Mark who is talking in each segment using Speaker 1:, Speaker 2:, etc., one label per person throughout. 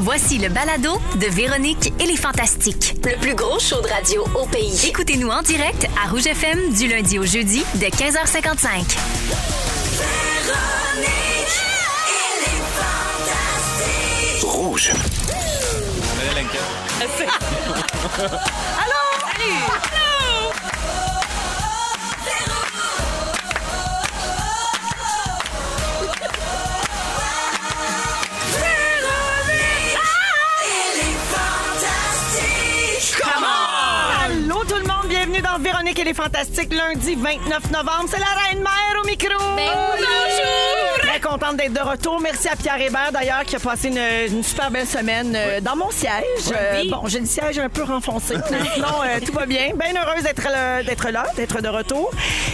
Speaker 1: Voici le balado de Véronique et les Fantastiques.
Speaker 2: Le plus gros show de radio au pays.
Speaker 1: Écoutez-nous en direct à Rouge FM du lundi au jeudi de 15h55.
Speaker 3: Rouge.
Speaker 4: Allô tout le monde, bienvenue dans Véronique et les Fantastiques, lundi 29 novembre. C'est la Reine Mère au micro. Ben Bonjour! Très contente d'être de retour. Merci à Pierre Hébert d'ailleurs qui a passé une, une super belle semaine euh, dans mon siège. Euh, bon, j'ai le siège un peu renfoncé, mais sinon euh, tout va bien. Bien heureuse d'être là, d'être là, d'être de retour.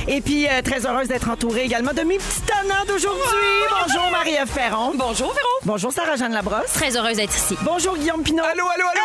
Speaker 4: Et puis euh, très heureuse d'être entourée également de mes petits tenants d'aujourd'hui. Bonjour Marie-Ève Ferron. Bonjour Véro. Bonjour Sarah-Jeanne Labrosse.
Speaker 2: Très heureuse d'être ici.
Speaker 4: Bonjour Guillaume Pinot. Allô, allô, allô.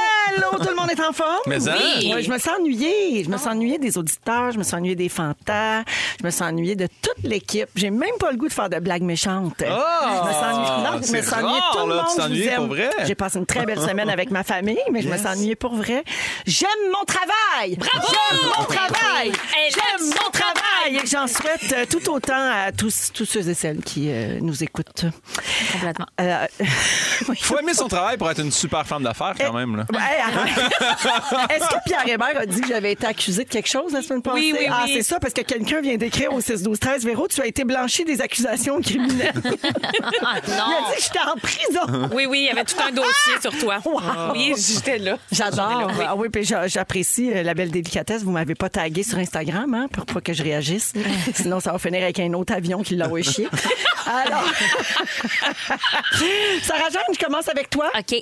Speaker 4: Allô, tout le monde est en forme?
Speaker 5: Mais hein? ça?
Speaker 2: Oui.
Speaker 4: Ouais, je me sens ennuyée. Je me sens ennuyée des auditeurs, je me sens ennuyée des fantas, je me sens ennuyée de toute l'équipe. J'ai même pas le goût de faire de blagues méchantes. je me sens ennuyée. Non, je me
Speaker 5: Oh! c'est
Speaker 4: sens ennuyée.
Speaker 5: rare,
Speaker 4: Tout
Speaker 5: là,
Speaker 4: le monde
Speaker 5: tu
Speaker 4: vous
Speaker 5: t'ennuies
Speaker 4: aime.
Speaker 5: pour vrai.
Speaker 4: J'ai passé une très belle semaine avec ma famille, mais je me sens ennuyée pour vrai. J'aime mon travail. Bravo! J'aime mon travail.
Speaker 2: Et
Speaker 4: J'aime
Speaker 2: là,
Speaker 4: mon travail. Et j'en souhaite euh, tout autant à tous, tous ceux et celles qui euh, nous écoutent.
Speaker 2: Complètement.
Speaker 4: Euh, oui.
Speaker 5: Faut aimer son travail pour Ah, être une super femme d'affaires quand même. Là.
Speaker 4: Ouais, arrête. Est-ce que Pierre Hébert a dit que j'avais été accusée de quelque chose la semaine passée?
Speaker 2: Oui, oui,
Speaker 4: ah,
Speaker 2: oui.
Speaker 4: c'est ça, parce que quelqu'un vient d'écrire au 6-12-13. Véro, tu as été blanchi des accusations criminelles.
Speaker 2: Ah
Speaker 4: Il a
Speaker 2: non!
Speaker 4: dit que j'étais en prison.
Speaker 6: Oui, oui, il y avait tout un dossier sur toi.
Speaker 4: Ah!
Speaker 6: Oui, j'étais là.
Speaker 4: J'adore. Ah oui, puis j'a- j'apprécie euh, la belle délicatesse. Vous m'avez pas tagué sur Instagram, hein, pour pas que je réagisse. Sinon, ça va finir avec un autre avion qui l'a chier. Alors, Sarah Jeanne, je commence avec toi.
Speaker 2: OK.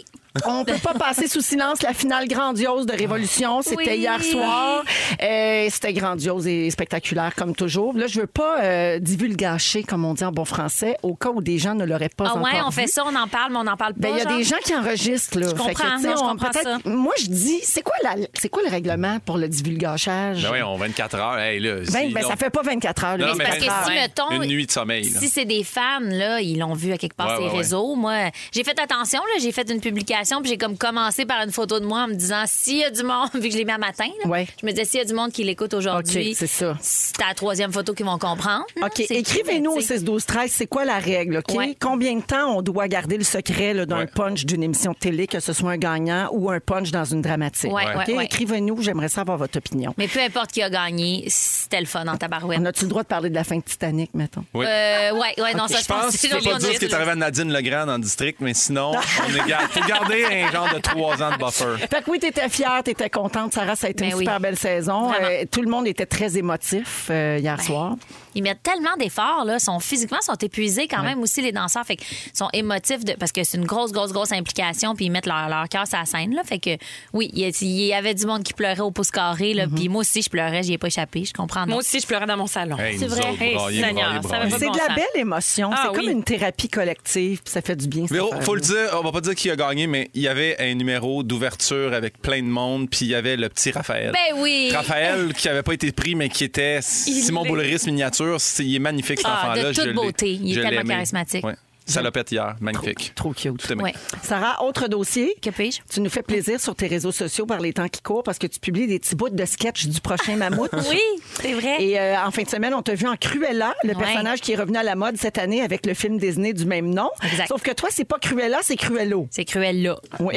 Speaker 4: On peut pas passer sous silence la finale grandiose de Révolution. C'était
Speaker 2: Oui.
Speaker 4: hier soir. Euh, C'était grandiose et spectaculaire comme toujours. Là, je veux pas euh, divulgacher, comme on dit en bon français, au cas où des gens ne l'auraient pas
Speaker 2: Ah ouais,
Speaker 4: encore
Speaker 2: on fait
Speaker 4: vu.
Speaker 2: ça, on en parle, mais on n'en parle pas.
Speaker 4: Ben, il y a
Speaker 2: genre.
Speaker 4: des gens qui enregistrent, là.
Speaker 2: Je
Speaker 4: Fait que,
Speaker 2: comprends,
Speaker 4: tu sais,
Speaker 2: non, je
Speaker 4: on
Speaker 2: comprends
Speaker 4: peut-être-
Speaker 2: ça.
Speaker 4: Moi, je dis, c'est quoi, la, c'est quoi le règlement pour le divulgachage?
Speaker 5: Ben oui, on 24 heures. Hey, là,
Speaker 4: Ben,
Speaker 5: si-
Speaker 4: ben,
Speaker 5: non.
Speaker 4: ça fait pas 24 heures, là.
Speaker 5: Non,
Speaker 2: Mais c'est parce
Speaker 5: mais
Speaker 2: que si, mettons.
Speaker 5: Une nuit de sommeil. là.
Speaker 2: Si euh, c'est des fans, là, ils l'ont vu à quelque part
Speaker 5: Ouais,
Speaker 2: sur les
Speaker 5: ouais, ouais.
Speaker 2: réseaux. Moi, j'ai fait attention, là, j'ai fait une publication, puis j'ai comme commencé par une photo de moi en me disant s'il y a du monde, vu que je l'ai mis à matin, là,
Speaker 4: Ouais.
Speaker 2: je me disais s'il y a du monde qui l'écoute aujourd'hui,
Speaker 4: OK, c'est ça.
Speaker 2: c'est à la troisième photo qu'ils vont comprendre.
Speaker 4: OK,
Speaker 2: C'est-
Speaker 4: écrivez-nous au
Speaker 2: mais, tu sais,
Speaker 4: 6 12 13 c'est quoi la règle, OK
Speaker 2: Ouais.
Speaker 4: Combien de temps on doit garder le secret là, d'un
Speaker 5: Ouais.
Speaker 4: punch d'une émission de télé que ce soit un gagnant ou un punch dans une dramatique
Speaker 2: Ouais,
Speaker 4: OK?
Speaker 2: ouais, ouais.
Speaker 4: Écrivez-nous, j'aimerais savoir votre opinion.
Speaker 2: Mais peu importe qui a gagné, c'était le fun en tabarouette.
Speaker 4: On a-tu le droit de parler de la fin de Titanic mettons
Speaker 5: Oui.
Speaker 2: Euh, ouais, ouais, non, ça,
Speaker 5: je pense
Speaker 2: que
Speaker 5: qu'il
Speaker 2: c'est
Speaker 5: faut
Speaker 2: dans
Speaker 5: pas
Speaker 2: les
Speaker 5: dire ce qui est
Speaker 2: notes.
Speaker 5: arrivé à Nadine Legrand dans le district, mais sinon, on est gar- faut garder un genre de 3 ans de buffer.
Speaker 4: fait que oui, t'étais fière, t'étais contente, Sarah, ça a été
Speaker 2: Ben
Speaker 4: une
Speaker 2: oui.
Speaker 4: super belle saison.
Speaker 2: Vraiment. Ben,
Speaker 4: Euh, tout le monde était très émotif euh, hier soir.
Speaker 2: Ils mettent tellement d'efforts, là. Sont, physiquement, sont épuisés quand même aussi, les danseurs. Fait que sont émotifs de- parce que c'est une grosse, grosse, grosse implication. Puis ils mettent leur, leur cœur sur la scène, là. Fait que, oui, il y, a- il y avait du monde qui pleurait au pouce carré, là. Puis moi aussi, je pleurais, j'y ai pas échappé. Je comprends.
Speaker 6: Moi
Speaker 2: donc.
Speaker 6: aussi, je pleurais dans mon salon.
Speaker 5: Hey,
Speaker 2: C'est
Speaker 5: nous
Speaker 2: vrai.
Speaker 5: autres,
Speaker 6: Hey,
Speaker 5: brailler,
Speaker 6: Seigneur,
Speaker 5: brailler,
Speaker 6: ça
Speaker 5: brailler.
Speaker 6: va
Speaker 4: C'est
Speaker 6: bon
Speaker 4: de la
Speaker 6: sens.
Speaker 4: belle émotion.
Speaker 6: Ah
Speaker 4: c'est
Speaker 6: oui.
Speaker 4: comme une thérapie collective, puis ça fait du bien. cette
Speaker 5: Véro,
Speaker 4: affaire-là.
Speaker 5: oh, faut le dire, on va pas dire qui a gagné, mais il y avait un numéro d'ouverture avec plein de monde, puis il y avait le petit Raphaël.
Speaker 2: Ben oui.
Speaker 5: Raphaël, qui avait pas été pris, mais qui était Simon
Speaker 6: l'est.
Speaker 5: Boulris miniature. C'est- il est magnifique, cet
Speaker 2: Ah, de
Speaker 5: enfant-là. je
Speaker 2: toute
Speaker 5: l'ai-
Speaker 2: beauté. Il est
Speaker 5: je l'ai
Speaker 2: tellement
Speaker 5: aimé.
Speaker 2: charismatique.
Speaker 5: Ouais. Salopette hier, magnifique.
Speaker 4: Trop cute.
Speaker 5: Tout aimé.
Speaker 2: Ouais.
Speaker 4: Sarah, autre dossier.
Speaker 2: Que puis-je?
Speaker 4: Tu nous fais plaisir sur tes réseaux sociaux par les temps qui courent parce que tu publies des petits bouts de sketch du prochain mammouth.
Speaker 2: Oui, c'est vrai.
Speaker 4: Et euh, en fin de semaine, on t'a vu en Cruella, le
Speaker 2: Ouais.
Speaker 4: personnage qui est revenu à la mode cette année avec le film Disney du même nom.
Speaker 2: Exact.
Speaker 4: Sauf que toi, c'est pas Cruella, c'est Cruello.
Speaker 2: C'est cruel, là.
Speaker 4: Oui.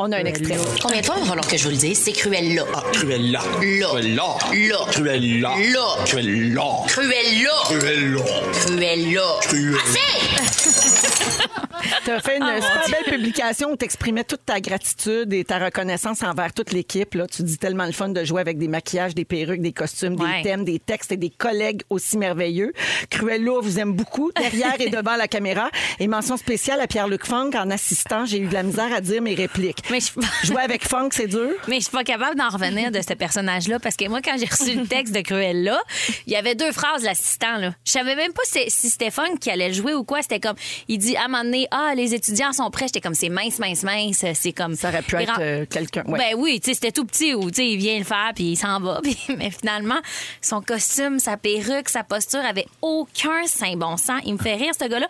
Speaker 4: on a un extrait.
Speaker 7: Combien de fois il va falloir que je vous le dise? C'est cruel là.
Speaker 8: Cruella.
Speaker 7: Là.
Speaker 8: Cruella.
Speaker 7: Là.
Speaker 8: Cruella.
Speaker 7: Là.
Speaker 8: Cruella.
Speaker 7: Cruel là.
Speaker 8: Cruella.
Speaker 7: Cruel là.
Speaker 8: Cruella.
Speaker 4: T'as fait
Speaker 2: Ah,
Speaker 4: une super belle publication où t'exprimais toute ta gratitude et ta reconnaissance envers toute l'équipe. Là, tu dis tellement le fun de jouer avec des maquillages, des perruques, des costumes,
Speaker 2: Ouais.
Speaker 4: des thèmes, des textes et des collègues aussi merveilleux. Cruella vous aime beaucoup derrière et devant la caméra. Et mention spéciale à Pierre-Luc Funk en assistant. J'ai eu de la misère à dire mes répliques.
Speaker 2: Mais je-
Speaker 4: Jouer avec Funk, c'est dur.
Speaker 2: Mais je suis pas capable d'en revenir de ce personnage-là parce que moi, quand j'ai reçu le texte de Cruella, il y avait deux phrases de l'assistant. là. Je savais même pas si, si Stéphane qui allait le jouer ou quoi. C'était comme, il dit à un moment donné, ah, les étudiants sont prêts. J'étais comme, c'est mince, mince, mince. C'est comme.
Speaker 4: Ça aurait pu
Speaker 2: Les
Speaker 4: être
Speaker 2: ren-
Speaker 4: euh, quelqu'un. ouais.
Speaker 2: Ben oui, tu sais, c'était tout petit où tu sais, il vient le faire puis il s'en va. Puis- mais finalement, son costume, sa perruque, sa posture avait aucun saint bon sens. Il me fait rire, ce gars-là.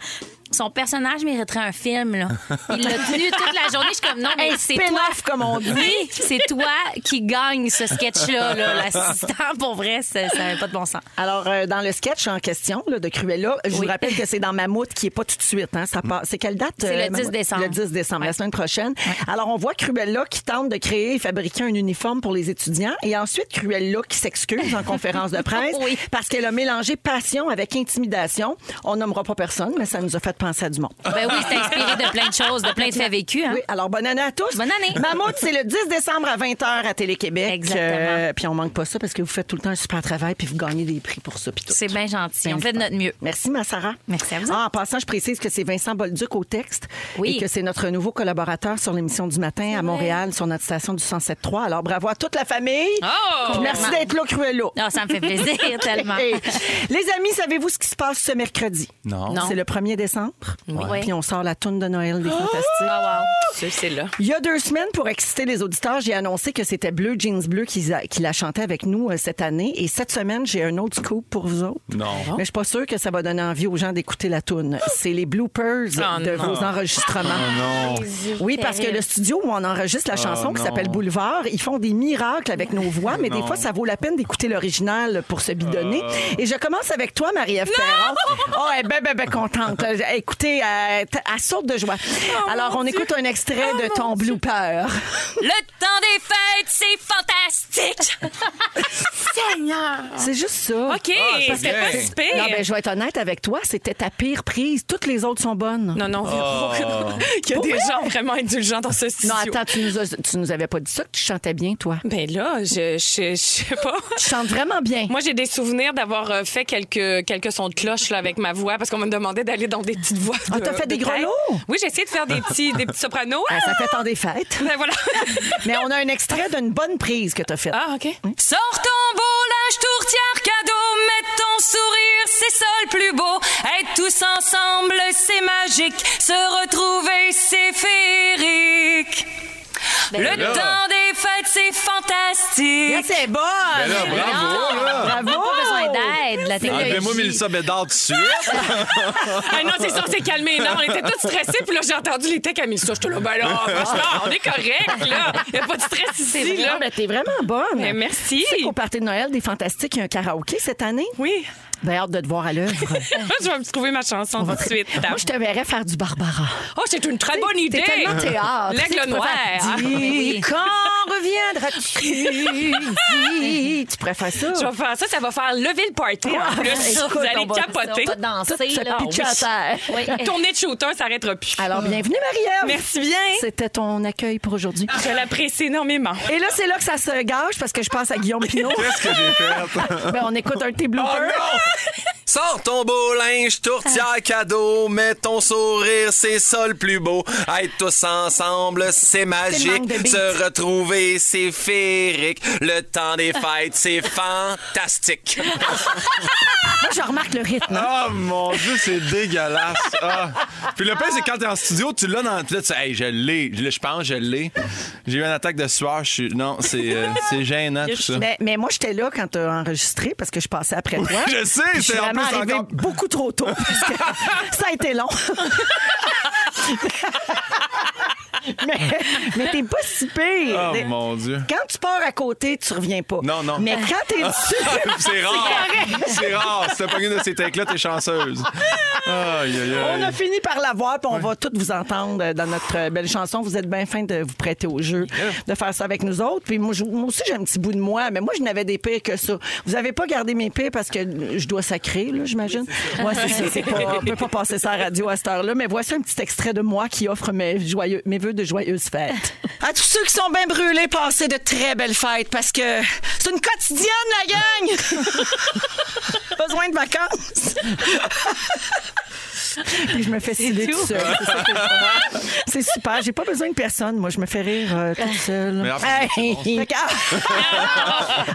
Speaker 2: son personnage mériterait un film. Là. Il l'a tenu toute la journée. Je suis comme, non, mais c'est toi.
Speaker 4: Spin-off, comme on dit.
Speaker 2: Oui, c'est toi qui gagne ce sketch-là. Là, L'assistant, pour vrai, ça n'avait pas de bon sens.
Speaker 4: Alors, euh, dans le sketch en question là, de Cruella, je vous rappelle que c'est dans Mammouth qui est pas tout de suite. Hein, ça part- C'est quelle date? euh,
Speaker 2: C'est le 10
Speaker 4: Mammouth?
Speaker 2: décembre.
Speaker 4: Le 10 décembre, la semaine prochaine. Alors, on voit Cruella qui tente de créer et fabriquer un uniforme pour les étudiants. Et ensuite, Cruella qui s'excuse en conférence de presse
Speaker 2: Oui.
Speaker 4: parce qu'elle a mélangé passion avec intimidation. On nommera pas personne, mais ça nous a fait penser à du monde.
Speaker 2: Ben oui, c'est inspiré de plein de choses, de plein de faits vécus. Hein?
Speaker 4: Oui, alors bonne année à tous.
Speaker 2: Bonne année.
Speaker 4: Mammouth, c'est le 10 décembre à 20h à Télé-Québec.
Speaker 2: Exactement.
Speaker 4: Euh, puis on manque pas ça parce que vous faites tout le temps un super travail puis vous gagnez des prix pour ça. puis tout.
Speaker 2: C'est bien gentil. On fait de notre mieux.
Speaker 4: Merci, ma Sarah.
Speaker 2: Merci à vous.
Speaker 4: Ah, en passant, je précise que c'est Vincent Bolduc au texte
Speaker 2: Oui.
Speaker 4: et que c'est notre nouveau collaborateur sur l'émission du matin à Montréal sur notre station du 107.3. Alors, bravo à toute la famille.
Speaker 6: Oh!
Speaker 4: Puis Merci d'être là, Cruello.
Speaker 2: Ah, ça me fait plaisir tellement.
Speaker 4: Hey. Les amis, savez-vous ce qui se passe ce mercredi?
Speaker 5: Non.
Speaker 2: Non.
Speaker 4: C'est le 1er décembre.
Speaker 2: Oui. Oh!
Speaker 4: Puis on sort la toune de Noël des Fantastiques.
Speaker 6: Ça, C'est là.
Speaker 4: Il y a deux semaines, pour exciter les auditeurs, j'ai annoncé que c'était Bleu Jeans Bleu qui, qui la chantait avec nous euh, cette année. Et cette semaine, j'ai un autre scoop pour vous autres.
Speaker 5: Non.
Speaker 4: Mais je suis pas sûre que ça va donner envie aux gens d'écouter la toune. C'est les bloopers
Speaker 6: Oh
Speaker 4: de
Speaker 6: non. Ah,
Speaker 4: vos enregistrements.
Speaker 5: Non.
Speaker 4: Oui, parce que le studio où on enregistre la chanson qui
Speaker 5: non.
Speaker 4: s'appelle Boulevard, ils font des miracles avec nos voix, mais des
Speaker 5: Non.
Speaker 4: fois, ça vaut la peine d'écouter l'original pour se bidonner.
Speaker 6: Euh.
Speaker 4: Et je commence avec toi, Marie-Ève Perron. Oh, elle est ben, ben, ben contente. Euh, Écoutez, elle, t- elle saute de joie. Alors, on écoute un extrait de ton blooper.
Speaker 2: Le temps des fêtes, c'est fantastique!
Speaker 4: C'est juste ça.
Speaker 6: OK,
Speaker 5: Ah, c'est
Speaker 6: c'était
Speaker 5: bien.
Speaker 6: pas si pire.
Speaker 4: Non, ben, je vais être honnête avec toi, c'était ta pire prise. Toutes les autres sont bonnes.
Speaker 6: Non, non, Véro. Il y a des gens vraiment indulgents dans ce studio.
Speaker 4: Oh. Non, attends, tu nous, as- tu nous avais pas dit ça, que tu chantais bien, toi.
Speaker 6: Ben là, je, je, je sais pas.
Speaker 4: Tu chantes vraiment bien.
Speaker 6: Moi, j'ai des souvenirs d'avoir euh, fait quelques, quelques sons de cloche là, avec ma voix parce qu'on me demandait d'aller dans des petites voix.
Speaker 4: Ah,
Speaker 6: de-
Speaker 4: t'as fait des
Speaker 6: de tête.
Speaker 4: grelots?
Speaker 6: Oui, j'ai essayé de faire des petits, des petits sopranos.
Speaker 4: Ben, ça fait tant des fêtes.
Speaker 6: Ben voilà.
Speaker 4: Mais on a un extrait d'une bonne prise que t'as faite.
Speaker 6: Ah, OK.
Speaker 2: Sors ton beau linge tourtière cadeau, mets ton sourire, c'est ça le plus beau. Être tous ensemble, c'est magique. Se retrouver, c'est féerique.
Speaker 6: Ben
Speaker 2: le
Speaker 5: là.
Speaker 2: temps des fêtes, c'est fantastique.
Speaker 4: c'est bon!
Speaker 5: Ben là, bravo, là.
Speaker 4: Bravo!
Speaker 2: d'aide, la
Speaker 5: Enlevez-moi Ah, Mélissa Bédard tout de suite.
Speaker 6: Ah non, c'est ça, on s'est calmé. Non, on était tous stressés. Puis là, j'ai entendu les techs à Mélissa. J'étais là, ben là, franchement, on est correct, là. Il n'y a pas de stress ici,
Speaker 4: Non,
Speaker 6: là.
Speaker 4: ben, t'es vraiment bonne.
Speaker 6: Ben, merci.
Speaker 4: Tu sais qu'au party de Noël des Fantastiques, il y a un karaoké cette année?
Speaker 6: Oui.
Speaker 4: Ben, hâte de te voir à l'œuvre.
Speaker 6: je vais me trouver ma chanson tout de suite.
Speaker 2: Ah,
Speaker 4: Moi, je te verrais faire du Barbara.
Speaker 6: Oh, c'est une très bonne idée.
Speaker 4: T'es tellement théâtre. Tu sais, tu
Speaker 6: L'aigle
Speaker 4: peux
Speaker 6: noir.
Speaker 4: faire Dis, quand reviendras-tu? Dis, tu préfères ça?
Speaker 6: Je vais faire ça, ça va faire lever le party. En plus,
Speaker 2: écoute,
Speaker 6: vous allez
Speaker 2: on va-
Speaker 6: capoter.
Speaker 2: on va danser,
Speaker 6: Tout se
Speaker 2: là.
Speaker 6: pitche
Speaker 2: Ah,
Speaker 4: à
Speaker 2: oui.
Speaker 6: La tournée de shooter s'arrêtera plus.
Speaker 4: Alors, bienvenue, Marie-Ève.
Speaker 6: Merci bien.
Speaker 4: C'était ton accueil pour aujourd'hui.
Speaker 6: Je l'apprécie énormément.
Speaker 4: Et là, c'est là que ça se gâche parce que je pense à Guillaume Pinot.
Speaker 5: Qu'est-ce que j'ai fait? Oh,
Speaker 4: ben, on écoute un de tes bloopers.
Speaker 5: Sors ton beau linge,
Speaker 4: Ah.
Speaker 5: tourtière cadeau, mets ton sourire, c'est ça le plus beau. Être tous ensemble, c'est magique.
Speaker 4: manque de beat.
Speaker 5: Se retrouver, c'est féerique. Le temps des fêtes, c'est fantastique.
Speaker 4: Moi, je remarque le rythme. hein.
Speaker 5: Ah mon dieu, c'est dégueulasse. Ah. Puis le pire, c'est quand t'es en studio, tu l'as dans là, tu dis, hey, je l'ai, je, l'ai, je pense, je l'ai. J'ai eu une attaque de sueur. Je suis... Non, c'est, euh, c'est gênant tout ça.
Speaker 4: Mais, mais moi, j'étais là quand t'as enregistré parce que je passais après toi.
Speaker 5: je sais,
Speaker 4: Puis Je suis
Speaker 5: c'est en
Speaker 4: vraiment
Speaker 5: plus
Speaker 4: arrivée
Speaker 5: encore-
Speaker 4: beaucoup trop tôt parce que ça a été long. mais mais t'es pas si pire.
Speaker 5: Oh
Speaker 4: Mais
Speaker 5: mon dieu.
Speaker 4: Quand tu pars à côté, tu reviens pas.
Speaker 5: Non, non.
Speaker 4: Mais quand t'es dessus,
Speaker 5: C'est rare. C'est rare. Si t'as pas une de ces techs-là, t'es chanceuse. Aïe, aïe, aïe.
Speaker 4: on a fini par l'avoir, puis on va toutes vous entendre dans notre euh, belle chanson. Vous êtes bien fin de vous prêter au jeu, de faire ça avec nous autres. Puis moi, je- moi aussi, j'ai un petit bout de moi, mais moi, je n'avais des pires que ça. Vous avez pas gardé mes pires parce que je dois sacrer, là, j'imagine. Moi, c'est ça. C'est pas- on peut pas passer ça à la radio à cette heure-là, mais voici un petit extrait de moi qui offre mes, joyeux, mes voeux de joyeuses fêtes. À tous ceux qui sont bien brûlés, passez de très belles fêtes parce que c'est une quotidienne, la gang! Besoin de vacances! Puis je me fais sceller tout seul. C'est ça que je fais. C'est super. J'ai pas besoin de personne. Moi, je me fais rire euh, toute seule.
Speaker 5: Mais après,
Speaker 4: Hey! Fait que-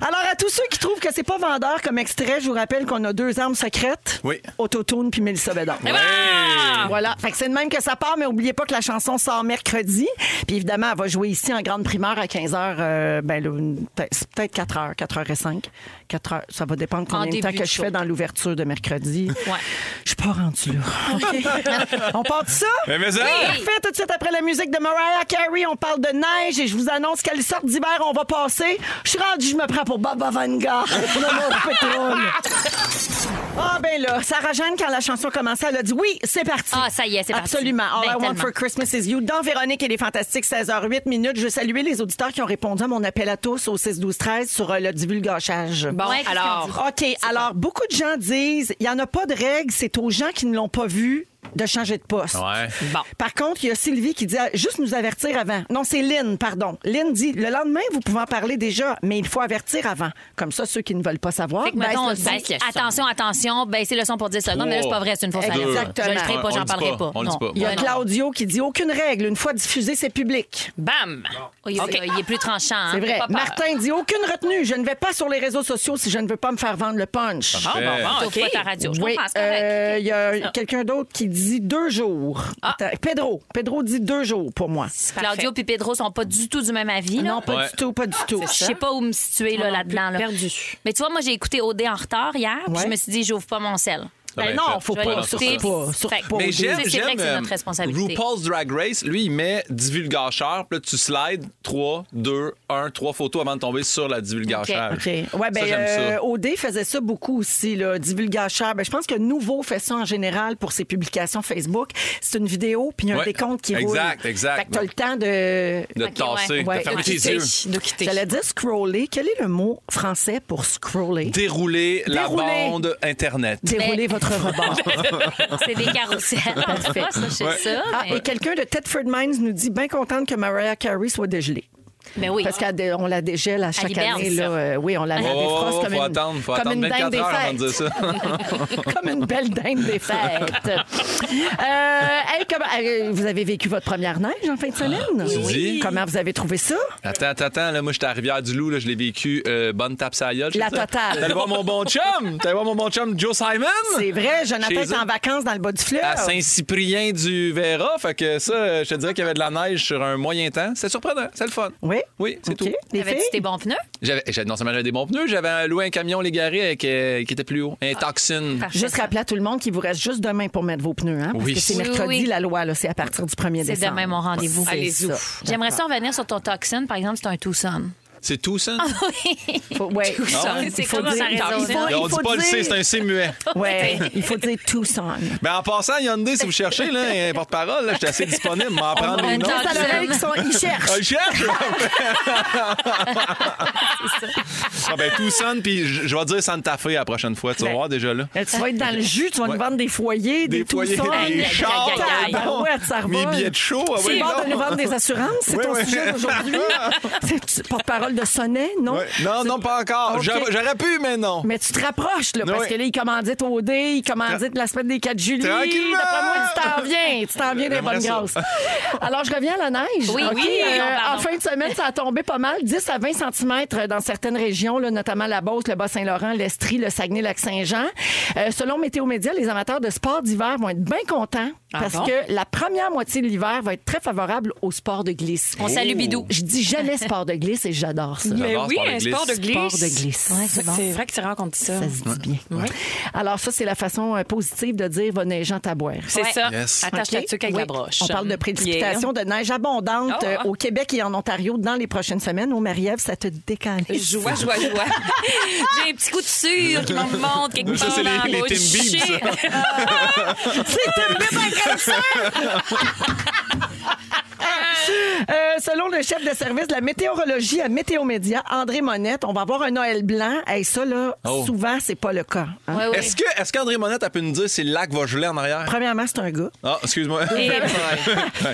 Speaker 4: Alors, à tous ceux qui trouvent que c'est pas vendeur comme extrait, je vous rappelle qu'on a deux armes secrètes.
Speaker 5: Oui.
Speaker 4: Autotune puis Mélissa Bédard. Voilà. Fait que c'est de même que ça part, mais oubliez pas que la chanson sort mercredi. Puis évidemment, elle va jouer ici en grande primeur à 15h. ben, là, une- peut- c'est peut-être 4h, 4h05. 4h, ça va dépendre
Speaker 2: En
Speaker 4: combien de temps
Speaker 2: début
Speaker 4: que
Speaker 2: de
Speaker 4: je
Speaker 2: show.
Speaker 4: fais dans l'ouverture de mercredi. Je suis pas rendue là. On part de ça?
Speaker 5: Mais, hein? mais ça-
Speaker 4: Parfait, tout de suite après la musique de Mariah Carey, on parle de neige et je vous annonce quelle sorte d'hiver on va passer. Je suis rendue, je me prends pour Baba Vanga, le mot pétrole. Ah ben là, Sarah Jeanne, quand la chanson commençait, elle a dit oui, c'est parti.
Speaker 2: Ah, ça y est, c'est parti.
Speaker 4: Absolument. All
Speaker 2: Ben,
Speaker 4: I want
Speaker 2: tellement.
Speaker 4: for Christmas is you. Dans Véronique et les Fantastiques, 16h08 minutes. Je veux saluer les auditeurs qui ont répondu à mon appel à tous au 6-12-13 sur euh, le divulgachage.
Speaker 6: Bon,
Speaker 2: Ouais, qu'est-ce
Speaker 6: alors.
Speaker 4: OK, alors beaucoup de gens disent il n'y en a pas de règle, c'est aux gens qui ne l'ont pas vu de changer de poste.
Speaker 5: Ouais.
Speaker 6: Bon.
Speaker 4: Par contre, il y a Sylvie qui dit ah, juste nous avertir avant. Non, c'est Lynn, pardon. Lynn dit le lendemain, vous pouvez en parler déjà, mais il faut avertir avant. Comme ça, ceux qui ne veulent pas savoir. ben,
Speaker 2: Fait que
Speaker 4: baissent
Speaker 2: mettons, on
Speaker 4: le
Speaker 2: dit,
Speaker 4: son.
Speaker 6: baisse le son.
Speaker 2: Ben, attention, attention, baissez le son pour 10 secondes. Mais là, c'est pas vrai, c'est une fausse alerte.
Speaker 4: Exactement.
Speaker 2: Je le ferai
Speaker 5: On
Speaker 2: pas,
Speaker 5: le
Speaker 2: j'en
Speaker 5: dit
Speaker 2: parlerai
Speaker 5: pas,
Speaker 2: pas.
Speaker 5: on le dit
Speaker 2: Non.
Speaker 5: pas.
Speaker 4: il y a
Speaker 2: ben Non.
Speaker 4: Claudio qui dit aucune règle. Une fois diffusé, c'est public.
Speaker 6: Bam!
Speaker 2: Oh, il,
Speaker 6: OK.
Speaker 2: il est plus tranchant. hein.
Speaker 4: C'est vrai.
Speaker 6: pas peur.
Speaker 4: Martin dit aucune retenue. Je ne vais pas sur les réseaux sociaux si je ne veux pas me faire vendre le punch.
Speaker 6: Bon, bon, bon,
Speaker 2: Sauf
Speaker 6: OK.
Speaker 2: pas ta radio. Je
Speaker 4: Oui,
Speaker 2: comprends, c'est Ah. correct.
Speaker 4: euh, il y a quelqu'un d'autre qui dit deux jours. Attends, Pedro. Pedro dit deux jours pour moi.
Speaker 2: Claudio et Pedro sont pas du tout du même avis. là.
Speaker 4: Ah Non, pas
Speaker 5: Ouais.
Speaker 4: du tout, pas du tout.
Speaker 2: Je sais pas où me situer là, là-dedans. là.
Speaker 6: Perdu.
Speaker 2: Mais tu vois, moi, j'ai écouté OD en retard hier, puis
Speaker 4: Ouais.
Speaker 2: je me suis dit, j'ouvre pas mon sel.
Speaker 4: Ben
Speaker 5: Ben,
Speaker 4: non,
Speaker 5: fait-
Speaker 4: faut
Speaker 2: Je vais
Speaker 4: pas,
Speaker 5: non,
Speaker 2: l'écouter,
Speaker 5: c'est
Speaker 4: surtout
Speaker 5: ça.
Speaker 4: pas, surtout
Speaker 2: Fait que-
Speaker 4: pas.
Speaker 5: Mais
Speaker 2: Oh,
Speaker 5: j'aime,
Speaker 2: c'est- c'est vrai
Speaker 5: j'aime
Speaker 2: que c'est notre
Speaker 5: euh,
Speaker 2: responsabilité.
Speaker 5: RuPaul's Drag Race, lui, il met divulgacheur, puis là, tu slides 3, 2, 1, 3 photos avant de tomber sur la divulgacheur.
Speaker 4: OK. Ouais, ben,
Speaker 5: Ah, ça, j'aime
Speaker 4: euh,
Speaker 5: ça.
Speaker 4: OD faisait ça beaucoup aussi, là, divulgacheur. Ben, je pense que Nouveau fait ça en général pour ses publications Facebook. C'est une vidéo, puis il y a un
Speaker 5: Ouais.
Speaker 4: décompte qui roule.
Speaker 5: Exact, exact.
Speaker 4: Fait que t'as le temps de...
Speaker 5: De
Speaker 2: Ok, ouais.
Speaker 5: tasser,
Speaker 4: Ouais,
Speaker 5: de fermer
Speaker 4: ouais.
Speaker 5: tes yeux.
Speaker 6: De quitter.
Speaker 4: J'allais dire scroller. Quel est le mot français pour scroller?
Speaker 5: Dérouler la
Speaker 4: Dérouler.
Speaker 5: bande Internet.
Speaker 4: Dérouler votre rebord.
Speaker 2: C'est des carousels. en tout cas, ça, je sais ça.
Speaker 4: Ah,
Speaker 2: mais...
Speaker 4: et quelqu'un de Tedford Mines nous dit bien contente que Mariah Carey soit dégelée.
Speaker 2: mais oui.
Speaker 4: Parce qu'on la dégèle à chaque
Speaker 2: libère,
Speaker 4: année.
Speaker 2: ça.
Speaker 4: Là, euh, oui, on la, la
Speaker 5: Oh,
Speaker 4: défrosse
Speaker 5: oh, oh,
Speaker 4: comme
Speaker 5: faut
Speaker 4: une,
Speaker 5: attendre, faut
Speaker 4: comme
Speaker 5: attendre
Speaker 4: une
Speaker 5: 24
Speaker 4: dinde des
Speaker 5: heures avant de
Speaker 4: fêtes.
Speaker 5: dire ça.
Speaker 4: comme une belle dinde des fêtes. Euh, hey, comment- euh, vous avez vécu votre première neige en fin de semaine?
Speaker 5: Ah, tu dis?
Speaker 4: Comment vous avez trouvé ça?
Speaker 5: Attends, attends, attends. Là, moi, j'étais à Rivière-du-Loup. Là, je l'ai vécu. euh, bonne tape sur la gueule, je
Speaker 4: La
Speaker 5: sais pas.
Speaker 4: totale.
Speaker 5: T'es allé voir mon bon chum. T'es allé voir mon bon chum Joe Simon.
Speaker 4: C'est vrai, Jonathan
Speaker 5: Chez
Speaker 4: est en
Speaker 5: eux.
Speaker 4: vacances dans le bas du fleuve.
Speaker 5: À Saint-Cyprien-du-Véra. Fait que ça, euh, je te dirais qu'il y avait de la neige sur un moyen temps. C'est surprenant. C'est le fun.
Speaker 4: Oui?
Speaker 5: Oui, c'est
Speaker 4: OK.
Speaker 5: tout.
Speaker 4: Les
Speaker 2: Avais-tu
Speaker 4: filles?
Speaker 2: tes bons pneus?
Speaker 5: J'avais, j'avais- non seulement j'avais des bons pneus, j'avais loué un camion légaré avec, euh, qui était plus haut. Un toxin.
Speaker 4: Juste rappeler à tout le monde qu'il vous reste juste demain pour mettre vos pneus. Hein, parce
Speaker 5: Oui.
Speaker 4: que c'est
Speaker 5: Oui,
Speaker 4: mercredi,
Speaker 2: oui.
Speaker 4: la loi. là, C'est à partir du 1er
Speaker 2: C'est
Speaker 4: décembre.
Speaker 2: demain mon rendez-vous.
Speaker 4: C'est
Speaker 6: Allez-y.
Speaker 4: ça.
Speaker 2: J'aimerais ça revenir sur ton toxin. Par exemple, c'est un Tucson.
Speaker 5: C'est tout
Speaker 4: Ah,
Speaker 5: ça?
Speaker 4: Faut- ouais.
Speaker 2: C'est
Speaker 4: faut
Speaker 2: comme
Speaker 4: dire-
Speaker 2: ça
Speaker 4: il
Speaker 2: raison.
Speaker 4: faut-
Speaker 5: Là, on dit
Speaker 4: faut
Speaker 5: pas le
Speaker 4: dire-
Speaker 5: C, c'est un C muet.
Speaker 4: Ouais, il faut dire Tucson.
Speaker 5: Mais en passant, Hyundai, si vous cherchez, là, un porte-parole, là, j'étais assez disponible. M'en prendre
Speaker 2: va
Speaker 5: des
Speaker 2: une
Speaker 5: noms.
Speaker 2: Non,
Speaker 4: Juste à
Speaker 2: c'est-
Speaker 4: l'oreille qui sont, ils cherchent.
Speaker 5: Ah, il cherche! Ah ben, Tucson, puis je je vais dire Santa Fe la prochaine fois. Tu vas voir déjà là.
Speaker 4: Euh, Tu vas être dans le jus, tu vas nous
Speaker 5: Ouais.
Speaker 4: vendre des foyers, des,
Speaker 5: Des foyers,
Speaker 4: Tucson.
Speaker 5: des chars. Ah
Speaker 4: Tabarouette, ça
Speaker 5: Mes
Speaker 4: revole.
Speaker 5: billets de show. Ah,
Speaker 4: Tu
Speaker 5: oui,
Speaker 4: vas de
Speaker 5: non.
Speaker 4: nous vendre des assurances, c'est
Speaker 5: Oui,
Speaker 4: ton
Speaker 5: oui.
Speaker 4: sujet d'aujourd'hui. C'est tu- porte-parole de Sonnet, non?
Speaker 5: Ouais. Non, non, pas encore.
Speaker 4: Ok.
Speaker 5: J'aurais j'aurais pu, mais non.
Speaker 4: Mais tu te rapproches, là, parce
Speaker 5: Oui.
Speaker 4: que là, ils commanditent au dé, ils commanditent la semaine des 4 juillet.
Speaker 5: Tranquillement.
Speaker 4: D'après moi, tu t'en viens. Tu t'en viens des
Speaker 5: J'aimerais
Speaker 4: bonnes
Speaker 5: ça.
Speaker 4: grâces. Alors, je reviens à la neige.
Speaker 2: Oui,
Speaker 4: OK, euh,
Speaker 2: oui, non, pardon.
Speaker 4: en fin de semaine, ça a tombé pas mal. 10 à 20 cm dans certaines régions, là, notamment la Beauce, le Bas-Saint-Laurent, l'Estrie, le Saguenay-Lac-Saint-Jean. Euh, selon Météo Média, les amateurs de sport d'hiver vont être bien contents
Speaker 6: Ah
Speaker 4: parce
Speaker 6: bon?
Speaker 4: que la première moitié de l'hiver va être très favorable au sport de glisse.
Speaker 5: Oh.
Speaker 2: On salue Bidou.
Speaker 4: Je dis jamais sport de glisse et j'adore ça.
Speaker 6: Mais
Speaker 5: J'adore
Speaker 6: oui,
Speaker 5: sport de
Speaker 6: un
Speaker 5: glisse.
Speaker 6: sport de glisse.
Speaker 4: Sport de glisse.
Speaker 2: Ouais, c'est bon.
Speaker 6: C'est vrai que c'est rare qu'on dit ça.
Speaker 4: Ça se dit bien.
Speaker 6: Ouais.
Speaker 4: Alors, ça, c'est la façon euh, positive de dire va neigeant à boire.
Speaker 6: C'est
Speaker 2: Ouais.
Speaker 6: ça.
Speaker 5: Yes.
Speaker 6: Attache
Speaker 4: OK?
Speaker 6: ta tuque avec
Speaker 4: Oui.
Speaker 6: la broche.
Speaker 4: On parle de précipitation de neige abondante
Speaker 6: Oh, ah.
Speaker 4: euh, au Québec et en Ontario dans les prochaines semaines. Au Marie-Ève, ça te décale.
Speaker 6: Yeah. Joie, joie, joie.
Speaker 2: J'ai un petit coup de sueur qui me remonte quelque
Speaker 5: Ça,
Speaker 2: part
Speaker 5: c'est
Speaker 2: dans
Speaker 5: les,
Speaker 2: la
Speaker 5: les
Speaker 2: bouche.
Speaker 5: Tim Biebs, ça.
Speaker 4: Euh, selon le chef de service de la météorologie à Météomédia, André Monette, on va avoir un Noël blanc. Et ça, là,
Speaker 5: Oh.
Speaker 4: souvent, c'est pas le cas. hein.
Speaker 2: Ouais, ouais.
Speaker 5: Est-ce que est-ce qu'André Monette a pu nous dire si le lac va geler en arrière?
Speaker 4: Premièrement, c'est un gars.
Speaker 5: Ah, excuse-moi. Il va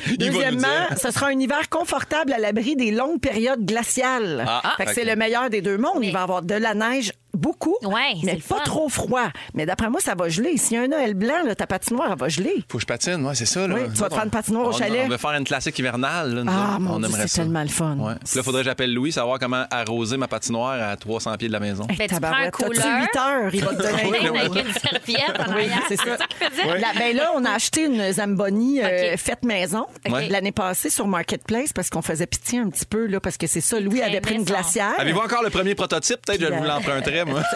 Speaker 5: nous
Speaker 4: Deuxièmement,
Speaker 5: dire.
Speaker 4: ce sera un hiver confortable à l'abri des longues périodes glaciales.
Speaker 5: Ah,
Speaker 4: Fait que
Speaker 5: ok.
Speaker 4: c'est le meilleur des deux mondes. Il va y avoir de la neige beaucoup,
Speaker 2: Ouais, c'est
Speaker 4: mais
Speaker 2: le
Speaker 4: pas
Speaker 2: fun.
Speaker 4: trop froid. Mais d'après moi, ça va geler. S'il y a un Noël blanc, là, ta patinoire, elle va geler.
Speaker 5: Faut que je patine, ouais, c'est ça. Là.
Speaker 4: Oui, tu vas te
Speaker 5: Nous autres,
Speaker 4: faire une patinoire au
Speaker 5: on-
Speaker 4: chalet.
Speaker 5: On va faire une classique hivernale. là, nous
Speaker 4: Ah,
Speaker 5: autres.
Speaker 4: mon
Speaker 5: on
Speaker 4: Dieu,
Speaker 5: aimerait
Speaker 4: c'est
Speaker 5: ça.
Speaker 4: tellement le fun.
Speaker 5: Ouais. Puis là, faudrait que j'appelle Louis, savoir comment arroser ma patinoire à 300 pieds de la maison.
Speaker 2: Ben, tu prends un
Speaker 4: Tabarouette, t'as-tu
Speaker 2: couleur.
Speaker 4: huit heures, il va te donner
Speaker 5: Oui,
Speaker 2: Avec
Speaker 5: oui.
Speaker 2: une serviette en
Speaker 4: Oui,
Speaker 2: arrière.
Speaker 4: c'est ça.
Speaker 2: qu'il faisait?
Speaker 4: La- ben là, on a acheté une Zamboni euh,
Speaker 2: Ok.
Speaker 4: faite maison
Speaker 5: Ouais.
Speaker 4: l'année passée sur Marketplace parce qu'on faisait pitié un petit peu, là, parce que c'est ça. Louis
Speaker 2: Très
Speaker 4: avait pris une
Speaker 2: maison.
Speaker 4: glacière.
Speaker 5: Avez-vous encore le premier prototype? Peut-être que je vous
Speaker 4: euh,
Speaker 5: l'emprunterai, moi.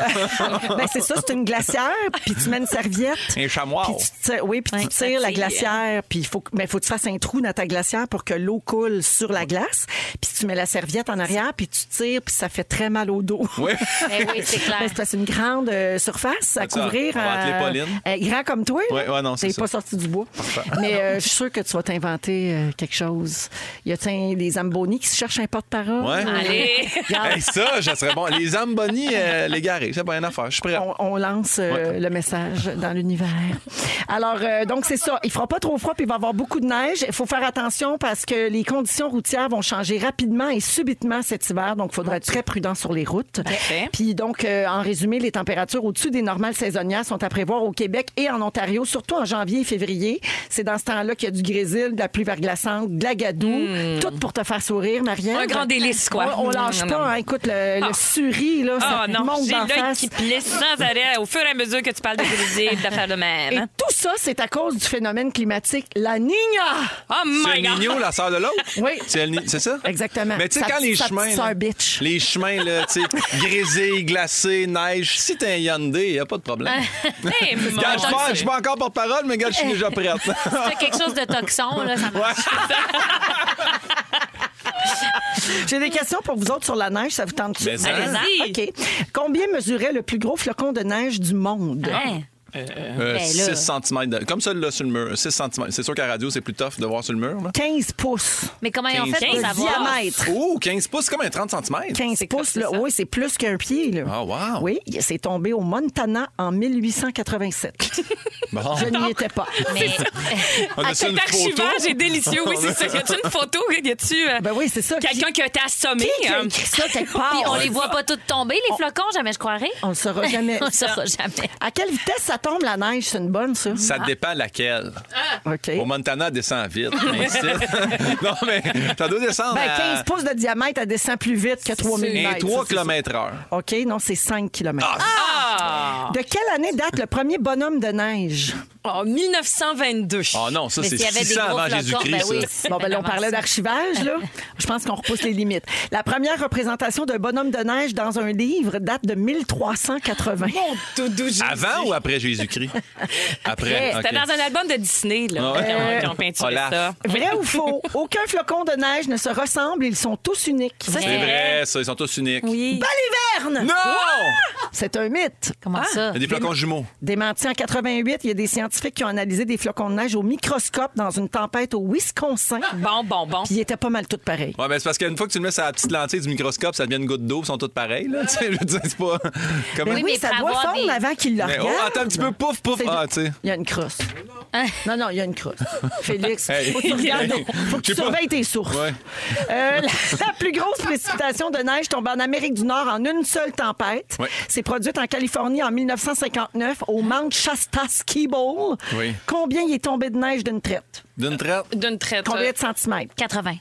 Speaker 4: Ben, c'est ça, c'est une glacière, puis tu mets une serviette.
Speaker 5: Un chamois.
Speaker 4: Puis tu tires- oui, puis
Speaker 2: Ouais, hein.
Speaker 4: tu tires
Speaker 2: ça
Speaker 4: la
Speaker 2: tire.
Speaker 4: glacière, puis il faut, que- mais faut que tu fasses un trou dans ta glacière pour que l'eau coule sur la glace. Puis tu mets la serviette en arrière, puis tu tires, puis ça fait très mal au dos.
Speaker 5: Oui.
Speaker 2: Ben oui, c'est clair.
Speaker 4: Ben, c'est parce que c'est une grande euh, surface à
Speaker 5: Ça,
Speaker 4: couvrir.
Speaker 5: on va appeler Pauline.
Speaker 4: euh, grand comme toi.
Speaker 5: Ouais,
Speaker 4: là.
Speaker 5: ouais, non, c'est
Speaker 4: T'es
Speaker 5: ça.
Speaker 4: pas sorti du bois. Mais euh, je suis sûre que tu vas t'inventer euh, quelque chose. Y a t des Zambonis qui se cherchent un porte-parole?
Speaker 5: Ouais.
Speaker 6: Allez!
Speaker 5: Hey, ça, je serais bon. Les Amboni, euh, les garés, c'est pas une affaire. Je suis prêt.
Speaker 4: On, on lance euh, le message dans l'univers. Alors, euh, donc, c'est ça. Il fera pas trop froid, puis il va y avoir beaucoup de neige. Il faut faire attention parce que les conditions routières vont changer rapidement et subitement cet hiver. Donc, il faudra être très prudent sur les routes.
Speaker 6: Parfait.
Speaker 4: Puis, donc, euh, en résumé, les températures au-dessus des normales saisonnières sont à prévoir au Québec et en Ontario, surtout en janvier et février. C'est dans ce temps-là qu'il y a du grésil, de la pluie verglaçante, de la gadoue. Tout pour te faire sourire, Marianne.
Speaker 6: Hmm. Un grand délice, quoi.
Speaker 4: On, on lâche
Speaker 6: Non,
Speaker 4: pas.
Speaker 6: non.
Speaker 4: hein. Écoute, le, le suri, là, ça
Speaker 6: Ah
Speaker 4: te
Speaker 6: non,
Speaker 4: monte
Speaker 6: j'ai
Speaker 4: d'en
Speaker 6: l'œil
Speaker 4: face.
Speaker 6: qui plisse sans arrêt au fur et à mesure que tu parles de Grésil, d'affaires de
Speaker 4: Et
Speaker 6: même.
Speaker 4: tout ça, c'est à cause du phénomène climatique, la Niña.
Speaker 6: Oh
Speaker 5: C'est
Speaker 6: my
Speaker 5: le
Speaker 6: God!
Speaker 5: Nino, la sœur de l'autre?
Speaker 4: Oui.
Speaker 5: C'est El Ni- c'est ça?
Speaker 4: Exactement.
Speaker 5: Mais tu sais,
Speaker 4: Sa
Speaker 5: quand
Speaker 4: petite-
Speaker 5: les
Speaker 4: sa petite
Speaker 5: chemins.
Speaker 4: sœur
Speaker 5: là,
Speaker 4: bitch.
Speaker 5: Les chemins, là, tu sais, grisés, glacés, neige. Si t'es un Hyundai, y a pas de problème.
Speaker 4: Ah,
Speaker 6: Hey, mon
Speaker 5: Regarde, je
Speaker 6: Dieu.
Speaker 5: pense- je suis pas encore porte-parole, mais regarde, je suis déjà prête.
Speaker 2: Fais quelque chose de toxon, là, ça marche.
Speaker 4: J'ai des questions pour vous autres sur la neige, ça vous tente
Speaker 5: Mais ça.
Speaker 6: Allez-y.
Speaker 4: OK. Combien mesurait le plus gros flocon de neige du monde?
Speaker 2: Hein?
Speaker 5: Euh,
Speaker 2: là.
Speaker 5: 6 cm. De... Comme ça, là, sur le mur. 6 cm. C'est sûr qu'à radio, c'est plus tough de voir sur le mur. Là.
Speaker 4: 15 pouces
Speaker 2: Mais comment ils ont fait
Speaker 4: de
Speaker 2: pour
Speaker 6: 15,
Speaker 2: savoir?
Speaker 4: diamètre.
Speaker 5: Oh, 15 pouces, c'est comme un 30 cm.
Speaker 4: 15
Speaker 6: C'est
Speaker 4: pouces,
Speaker 6: comme
Speaker 4: là.
Speaker 6: ça.
Speaker 4: oui, c'est plus qu'un pied. Là.
Speaker 5: Ah, wow.
Speaker 4: Oui, c'est tombé au Montana en 1887.
Speaker 5: Bon.
Speaker 4: Je n'y étais pas.
Speaker 2: Mais
Speaker 5: On a ça
Speaker 6: Cet
Speaker 5: une photo.
Speaker 6: archivage est délicieux. Oui, c'est ça. Y a-tu une photo? Y a-tu euh,
Speaker 4: Ben oui, c'est ça.
Speaker 6: quelqu'un qui a été assommé?
Speaker 4: Qui a
Speaker 6: hein?
Speaker 4: écrit ça quelque part?
Speaker 2: puis on les voit pas toutes tomber, les flocons, jamais je croirais.
Speaker 4: On le saura jamais.
Speaker 2: On le saura jamais.
Speaker 4: À quelle vitesse ça tombe, la neige? C'est une bonne, ça?
Speaker 5: Ça dépend laquelle.
Speaker 4: OK.
Speaker 5: Au Montana, elle descend vite. mais ici- non, mais ça doit descendre
Speaker 4: Ben,
Speaker 5: à
Speaker 4: 15 pouces de diamètre, elle descend plus vite que 3000
Speaker 5: un
Speaker 4: mètres.
Speaker 5: 3
Speaker 4: ça, c'est
Speaker 5: km h
Speaker 4: ça. OK, non, c'est 5 km.
Speaker 6: Ah!
Speaker 4: De quelle année date le premier bonhomme de neige?
Speaker 6: En 1922.
Speaker 5: Oh non, ça,
Speaker 2: Mais
Speaker 5: c'est
Speaker 2: s'il y avait des
Speaker 5: 600
Speaker 2: gros
Speaker 5: avant
Speaker 2: flocons,
Speaker 5: Jésus-Christ.
Speaker 2: ben oui.
Speaker 5: ça.
Speaker 4: Bon, ben là, on parlait d'archivage, là. Je pense qu'on repousse les limites. La première représentation d'un bonhomme de neige dans un livre date de 1380.
Speaker 5: Avant ou après Jésus-Christ? Après.
Speaker 6: C'était
Speaker 5: ok.
Speaker 6: dans un album de Disney, là.
Speaker 5: Ah ouais.
Speaker 6: Quand- quand on peinturait
Speaker 5: Olaf.
Speaker 6: ça.
Speaker 4: Vrai ou faux? Aucun flocon de neige ne se ressemble. Ils sont tous uniques. Ça,
Speaker 5: C'est vrai, ça, ils sont tous uniques.
Speaker 6: Oui.
Speaker 4: Baliverne!
Speaker 5: Non!
Speaker 4: C'est un mythe. Ah.
Speaker 2: Comment ça?
Speaker 5: Il y a des flocons jumeaux.
Speaker 4: Démenti en 88, il y a des scientifiques qui ont analysé des flocons de neige au microscope dans une tempête au Wisconsin.
Speaker 6: Bon, bon, bon.
Speaker 4: Puis ils étaient pas mal tous pareils.
Speaker 5: Ouais, mais c'est parce qu'une fois que tu le mets sur la petite lentille du microscope, ça devient une goutte d'eau, ils sont toutes pareilles. Là. Tu sais, Je veux dire, c'est pas. Comment...
Speaker 4: Ben
Speaker 2: Oui,
Speaker 4: oui,
Speaker 2: mais
Speaker 4: ça
Speaker 2: pour
Speaker 4: doit
Speaker 2: avoir
Speaker 4: fondre
Speaker 2: des-
Speaker 4: avant qu'il le
Speaker 5: Mais,
Speaker 4: regarde.
Speaker 5: oh, attends un petit peu, pouf, pouf.
Speaker 4: C'est-
Speaker 5: Ah, tu sais.
Speaker 4: Il y a une crosse.
Speaker 2: Hein?
Speaker 4: Non, non, il y a une crosse. Félix,
Speaker 5: Hey.
Speaker 4: faut que tu regardes,
Speaker 5: Hey.
Speaker 4: faut que tu
Speaker 5: J'ai pas-
Speaker 4: surveilles tes sources.
Speaker 5: Ouais.
Speaker 4: Euh, la, la plus grosse précipitation de neige tombe en Amérique du Nord en une seule tempête.
Speaker 5: Ouais.
Speaker 4: C'est produite en Californie en 1959 au Mount Shasta Ski Bowl.
Speaker 5: Oui.
Speaker 4: Combien il est tombé de neige d'une traite?
Speaker 5: D'une traite,
Speaker 6: D'une traite. euh,
Speaker 4: Combien
Speaker 2: Euh.
Speaker 4: de centimètres?
Speaker 2: 80.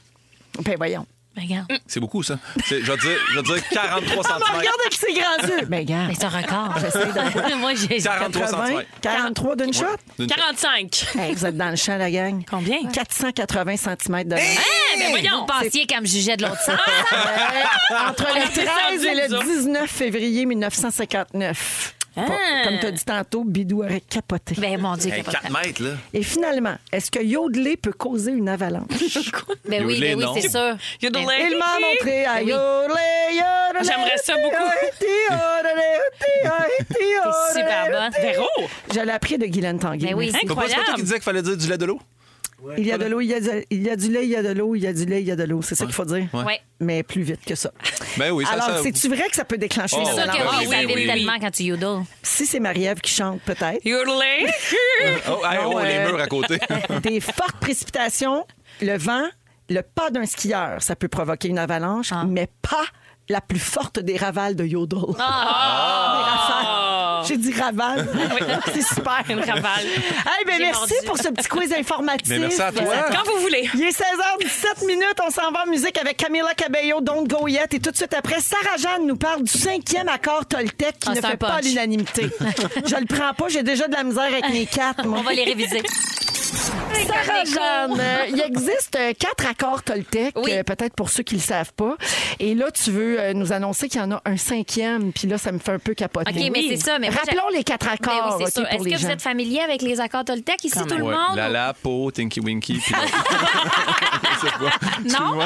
Speaker 4: Ben voyons.
Speaker 2: Ben, Regarde.
Speaker 5: c'est beaucoup, ça. C'est- Je vais dire, je vais dire 43
Speaker 4: Ah, mais
Speaker 5: cm.
Speaker 4: regarde avec ses grands yeux. Ben regarde.
Speaker 2: Mais c'est un record. Moi, j'ai.
Speaker 5: 43
Speaker 4: 80,
Speaker 5: centimètres.
Speaker 4: 43 d'une shot?
Speaker 5: D'une traite.
Speaker 6: 45.
Speaker 4: Hey, vous êtes dans le champ, la gang.
Speaker 6: Combien?
Speaker 4: 480 cm de neige.
Speaker 6: Eh, ben
Speaker 2: Vous
Speaker 6: voyons.
Speaker 2: pensiez qu'elle me jugeait de l'autre sens.
Speaker 4: entre
Speaker 2: Ah,
Speaker 4: le
Speaker 6: descendu,
Speaker 4: 13 et
Speaker 6: nous
Speaker 4: le
Speaker 6: autres.
Speaker 4: 19 février 1959. Pas- Comme tu as dit tantôt, Bidou aurait capoté.
Speaker 2: Hein? Ben, mon Dieu,
Speaker 5: Hey,
Speaker 2: qu'elle va
Speaker 5: 4
Speaker 2: faire.
Speaker 5: mètres, là.
Speaker 4: Et finalement, est-ce que yodeler peut causer une avalanche?
Speaker 2: Ben oui,
Speaker 5: Yodeler,
Speaker 2: ben oui,
Speaker 5: non.
Speaker 2: c'est sûr.
Speaker 6: Il y a de
Speaker 2: Ben,
Speaker 6: l'air.
Speaker 4: Il m'a montré à
Speaker 2: Ben oui.
Speaker 4: yodeler, yodeler.
Speaker 6: J'aimerais ça beaucoup.
Speaker 4: T'es
Speaker 2: T'es super bonne.
Speaker 6: Véro.
Speaker 4: Je l'ai appris de Guylaine Tanguay.
Speaker 2: Ben oui.
Speaker 5: Faut pas- C'est pas toi qui disais qu'il fallait dire du lait de l'eau?
Speaker 4: Il y a de l'eau, il y a du- il y a du lait, il y a de l'eau, il y a du lait, il y a de l'eau. C'est ça qu'il faut dire.
Speaker 2: Ouais.
Speaker 4: Mais plus vite que ça.
Speaker 5: Ben oui, ça,
Speaker 4: Alors,
Speaker 5: ça-
Speaker 4: c'est-tu vrai que ça peut déclencher
Speaker 5: Oh,
Speaker 4: une
Speaker 5: C'est
Speaker 2: C'est sûr
Speaker 4: avalanche?
Speaker 5: Ah,
Speaker 2: que oui,
Speaker 5: oui,
Speaker 2: ça
Speaker 5: oui,
Speaker 2: vite
Speaker 5: oui.
Speaker 2: tellement quand tu yodeles.
Speaker 4: Si c'est Marie-Ève qui chante, peut-être.
Speaker 6: Hurler.
Speaker 5: Oh, hey,
Speaker 4: Non,
Speaker 5: oh, les
Speaker 4: euh,
Speaker 5: murs à côté.
Speaker 4: Des fortes
Speaker 2: Ah.
Speaker 4: précipitations, le vent, le pas d'un skieur, ça peut provoquer une avalanche, mais pas la plus forte des ravales de Yodel.
Speaker 6: Ah!
Speaker 4: Des rafales. J'ai dit ravale. C'est super.
Speaker 6: Une ravale.
Speaker 4: Hey, ben
Speaker 2: J'ai
Speaker 4: merci
Speaker 2: mordu.
Speaker 4: pour ce petit quiz informatif.
Speaker 5: Mais merci à toi.
Speaker 6: Quand vous voulez.
Speaker 4: Il est 16h17 minutes, on s'en va en musique avec Camila Cabello, Don't Go Yet. Et tout de suite après, Sarah Jeanne nous parle du cinquième accord Toltec qui
Speaker 2: Ah,
Speaker 4: ne
Speaker 2: c'est un
Speaker 4: fait pas
Speaker 2: punch.
Speaker 4: l'unanimité. Je le prends pas, j'ai déjà de la misère avec mes quatre. moi.
Speaker 2: On va les réviser.
Speaker 8: Sarah Jeanne,
Speaker 2: Ben
Speaker 8: euh, il existe euh, quatre accords Toltec,
Speaker 2: Oui.
Speaker 8: euh, peut-être pour ceux qui le savent pas. Et là, tu veux euh, nous annoncer qu'il y en a un cinquième, puis là, ça me fait un peu capoter.
Speaker 2: OK, mais c'est ça. Mais moi, j'ai-
Speaker 8: Rappelons les quatre
Speaker 2: Ben oui,
Speaker 8: accords
Speaker 2: c'est
Speaker 8: OK,
Speaker 2: sûr.
Speaker 8: pour
Speaker 2: Est-ce
Speaker 8: les
Speaker 2: que vous
Speaker 8: gens.
Speaker 2: êtes familier avec les accords Toltec ici, tout le
Speaker 5: Ouais,
Speaker 2: monde?
Speaker 5: La
Speaker 2: ou-
Speaker 5: la, po, Tinky Winky. Puis
Speaker 2: Non.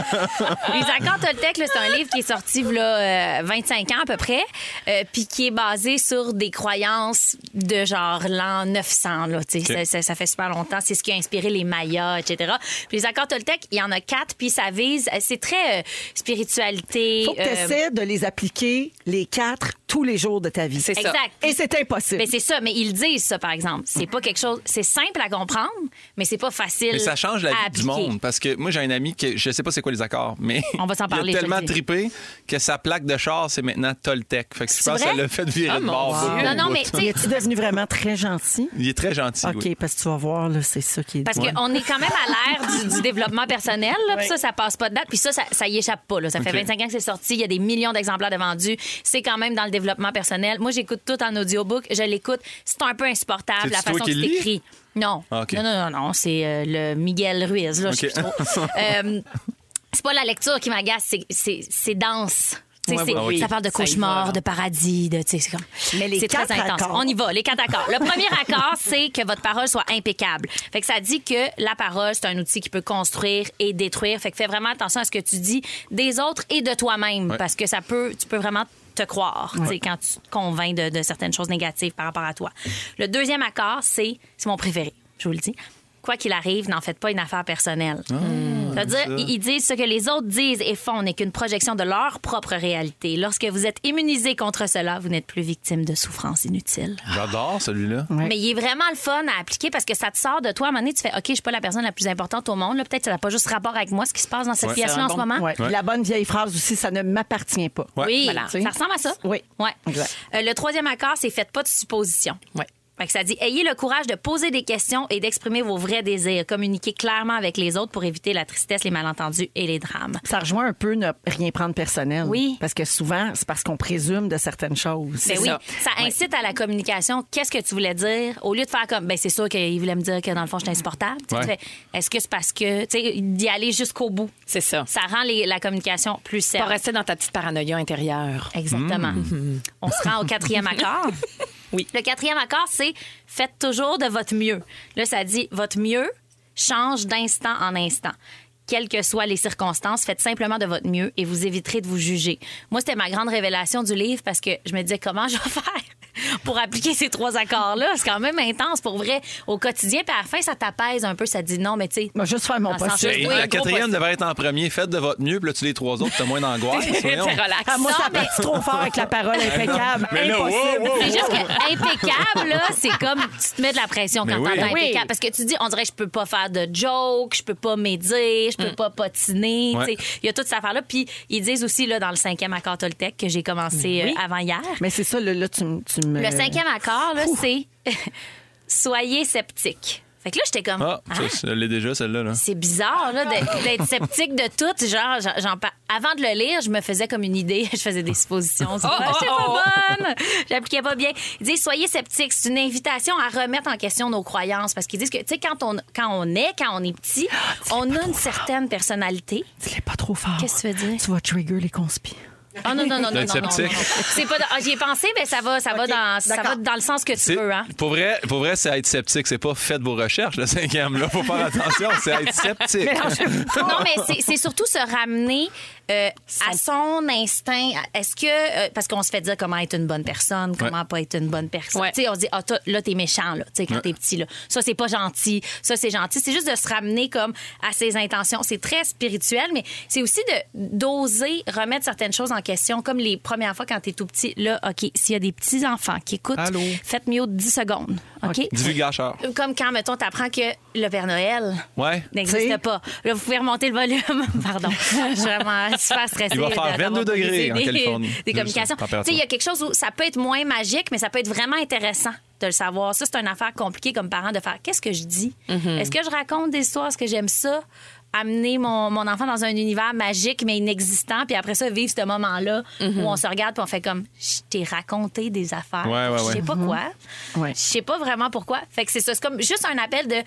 Speaker 2: Les accords Toltec, là, c'est un livre qui est sorti là, 25 ans à peu près, euh, puis qui est basé sur des croyances de genre l'an 900. Là, tu sais.
Speaker 5: OK.
Speaker 2: ça, ça- ça fait super longtemps. C'est ce qui a inspiré les Mayas, etc. Puis les accords Toltec, il y en a quatre, puis ça vise. C'est très euh, spiritualité.
Speaker 4: Faut que tu
Speaker 2: euh,
Speaker 4: de les appliquer, les quatre, tous les jours de ta vie.
Speaker 6: C'est ça.
Speaker 2: Exact.
Speaker 4: Et c'est impossible.
Speaker 2: Mais Ben, c'est ça, mais ils disent ça, par exemple. C'est pas quelque chose. C'est simple à comprendre, mais c'est pas facile.
Speaker 5: Mais ça change la
Speaker 2: à
Speaker 5: vie du
Speaker 2: appliquer.
Speaker 5: monde parce que moi j'ai un ami qui je sais pas c'est quoi les accords mais
Speaker 2: On va s'en parler,
Speaker 5: il
Speaker 2: je
Speaker 5: a
Speaker 2: te
Speaker 5: tellement
Speaker 2: le dis.
Speaker 5: trippé que sa plaque de char c'est maintenant Toltec. Fait que je
Speaker 2: C'est
Speaker 5: pense que
Speaker 2: vrai? Ah,
Speaker 5: ça l'a fait virer de bord.
Speaker 6: mon
Speaker 5: beaucoup,
Speaker 2: Non, non,
Speaker 5: beaucoup.
Speaker 2: mais tu sais,
Speaker 4: Es-tu devenu vraiment très gentil?
Speaker 5: il est très gentil.
Speaker 4: OK,
Speaker 5: oui.
Speaker 4: parce que tu vas voir, là, c'est ça qui est...
Speaker 2: Parce
Speaker 4: Ouais.
Speaker 2: qu'on est quand même à l'ère du, du développement personnel. Là, puis Ça, ça passe pas de date. Puis ça, ça, ça y échappe pas. Là. Ça fait
Speaker 5: OK.
Speaker 2: 25 ans que c'est sorti. Il y a des millions d'exemplaires de vendus. C'est quand même dans le développement personnel. Moi, j'écoute tout en audiobook. Je l'écoute. C'est un peu insupportable la
Speaker 5: C'est-tu toi
Speaker 2: façon que
Speaker 5: qui le
Speaker 2: c'est
Speaker 5: lis?
Speaker 2: écrit. Non.
Speaker 5: Ah, OK.
Speaker 2: non, non, non, non. C'est euh, le Miguel Ruiz. Là, je sais
Speaker 5: OK.
Speaker 2: plus trop. Euh, c'est pas la lecture qui m'agace, c'est- c'est c'est dense. Tu sais,
Speaker 5: Ouais,
Speaker 2: c'est-
Speaker 5: ouais, ouais.
Speaker 2: Ça parle de cauchemar, de paradis, de. tu sais, C'est comme-
Speaker 4: les
Speaker 2: c'est très
Speaker 4: quatre
Speaker 2: intense.
Speaker 4: accords.
Speaker 2: On y va, les quatre accords. Le premier accord, c'est que votre parole soit impeccable. Fait que ça dit que la parole, c'est un outil qui peut construire et détruire. Fait que fais vraiment attention à ce que tu dis des autres et de toi-même,
Speaker 5: Ouais.
Speaker 2: parce que ça peut, tu peux vraiment te croire, tu sais, quand tu te convaincs de, de certaines choses négatives par rapport à toi. Le deuxième accord, c'est, c'est mon préféré, je vous le dis. Quoi qu'il arrive, n'en faites pas une affaire personnelle. C'est-à-dire, ils disent ce que les autres disent et font n'est qu'une projection de leur propre réalité. Lorsque vous êtes immunisé contre cela, vous n'êtes plus victime de souffrances inutiles.
Speaker 5: J'adore celui-là.
Speaker 2: Mais il est vraiment le fun à appliquer parce que ça te sort de toi. À un moment donné, tu fais OK, je suis pas la personne la plus importante au monde. là. Peut-être que ça n'a pas juste rapport avec moi, ce qui se passe dans cette
Speaker 5: Ouais.
Speaker 2: situation en ce moment.
Speaker 4: Ouais. La bonne vieille phrase aussi, ça ne m'appartient pas.
Speaker 5: Ouais.
Speaker 2: Oui,
Speaker 4: Voilà.
Speaker 2: ça ressemble à ça.
Speaker 4: Oui.
Speaker 2: Ouais.
Speaker 4: Exact.
Speaker 2: Euh, le troisième accord, c'est faites pas de suppositions.
Speaker 4: Ouais.
Speaker 2: Fait que ça dit ayez le courage de poser des questions et d'exprimer vos vrais désirs. Communiquez clairement avec les autres pour éviter la tristesse, les malentendus et les drames.
Speaker 4: Ça rejoint un peu ne rien prendre personnel.
Speaker 2: Oui.
Speaker 4: Parce que souvent, c'est parce qu'on présume de certaines choses.
Speaker 2: Ben oui, ça incite à la communication. Qu'est-ce que tu voulais dire? Au lieu de faire comme, ben c'est sûr qu'il voulait me dire que dans le fond, j'étais insupportable. Tu sais,
Speaker 5: Ouais.
Speaker 2: tu fais, Est-ce que c'est parce que, tu sais, d'y aller jusqu'au bout,
Speaker 6: C'est ça.
Speaker 2: ça rend les- la communication plus
Speaker 6: Pas
Speaker 2: saine.
Speaker 6: rester dans ta petite paranoïa intérieure.
Speaker 2: Exactement. On se rend au quatrième accord.
Speaker 6: Oui.
Speaker 2: Le quatrième accord, c'est faites toujours de votre mieux. Là, ça dit votre mieux change d'instant en instant. Quelles que soient les circonstances, faites simplement de votre mieux et vous éviterez de vous juger. Moi, c'était ma grande révélation du livre parce que je me disais comment je vais faire pour appliquer ces trois accords-là. C'est quand même intense pour vrai au quotidien. Puis à la fin, ça t'apaise un peu. Ça te dit non, mais tu sais,
Speaker 4: Moi, juste faire mon
Speaker 2: Dans le sens-
Speaker 4: possible.
Speaker 5: Et
Speaker 2: Oui,
Speaker 5: la
Speaker 2: gros
Speaker 5: quatrième
Speaker 2: possible.
Speaker 5: devrait être en premier. Faites de votre mieux, puis là, tu les trois autres, t'as moins d'angoisse.
Speaker 6: T'es
Speaker 5: voyons.
Speaker 6: relax.
Speaker 4: Ah, moi,
Speaker 2: Non,
Speaker 4: ça
Speaker 2: mais-
Speaker 4: passe trop fort avec la parole impeccable.
Speaker 5: Ben Mais là, wow,
Speaker 4: Impossible.
Speaker 5: wow,
Speaker 2: C'est juste que impeccable, là, c'est comme tu te mets de la pression quand
Speaker 5: Mais oui.
Speaker 2: t'entends
Speaker 5: Oui.
Speaker 2: impeccable. Parce que tu dis, on dirait, je peux pas faire de joke, je peux pas m'aider, je peux pas potiner.
Speaker 5: Mm. Ouais.
Speaker 2: tu sais. Il y a toute cette affaire-là. Puis ils disent aussi, là, dans le cinquième accord Toltec que j'ai commencé euh, avant hier,
Speaker 4: Mais c'est ça, là, là, tu, m- tu me.
Speaker 2: le
Speaker 5: Euh,
Speaker 2: cinquième accord, là, c'est soyez sceptique. Fait que là, j'étais comme.
Speaker 5: Ah,
Speaker 2: Hein?
Speaker 5: ça, je l'ai déjà, celle-là. là.
Speaker 2: C'est bizarre là, d'être d'être sceptique de tout. Genre, j'en- j'en par- avant de le lire, je me faisais comme une idée. Je faisais des suppositions. Je
Speaker 6: oh,
Speaker 2: suis
Speaker 6: oh.
Speaker 2: pas bonne. J'appliquais pas bien. Ils disent soyez sceptiques. C'est une invitation à remettre en question nos croyances parce qu'ils disent que tu sais quand on quand on est quand on est petit, on a une certaine personnalité.
Speaker 4: Dis-le pas trop fort.
Speaker 2: Qu'est-ce que tu veux dire?
Speaker 4: Tu vas trigger les conspires.
Speaker 2: Ah non non non non non,
Speaker 5: D'être
Speaker 2: non, non,
Speaker 5: sceptique.
Speaker 2: non. C'est pas. dans- ah, J'y ai pensé, mais ça va ça va dans ça va
Speaker 4: d'accord.
Speaker 2: dans le sens que tu
Speaker 5: C'est-
Speaker 2: veux hein.
Speaker 5: Pour vrai, pour vrai, c'est être sceptique. C'est pas faites vos recherches, le cinquième. Là, faut faire attention. C'est être sceptique.
Speaker 2: non, mais c'est- c'est surtout se ramener euh, à son instinct. Est-ce que. euh, parce qu'on se fait dire comment être une bonne personne, comment
Speaker 5: Ouais.
Speaker 2: pas être une bonne personne.
Speaker 6: Ouais.
Speaker 2: Tu sais, on se dit, ah, toi, là, t'es méchant, là, tu sais, quand t'es petit, là. Ça, c'est pas gentil. Ça, c'est gentil. C'est juste de se ramener comme à ses intentions. C'est très spirituel, mais c'est aussi de d'oser remettre certaines choses en en question, comme les premières fois quand t'es tout petit. Là, OK, s'il y a des petits-enfants qui écoutent,
Speaker 5: Allô?
Speaker 2: faites mieux de 10 secondes, OK?
Speaker 5: Divulgacheur.
Speaker 2: Comme quand, mettons, t'apprends que le Père Noël
Speaker 5: Ouais.
Speaker 2: n'existe pas. Là, vous pouvez remonter le volume. Pardon. Je suis vraiment super stressée.
Speaker 5: Il va faire
Speaker 2: de- d'avoir
Speaker 5: 22 degrés
Speaker 2: brisé
Speaker 5: en
Speaker 2: des-
Speaker 5: Californie.
Speaker 2: Des
Speaker 5: Juste
Speaker 2: communications.
Speaker 5: la température.
Speaker 2: Tu sais, il y a quelque chose où ça peut être moins magique, mais ça peut être vraiment intéressant de le savoir. Ça, c'est une affaire compliquée comme parent de faire qu'est-ce que je dis? Est-ce que je raconte des histoires? Est-ce que j'aime ça? Amener mon, mon enfant dans un univers magique mais inexistant, puis après ça, vivre ce moment-là où on se regarde puis on fait comme Je t'ai raconté des affaires.
Speaker 5: Ouais, ouais,
Speaker 2: Je sais
Speaker 5: ouais.
Speaker 2: pas quoi.
Speaker 8: Ouais.
Speaker 2: Je sais pas vraiment pourquoi. Fait que c'est ça. C'est comme juste un appel de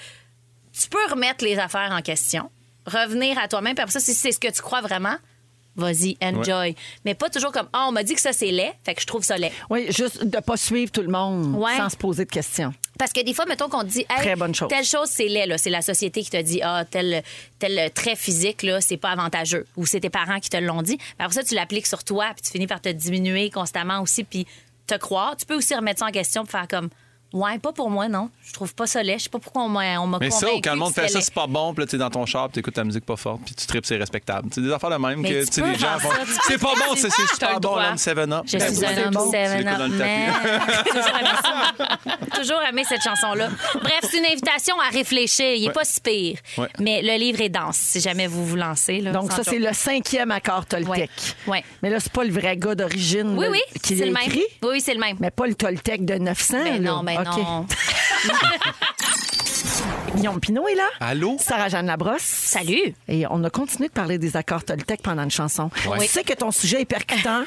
Speaker 2: tu peux remettre les affaires en question, revenir à toi-même, puis après ça, si c'est ce que tu crois vraiment, vas-y, enjoy. Mais pas toujours comme, ah, on m'a dit que ça, c'est laid, fait que je trouve ça laid.
Speaker 8: Oui, juste de ne pas suivre tout le monde
Speaker 2: Ouais.
Speaker 8: sans se poser de questions.
Speaker 2: Parce que des fois, mettons qu'on te dit, hey,
Speaker 8: Très bonne chose.
Speaker 2: telle chose, c'est laid, là. C'est la société qui te dit, ah, tel, tel trait physique, là, c'est pas avantageux. Ou c'est tes parents qui te l'ont dit. Mais après ça, tu l'appliques sur toi, puis tu finis par te diminuer constamment aussi, puis te croire. Tu peux aussi remettre ça en question, puis faire comme, ouais, pas pour moi, non. Je trouve pas ça laid. Je sais pas pourquoi on m'a on m'a
Speaker 5: Mais ça,
Speaker 2: convaincu
Speaker 5: quand le monde
Speaker 2: que
Speaker 5: fait
Speaker 2: c'était
Speaker 5: ça,
Speaker 2: laid.
Speaker 5: c'est pas bon. Puis là, t'es dans ton char, puis t'écoutes ta musique pas forte, puis tu tripes, c'est respectable. C'est des affaires de même
Speaker 2: Mais
Speaker 5: que
Speaker 2: tu
Speaker 5: tu sais,
Speaker 2: peux
Speaker 5: les gens font.
Speaker 2: faire ça, tu peux
Speaker 5: C'est pas
Speaker 2: faire
Speaker 5: bon,
Speaker 2: ça.
Speaker 5: c'est c'est
Speaker 6: T'as le
Speaker 5: super bon,
Speaker 6: droit.
Speaker 5: l'homme 7-up.
Speaker 2: Je suis un homme seven up man. Toujours aimé ça. Toujours aimé cette chanson-là. Bref, c'est une invitation à réfléchir. Il est pas si pire.
Speaker 5: Ouais.
Speaker 2: Mais le livre est dense, si jamais vous vous lancez. là.
Speaker 8: Donc,
Speaker 2: Sans
Speaker 8: ça, c'est
Speaker 2: joke.
Speaker 8: le cinquième accord Toltec.
Speaker 2: Ouais. Ouais.
Speaker 8: Mais là, c'est pas le vrai gars d'origine
Speaker 2: Oui,
Speaker 8: là,
Speaker 2: oui,
Speaker 8: qui
Speaker 2: c'est
Speaker 8: l'a
Speaker 2: le même.
Speaker 8: écrit.
Speaker 2: Oui, oui, c'est le même.
Speaker 8: Mais pas le Toltec de 900. là.
Speaker 2: Mais non, mais
Speaker 8: OK.
Speaker 2: non.
Speaker 8: Guillaume Pinot est là.
Speaker 5: Allô?
Speaker 8: Sarah-Jeanne Labrosse.
Speaker 2: Salut.
Speaker 8: Et on a continué de parler des accords Toltec pendant une chanson. Tu sais que ton sujet est percutant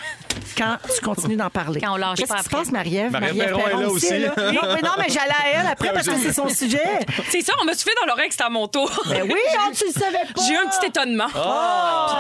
Speaker 8: quand tu continues d'en parler.
Speaker 2: Quand on lâche
Speaker 8: Qu'est-ce
Speaker 2: pas
Speaker 8: qui se
Speaker 2: après.
Speaker 8: passe, Marie-Ève?
Speaker 5: Marie-Ève
Speaker 8: Marie-Ève
Speaker 5: Perron est là aussi.
Speaker 8: là. Non, mais non, mais j'allais à elle après parce que c'est son sujet.
Speaker 6: C'est ça, on me soufflé dans l'oreille que c'était à mon tour.
Speaker 4: Eh
Speaker 8: Ben oui, ah, tu le savais pas.
Speaker 6: J'ai eu un petit étonnement.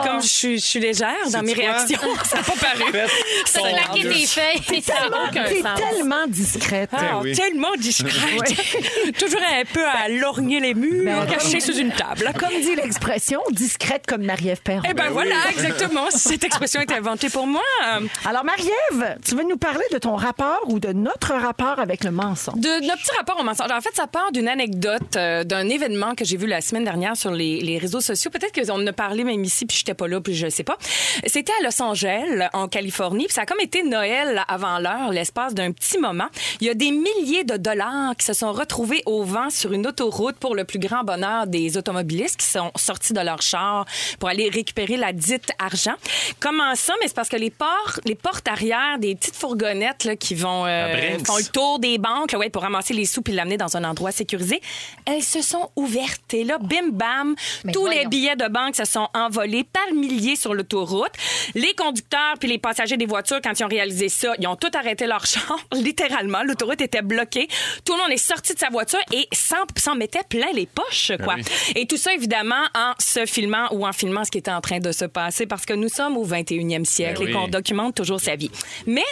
Speaker 6: Puis comme je suis, je suis légère dans mes
Speaker 5: quoi?
Speaker 6: réactions, ça n'a pas paru.
Speaker 2: Ça
Speaker 6: Ton
Speaker 2: claqué
Speaker 6: Dieu.
Speaker 2: des feuilles. Ça a
Speaker 8: Tellement-
Speaker 2: aucun
Speaker 8: T'es
Speaker 2: sens.
Speaker 8: tellement discrète.
Speaker 6: Ah,
Speaker 5: oui.
Speaker 6: Tellement discrète. Toujours un peu à lorgner les murs, caché sous une table.
Speaker 8: Comme dit l'expression, discrète comme Marie-Ève Perron.
Speaker 6: Eh ben voilà, exactement. Si cette expression est inventée pour moi, euh,
Speaker 8: Alors, Marie-Ève, tu veux nous parler de ton rapport ou de notre rapport avec le mensonge?
Speaker 6: de notre petit rapport au mensonge. En fait, ça part d'une anecdote, euh, d'un événement que j'ai vu la semaine dernière sur les, les réseaux sociaux. Peut-être qu'on en a parlé même ici, puis j'étais pas là, puis je sais pas. C'était à Los Angeles, en Californie, puis ça a comme été Noël avant l'heure, l'espace d'un petit moment. Il y a des milliers de dollars qui se sont retrouvés au vent sur une autoroute pour le plus grand bonheur des automobilistes qui sont sortis de leur char pour aller récupérer la dite argent. Comment ça? Mais c'est parce que les, portes, les portes arrière des petites fourgonnettes là, qui vont euh,
Speaker 5: À Brinks.
Speaker 6: font le tour des banques là, ouais, pour ramasser les sous puis l'amener dans un endroit sécurisé. Elles se sont ouvertes. Et là, bim bam,
Speaker 2: Mais
Speaker 6: tous les
Speaker 2: voyons.
Speaker 6: billets de banque se sont envolés par milliers sur l'autoroute. Les conducteurs puis les passagers des voitures, quand ils ont réalisé ça, ils ont tout arrêté leur char. Littéralement, l'autoroute était bloquée. Tout le monde est sorti de sa voiture et s'en s'en mettait plein les poches. quoi.
Speaker 5: Ben oui.
Speaker 6: Et tout ça, évidemment, en se filmant ou en filmant ce qui était en train de se passer parce que nous sommes au 21e siècle
Speaker 5: Ben
Speaker 6: et qu'on
Speaker 5: oui.
Speaker 6: documente toujours sa vie. Mais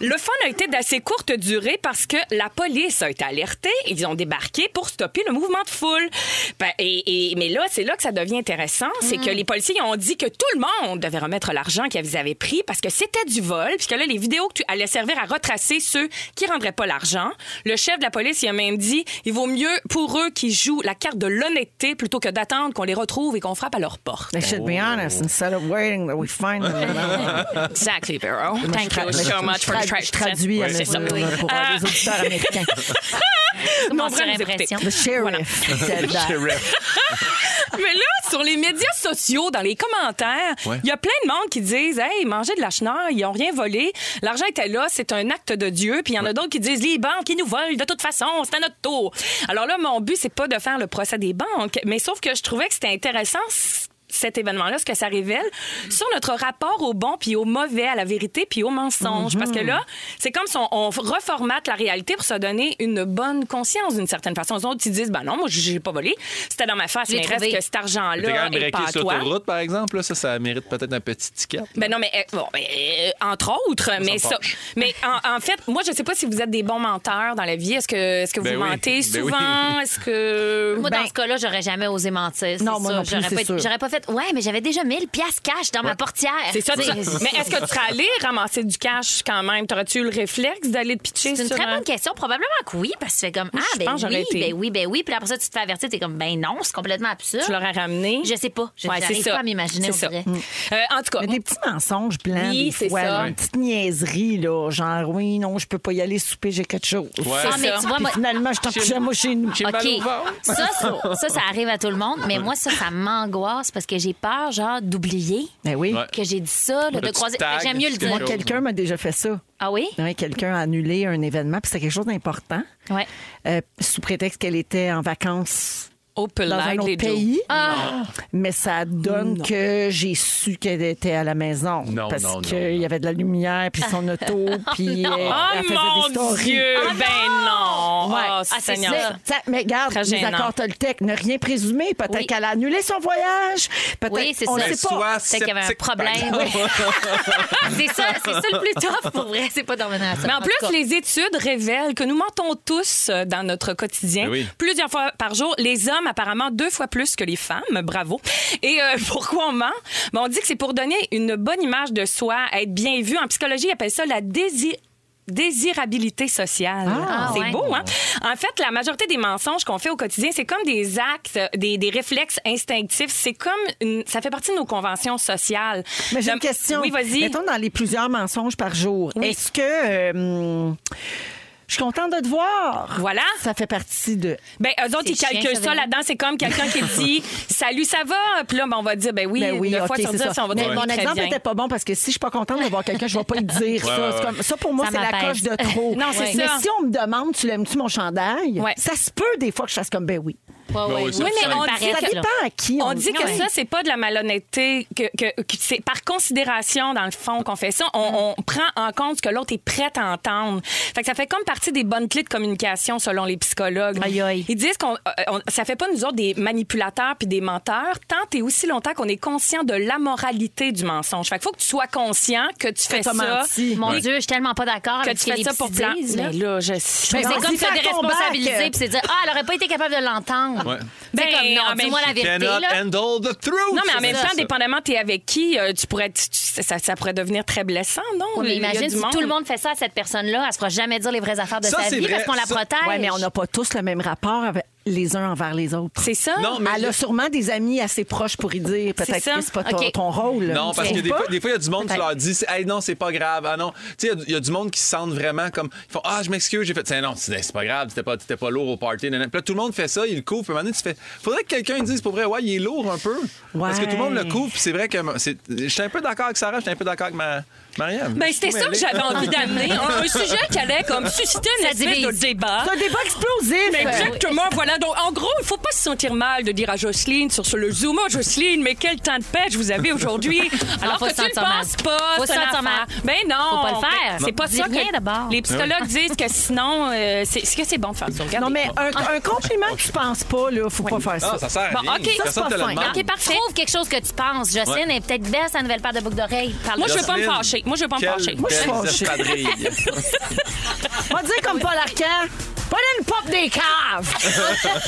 Speaker 6: le fun a été d'assez courte durée parce que la police a été alertée. Ils ont débarqué pour stopper le mouvement de foule. Ben, et, et- mais là, c'est là que ça devient intéressant. C'est que les policiers ont dit que tout le monde devait remettre l'argent qu'ils avaient pris parce que c'était du vol. Puisque là, les vidéos que tu allais servir à retracer ceux qui rendraient pas l'argent. Le chef de la police il a même dit il vaut mieux pour eux qui jouent la carte de l'honnêteté plutôt que d'attendre qu'on les retrouve et qu'on frappe à leur porte.
Speaker 8: They should be honest instead of waiting that we find them.
Speaker 6: Exactly, Vero. Thank you
Speaker 8: Je,
Speaker 6: so much for
Speaker 8: tra- je traduis à
Speaker 6: C'est ça.
Speaker 8: mesure là, pour euh, les auditeurs américains.
Speaker 2: Mon
Speaker 6: vraiment, vous écoutez.
Speaker 2: surimpression.
Speaker 8: The sheriff. said that.
Speaker 6: Mais là, sur les médias sociaux, dans les commentaires, il
Speaker 5: Ouais.
Speaker 6: y a plein de monde qui disent Hey, mangez de la chenard, ils ont rien volé. L'argent était là, c'est un acte de Dieu. Puis il y en a d'autres qui disent Les banques, ils nous volent, de toute façon, c'est à notre tour. Alors là, mon but, c'est pas de faire le procès des banques, mais sauf que je trouvais que c'était intéressant c- cet événement-là, ce que ça révèle sur notre rapport au bon puis au mauvais, à la vérité puis au mensonge. Parce que là, c'est comme si on, on reformate la réalité pour se donner une bonne conscience d'une certaine façon. Les autres, ils disent, ben non, moi, j'ai pas volé. C'était dans ma face,
Speaker 2: Je l'ai
Speaker 6: mais reste
Speaker 2: trouvé.
Speaker 6: que cet
Speaker 5: T'es quand
Speaker 6: argent-là
Speaker 5: même
Speaker 6: est pas
Speaker 5: breaké
Speaker 6: à
Speaker 5: sur
Speaker 6: toi.
Speaker 5: l'autoroute, par exemple. là, Ça, ça mérite peut-être un petit ticket.
Speaker 6: Ben non, mais euh, bon, euh, entre autres, mais ça.
Speaker 5: fâche.
Speaker 6: Mais en, en fait, moi, je sais pas si vous êtes des bons menteurs dans la vie. Est-ce que, est-ce que
Speaker 5: Ben
Speaker 6: vous
Speaker 5: oui.
Speaker 6: mentez
Speaker 5: Ben
Speaker 6: souvent? Est-ce que.
Speaker 2: Moi,
Speaker 8: Ben-
Speaker 2: dans ce cas-là, j'aurais jamais osé mentir. c'est
Speaker 8: Non, moi
Speaker 2: ça.
Speaker 8: non plus,
Speaker 2: J'aurais
Speaker 8: c'est
Speaker 2: pas été-
Speaker 8: sûr.
Speaker 2: J'aurais pas fait fait, ouais, mais j'avais déjà 1000 piastres cash dans ma portière.
Speaker 6: C'est ça. tu-
Speaker 2: T'sais,
Speaker 6: Mais est-ce que tu serais allé ramasser du cash quand même? T'aurais-tu eu le réflexe d'aller te pitcher
Speaker 2: C'est une
Speaker 6: sur
Speaker 2: très
Speaker 6: un-
Speaker 2: bonne question. Probablement que oui, parce que tu fais comme
Speaker 6: Moi,
Speaker 2: Ah,
Speaker 6: je
Speaker 2: ben
Speaker 6: pense que j'aurais
Speaker 2: oui,
Speaker 6: été.
Speaker 2: ben oui, ben oui. Puis après ça, tu te fais avertir, t'es comme Ben non, c'est complètement absurde.
Speaker 6: Tu l'aurais ramené?
Speaker 2: Je sais pas. Je
Speaker 6: Ouais, c'est
Speaker 2: j'arrive
Speaker 6: ça.
Speaker 2: pas à m'imaginer,
Speaker 6: C'est
Speaker 2: on
Speaker 6: ça.
Speaker 2: dirait. Mm.
Speaker 6: Euh, en tout cas,
Speaker 4: Mais des petits mensonges blancs,
Speaker 6: Oui,
Speaker 4: des
Speaker 6: c'est
Speaker 4: fois,
Speaker 6: ça.
Speaker 4: là,
Speaker 6: Ouais.
Speaker 4: une petite niaiserie, là, genre oui, non, je peux pas y aller souper, j'ai quelque chose.
Speaker 5: Ouais.
Speaker 2: Ah, mais
Speaker 6: ça.
Speaker 2: tu vois,
Speaker 4: Puis
Speaker 2: moi,
Speaker 4: finalement, je t'en pyjama chez nous.
Speaker 5: J'ai mal au
Speaker 2: OK.
Speaker 5: ventre.
Speaker 2: Ça, ça, ça, ça arrive à tout le monde, mais moi, ça, ça m'angoisse parce que j'ai peur, genre, d'oublier
Speaker 4: Ben oui.
Speaker 5: Ouais.
Speaker 2: que j'ai dit ça, là,
Speaker 5: Le
Speaker 2: de
Speaker 5: petit
Speaker 2: croiser.
Speaker 5: tag,
Speaker 2: J'aime mieux le
Speaker 5: c'est
Speaker 2: dire.
Speaker 5: quelque chose.
Speaker 4: Quelqu'un m'a déjà fait ça.
Speaker 2: Ah oui?
Speaker 4: Oui, quelqu'un a annulé un événement, puis c'était quelque chose d'important,
Speaker 2: Ouais.
Speaker 4: euh, sous prétexte qu'elle était en vacances
Speaker 6: au
Speaker 4: dans un autre pays.
Speaker 6: Ah!
Speaker 4: Mais ça donne que j'ai su qu'elle était à la maison.
Speaker 5: Non, non,
Speaker 4: parce
Speaker 5: non,
Speaker 4: qu'il y avait de la lumière, puis son auto, puis euh,
Speaker 6: Oh
Speaker 4: elle faisait des
Speaker 6: mon
Speaker 4: stories.
Speaker 6: Dieu!
Speaker 2: Ah
Speaker 6: ben non!
Speaker 4: Ouais.
Speaker 6: Oh,
Speaker 4: Ah,
Speaker 2: c'est
Speaker 6: Seigneur.
Speaker 2: ça.
Speaker 4: Ça, mais regarde,
Speaker 6: Très
Speaker 4: les
Speaker 6: gênant.
Speaker 4: accords Toltec, ne rien présumer. Peut-être
Speaker 2: Oui.
Speaker 4: qu'elle a annulé son voyage. Peut-être,
Speaker 2: Oui, c'est
Speaker 4: on
Speaker 2: ça.
Speaker 4: sait pas.
Speaker 5: Sois
Speaker 2: Peut-être qu'il y avait un
Speaker 5: Ben, sceptique,
Speaker 2: problème.
Speaker 5: par
Speaker 2: oui. c'est ça, c'est ça le plus tough pour vrai. C'est pas d'emmener à ça.
Speaker 6: Mais en
Speaker 2: tout
Speaker 6: plus,
Speaker 2: cas.
Speaker 6: les études révèlent que nous mentons tous euh, dans notre quotidien,
Speaker 5: Ben oui.
Speaker 6: plusieurs fois par jour. Les hommes, apparemment, deux fois plus que les femmes. Bravo. Et euh, pourquoi on ment? Ben, on dit que c'est pour donner une bonne image de soi, être bien vu. En psychologie, ils appellent ça la dési- désirabilité sociale.
Speaker 2: Ah,
Speaker 6: c'est
Speaker 2: ouais.
Speaker 6: beau, hein? En fait, la majorité des mensonges qu'on fait au quotidien, c'est comme des actes, des, des réflexes instinctifs. C'est comme une- ça fait partie de nos conventions sociales.
Speaker 4: Mais j'ai
Speaker 6: Le-
Speaker 4: une question.
Speaker 6: Oui, vas-y.
Speaker 4: Mettons dans les plusieurs mensonges par jour.
Speaker 6: Oui.
Speaker 4: Est-ce que. euh, hum, je suis contente de te voir.
Speaker 6: Voilà.
Speaker 4: Ça fait partie de.
Speaker 6: Ben, eux autres,
Speaker 2: C'est
Speaker 6: ils
Speaker 2: chiant,
Speaker 6: calculent
Speaker 2: ça,
Speaker 6: ça
Speaker 2: Véro.
Speaker 6: là-dedans. C'est comme quelqu'un qui dit Salut, ça va? Puis là, ben, on va dire Ben oui,
Speaker 4: Ben
Speaker 6: neuf
Speaker 4: OK,
Speaker 6: fois sur
Speaker 4: c'est
Speaker 6: dix,
Speaker 4: ça.
Speaker 6: si on va
Speaker 4: Mais
Speaker 6: dire oui,
Speaker 4: mon
Speaker 6: très
Speaker 4: exemple
Speaker 6: bien.
Speaker 4: n'était pas bon parce que si je suis pas contente de voir quelqu'un, je vais pas y dire ça.
Speaker 5: ouais,
Speaker 4: C'est comme- ça, pour moi,
Speaker 2: Ça
Speaker 4: c'est la
Speaker 2: m'apaise.
Speaker 4: coche de trop.
Speaker 6: Non, c'est
Speaker 4: Mais
Speaker 6: ça.
Speaker 4: si on me demande, tu l'aimes-tu mon chandail?
Speaker 6: Ouais.
Speaker 4: Ça se peut des fois que je fasse comme ben oui.
Speaker 2: Ouais, ouais,
Speaker 5: oui, ça,
Speaker 2: oui,
Speaker 5: ça,
Speaker 2: mais
Speaker 5: ça,
Speaker 2: on
Speaker 5: ça,
Speaker 2: dirait
Speaker 4: Ça
Speaker 2: que-
Speaker 4: dépend à qui
Speaker 6: On dit que
Speaker 2: Ouais.
Speaker 6: ça, c'est pas de la malhonnêteté, que, que- que c'est par considération, dans le fond, qu'on fait ça. On, on prend en compte ce que l'autre est prêt à entendre. Fait que ça fait comme partie des bonnes clés de communication, selon les psychologues.
Speaker 2: Aïe, aïe.
Speaker 6: Ils disent qu'on euh, on- ça fait pas nous autres des manipulateurs puis des menteurs, tant et aussi longtemps qu'on est conscient de l'amoralité du mensonge. Fait que faut que tu sois conscient que tu fais
Speaker 4: t'as
Speaker 6: ça.
Speaker 4: menti.
Speaker 2: Mon Dieu, je suis tellement pas d'accord
Speaker 6: que
Speaker 2: avec
Speaker 6: tu
Speaker 2: ce que
Speaker 6: fais
Speaker 2: les
Speaker 6: ça pour
Speaker 2: petits
Speaker 6: plan.
Speaker 2: disent, là.
Speaker 6: Mais là, je suis.
Speaker 2: Mais
Speaker 4: Non,
Speaker 2: c'est comme
Speaker 4: dis
Speaker 2: se
Speaker 4: faire ton
Speaker 2: déresponsabiliser
Speaker 4: bac.
Speaker 2: puis se dire Ah, elle aurait pas été capable de l'entendre.
Speaker 5: Ouais.
Speaker 2: C'est
Speaker 6: Ben,
Speaker 2: comme
Speaker 6: en
Speaker 2: non,
Speaker 6: même-
Speaker 2: dis-moi la vérité.
Speaker 5: Cannot
Speaker 2: là.
Speaker 5: handle the truth.
Speaker 6: Non, mais en
Speaker 5: C'est
Speaker 6: même
Speaker 5: ça,
Speaker 6: temps,
Speaker 5: ça.
Speaker 6: dépendamment t'es avec qui, euh, tu pourrais, tu- tu- ça, ça pourrait devenir très blessant, non?
Speaker 2: Ouais, mais
Speaker 6: Il y a
Speaker 2: imagine
Speaker 6: du
Speaker 2: si tout le monde fait ça à cette personne-là, elle se fera jamais dire les vraies affaires de
Speaker 5: Ça,
Speaker 2: sa
Speaker 5: c'est
Speaker 2: vie
Speaker 5: vrai.
Speaker 2: parce qu'on la
Speaker 5: Ça-
Speaker 2: protège.
Speaker 4: Ouais, mais on n'a pas tous le même rapport avec les uns envers les autres.
Speaker 6: C'est ça?
Speaker 5: Non, mais-
Speaker 4: Elle a sûrement des amis assez proches pour y dire.
Speaker 6: C'est
Speaker 4: Peut-être
Speaker 6: ça.
Speaker 4: que c'est pas ton,
Speaker 2: OK.
Speaker 4: ton rôle. là.
Speaker 5: Non, parce
Speaker 4: Tu
Speaker 5: que des
Speaker 4: trouves
Speaker 5: fois, des fois, il y a du monde qui
Speaker 4: Peut-être.
Speaker 5: leur dit, c'est- hey, non, c'est pas grave. Ah non. Tu sais, il y a du- il y, a du monde qui se sentent vraiment comme, ils font, ah, je m'excuse, j'ai fait, Tiens, non, c'est c'est pas grave, t'étais pas, t'étais pas lourd au party. nan, nan. Puis là, tout le monde fait ça, il le couvre. Puis à un moment donné, tu fais, faudrait que quelqu'un dise, pour vrai, ouais, il est lourd un peu. Parce que tout le monde le couvre. Puis c'est vrai que c'est- j'étais un peu d'accord avec Sarah, j'étais un peu d'accord avec ma, Marianne.
Speaker 6: Ben, c'était
Speaker 5: Je suis
Speaker 6: ça que
Speaker 5: mêlée.
Speaker 6: j'avais envie d'amener. Un, un sujet qui allait comme susciter une
Speaker 2: Ça
Speaker 6: espèce
Speaker 2: divise.
Speaker 6: de débat.
Speaker 4: C'est un débat explosif.
Speaker 6: Mais Exactement, voilà. Donc, en gros, il faut pas se sentir mal de dire à Jocelyne sur ce- le Zoom, oh, Jocelyne, mais quel temps de pêche vous avez aujourd'hui. Alors
Speaker 2: faut
Speaker 6: que
Speaker 2: se
Speaker 6: tu ne
Speaker 2: sentir mal.
Speaker 6: penses pas,
Speaker 2: Faut
Speaker 6: c'est
Speaker 2: se
Speaker 6: une
Speaker 2: sentir
Speaker 6: affaire.
Speaker 2: mal.
Speaker 6: Ben non.
Speaker 2: Faut pas le faire.
Speaker 6: C'est pas
Speaker 2: Dis
Speaker 6: ça
Speaker 2: rien
Speaker 6: que
Speaker 2: d'abord.
Speaker 6: les psychologues disent que sinon, euh, c'est ce que c'est bon de faire ça. Regardez.
Speaker 4: Non, mais un, un compliment que tu penses pas, là, faut pas faire ça.
Speaker 5: Ah, ça sert à
Speaker 6: Bon,
Speaker 5: rien.
Speaker 6: OK, ça,
Speaker 5: Personne
Speaker 4: c'est
Speaker 5: te
Speaker 4: pas
Speaker 5: le
Speaker 4: fin.
Speaker 5: demande.
Speaker 2: OK, parfait. Trouve quelque chose que tu penses. Jocelyne est peut-être belle sa nouvelle paire de boucles d'oreilles. Parle
Speaker 6: Moi, je veux pas me
Speaker 5: Jocelyne,
Speaker 6: fâcher. Moi, je veux pas me
Speaker 5: Quelle
Speaker 6: fâcher.
Speaker 4: Moi, je suis
Speaker 5: belle
Speaker 4: fâchée.
Speaker 5: espadrille.
Speaker 4: On va dire comme Paul Arcand. Prenez une pop des caves.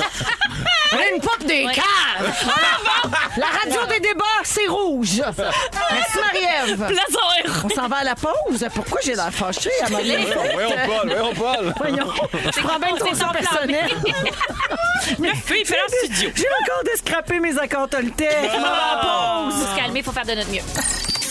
Speaker 4: Prenez une pop des caves.
Speaker 6: Ah,
Speaker 4: La radio des débats, c'est rouge. Merci, Marie-Ève.
Speaker 6: Plaisir.
Speaker 4: On s'en va à la pause. Pourquoi j'ai l'air fâchée à ma
Speaker 5: Voyons, Paul, voyons, Paul.
Speaker 4: Voyons, je prends bien trop ça personnel.
Speaker 6: Le feu, il fait leur studio. Ah.
Speaker 4: J'ai encore de scraper mes accords Toltec. Je m'en vais à la pause.
Speaker 2: Faut
Speaker 5: Ah.
Speaker 2: se calmer, faut faire de notre mieux.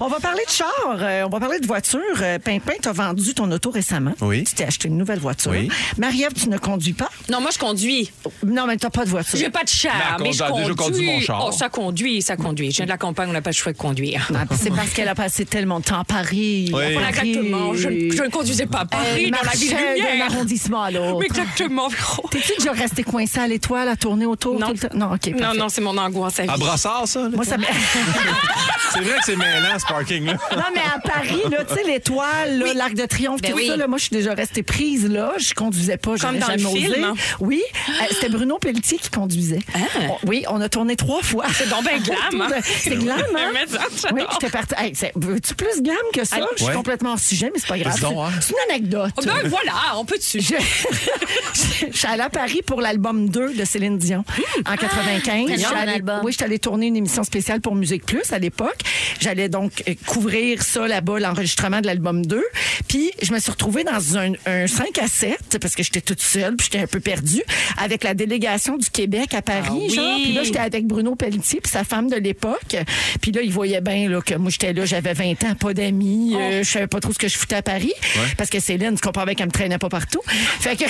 Speaker 4: On va parler de char, euh, on va parler de voiture. Euh, Pimpin, t'as vendu ton auto récemment.
Speaker 5: Oui.
Speaker 4: Tu t'es acheté une nouvelle voiture.
Speaker 5: Oui.
Speaker 4: Marie-Ève, tu ne conduis pas?
Speaker 6: Non, moi, je conduis.
Speaker 4: Non, mais t'as pas de voiture.
Speaker 6: J'ai pas de char,
Speaker 5: Mais
Speaker 6: mais, je
Speaker 5: elle conduit,
Speaker 6: conduis.
Speaker 5: je conduis mon char.
Speaker 6: Oh, ça conduit, ça conduit. Je viens de la campagne, on n'a pas le choix de conduire.
Speaker 4: Ah, puis C'est parce qu'elle a passé tellement de temps à Paris.
Speaker 5: Oui.
Speaker 4: À Paris.
Speaker 6: Exactement. Je, ne- je ne conduisais pas à Paris,
Speaker 4: Elle
Speaker 6: dans la
Speaker 4: marchait
Speaker 6: ville
Speaker 4: d'un
Speaker 6: lumière.
Speaker 4: arrondissement à l'autre.
Speaker 6: Mais Exactement, gros.
Speaker 4: T'es-tu déjà resté coincé à l'étoile à tourner autour?
Speaker 6: Non.
Speaker 4: tout le temps? Non, OK.
Speaker 6: Non,
Speaker 4: parfait.
Speaker 6: non, c'est mon angoisse à vie.
Speaker 5: À Brassard, ça. là.
Speaker 4: Moi, ça me-
Speaker 5: C'est vrai que c'est mêlant, ce parking-là.
Speaker 4: Non, mais à Paris, là, tu sais, l'étoile, là, l'arc de triomphe,
Speaker 2: Ben
Speaker 4: tout
Speaker 2: oui.
Speaker 4: ça, là, moi, je suis déjà restée prise, là. Je conduisais pas, j'aurais
Speaker 6: dans le
Speaker 4: jamais osé.
Speaker 6: film.
Speaker 4: Oui, euh, c'était Bruno Pelletier qui conduisait. On- oui, on a tourné trois fois. Ah. C'est donc
Speaker 6: ben glam, hein?
Speaker 4: C'est glam, hein?
Speaker 6: Mais ça, j'adore.
Speaker 4: Oui, j'étais partie. Hey, c'est- Veux-tu plus glam que ça? Je suis
Speaker 5: Ouais.
Speaker 4: complètement hors sujet, mais c'est pas grave.
Speaker 5: Dis donc, hein.
Speaker 4: C'est c'est une anecdote.
Speaker 6: Oh, ben voilà, on peut dessus.
Speaker 4: Je, je- je suis allée à Paris pour l'album 2 de Céline Dion en 95.
Speaker 2: quel
Speaker 4: Je suis
Speaker 2: Hmm. Ah, bon
Speaker 4: allée-
Speaker 2: album.
Speaker 4: Oui, je suis allée tourner une émission spéciale pour Musique Plus à l'époque. J'allais donc euh, couvrir ça là-bas, l'enregistrement de l'album 2. Puis je me suis retrouvée dans un, un 5 à 7 parce que j'étais toute seule, puis j'étais un peu perdue, avec la délégation du Québec à Paris.
Speaker 2: Ah
Speaker 4: genre. Puis là, j'étais avec Bruno Pelletier puis sa femme de l'époque. Puis là, il voyait bien là, que moi, j'étais là, j'avais 20 ans, pas d'amis,
Speaker 5: Oh.
Speaker 4: euh, je savais pas trop ce que je foutais à Paris. Parce que Céline, tu comprends bien qu'elle me traînait pas partout. Fait que.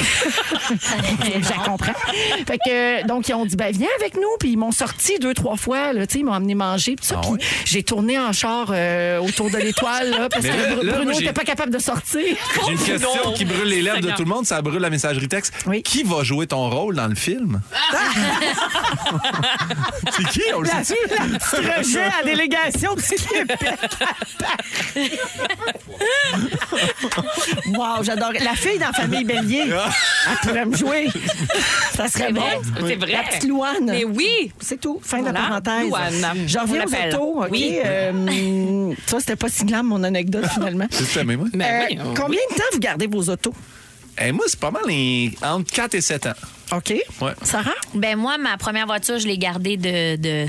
Speaker 4: je la comprends. Fait que, donc, ils ont dit, ben, viens avec nous. Puis ils m'ont sorti deux, trois fois, là, tu sais, ils m'ont emmené manger. Puis ça.
Speaker 5: Ah
Speaker 4: Puis
Speaker 5: ouais?
Speaker 4: j'ai tourné en char euh, autour de l'étoile, là, parce
Speaker 5: Mais
Speaker 4: que
Speaker 5: là,
Speaker 4: Br-
Speaker 5: là, moi,
Speaker 4: Bruno
Speaker 5: j'ai-
Speaker 4: n'était pas capable de sortir.
Speaker 5: J'ai une
Speaker 6: Oh,
Speaker 5: question qui brûle les lèvres de tout le monde, ça brûle la messagerie texte.
Speaker 4: Oui. Ah!
Speaker 5: Qui va jouer ton rôle dans le film? C'est qui? On le sait-tu?
Speaker 4: Rejet à délégation du Québec. wow, j'adore. La fille dans Famille Bélier, elle pourrait me jouer. Ça serait bon.
Speaker 6: C'est vrai.
Speaker 4: La petite Louane.
Speaker 6: Mais oui.
Speaker 4: C'est tout. Fin de
Speaker 6: Voilà.
Speaker 4: la parenthèse.
Speaker 6: Louane.
Speaker 4: J'en reviens
Speaker 6: On l'appelle.
Speaker 4: aux autos, OK?
Speaker 6: Oui.
Speaker 4: Euh, ça, c'était pas si glam, mon anecdote, finalement.
Speaker 5: C'est ça, mais moi.
Speaker 6: Ben
Speaker 4: Euh,
Speaker 6: oui, on-
Speaker 4: combien de temps vous gardez vos autos?
Speaker 5: Eh, moi, c'est pas mal les- entre 4 et 7 ans.
Speaker 4: OK.
Speaker 5: Ouais.
Speaker 4: Sarah?
Speaker 2: Ben moi, ma première voiture, je l'ai gardée de, de,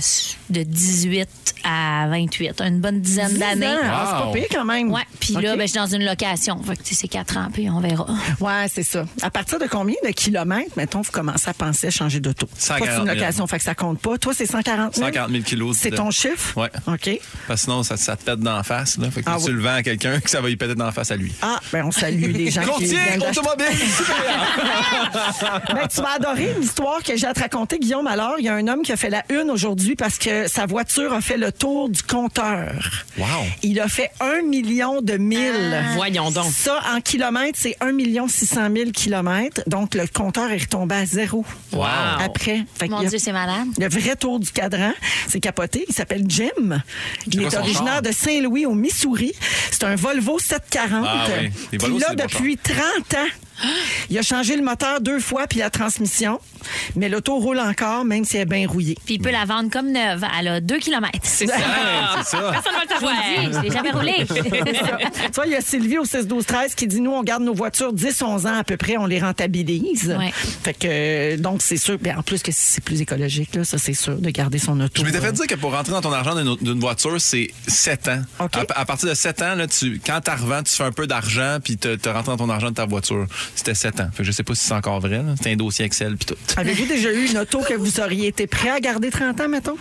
Speaker 2: de 18 à 28, une bonne dizaine d'années.
Speaker 4: Dix ans. Ah,
Speaker 5: Wow.
Speaker 4: C'est pas pire, quand même.
Speaker 2: Ouais, puis là,
Speaker 4: OK.
Speaker 2: ben, je suis dans une location. Fait que, tu sais, c'est 4 ans, puis on verra.
Speaker 4: Ouais, c'est ça. À partir de combien de kilomètres, mettons, vous commencez à penser à changer d'auto? Toi,
Speaker 5: 140
Speaker 4: c'est
Speaker 5: 000.
Speaker 4: une location, fait que ça compte pas. Toi, c'est 140 000?
Speaker 5: 140 000 kilos.
Speaker 4: C'est ton chiffre?
Speaker 5: Ouais.
Speaker 4: OK.
Speaker 5: Parce que sinon, ça, ça te pète d'en face. Là. Fait que
Speaker 4: Ah
Speaker 5: si
Speaker 4: oui.
Speaker 5: tu le vends à quelqu'un, que ça va lui péter d'en face à lui.
Speaker 4: Ah, ben on salue les gens qui
Speaker 5: Courtier
Speaker 4: viennent d'acheter.
Speaker 5: automobile supérieur.
Speaker 4: Ben, tu vas adorer l'histoire que j'ai à te raconter, Guillaume. Alors, il y a un homme qui a fait la une aujourd'hui parce que sa voiture a fait le tour du compteur.
Speaker 5: Wow.
Speaker 4: Il a fait un million de mille.
Speaker 6: Voyons donc.
Speaker 4: Ça, en kilomètres, c'est 1 million 600 000 kilomètres. Donc, le compteur est retombé à zéro
Speaker 5: Wow.
Speaker 4: après. Fait
Speaker 2: Mon
Speaker 4: qu'il a-
Speaker 2: Dieu, c'est malade.
Speaker 4: Le vrai tour du cadran, c'est capoté. Il s'appelle Jim. Il
Speaker 5: quoi
Speaker 4: est
Speaker 5: son
Speaker 4: originaire
Speaker 5: char?
Speaker 4: de Saint-Louis, au Missouri. C'est un Volvo 740.
Speaker 5: Ah oui. Les Volvo,
Speaker 4: Il
Speaker 5: c'est
Speaker 4: l'a
Speaker 5: des bons
Speaker 4: depuis 30 ans. Il a changé le moteur deux fois puis la transmission. Mais l'auto roule encore, même si elle est bien rouillée.
Speaker 2: Puis il peut la vendre comme neuve. Elle a 2 km. C'est
Speaker 6: ça.
Speaker 5: Ouais, c'est ça.
Speaker 6: Personne ne va le savoir.
Speaker 2: Je l'ai jamais roulé.
Speaker 4: tu vois, il y a Sylvie au 16 12 13 qui dit nous on garde nos voitures 10 11 ans à peu près, on les rentabilise.
Speaker 2: Ouais.
Speaker 4: Fait que euh, donc c'est sûr ben, en plus que c'est plus écologique là, ça c'est sûr de garder son auto.
Speaker 5: Je m'étais
Speaker 4: euh,
Speaker 5: fait dire que pour rentrer dans ton argent d'une autre- d'une voiture, c'est 7 ans.
Speaker 4: OK.
Speaker 5: À, à partir de 7 ans, là, tu, quand tu revends, tu fais un peu d'argent, puis tu rentres dans ton argent de ta voiture. C'était 7 ans. Fait que je sais pas si c'est encore vrai. là. C'était un dossier Excel, puis tout.
Speaker 4: Avez-vous déjà eu une auto que vous auriez été prêt à garder 30 ans, mettons?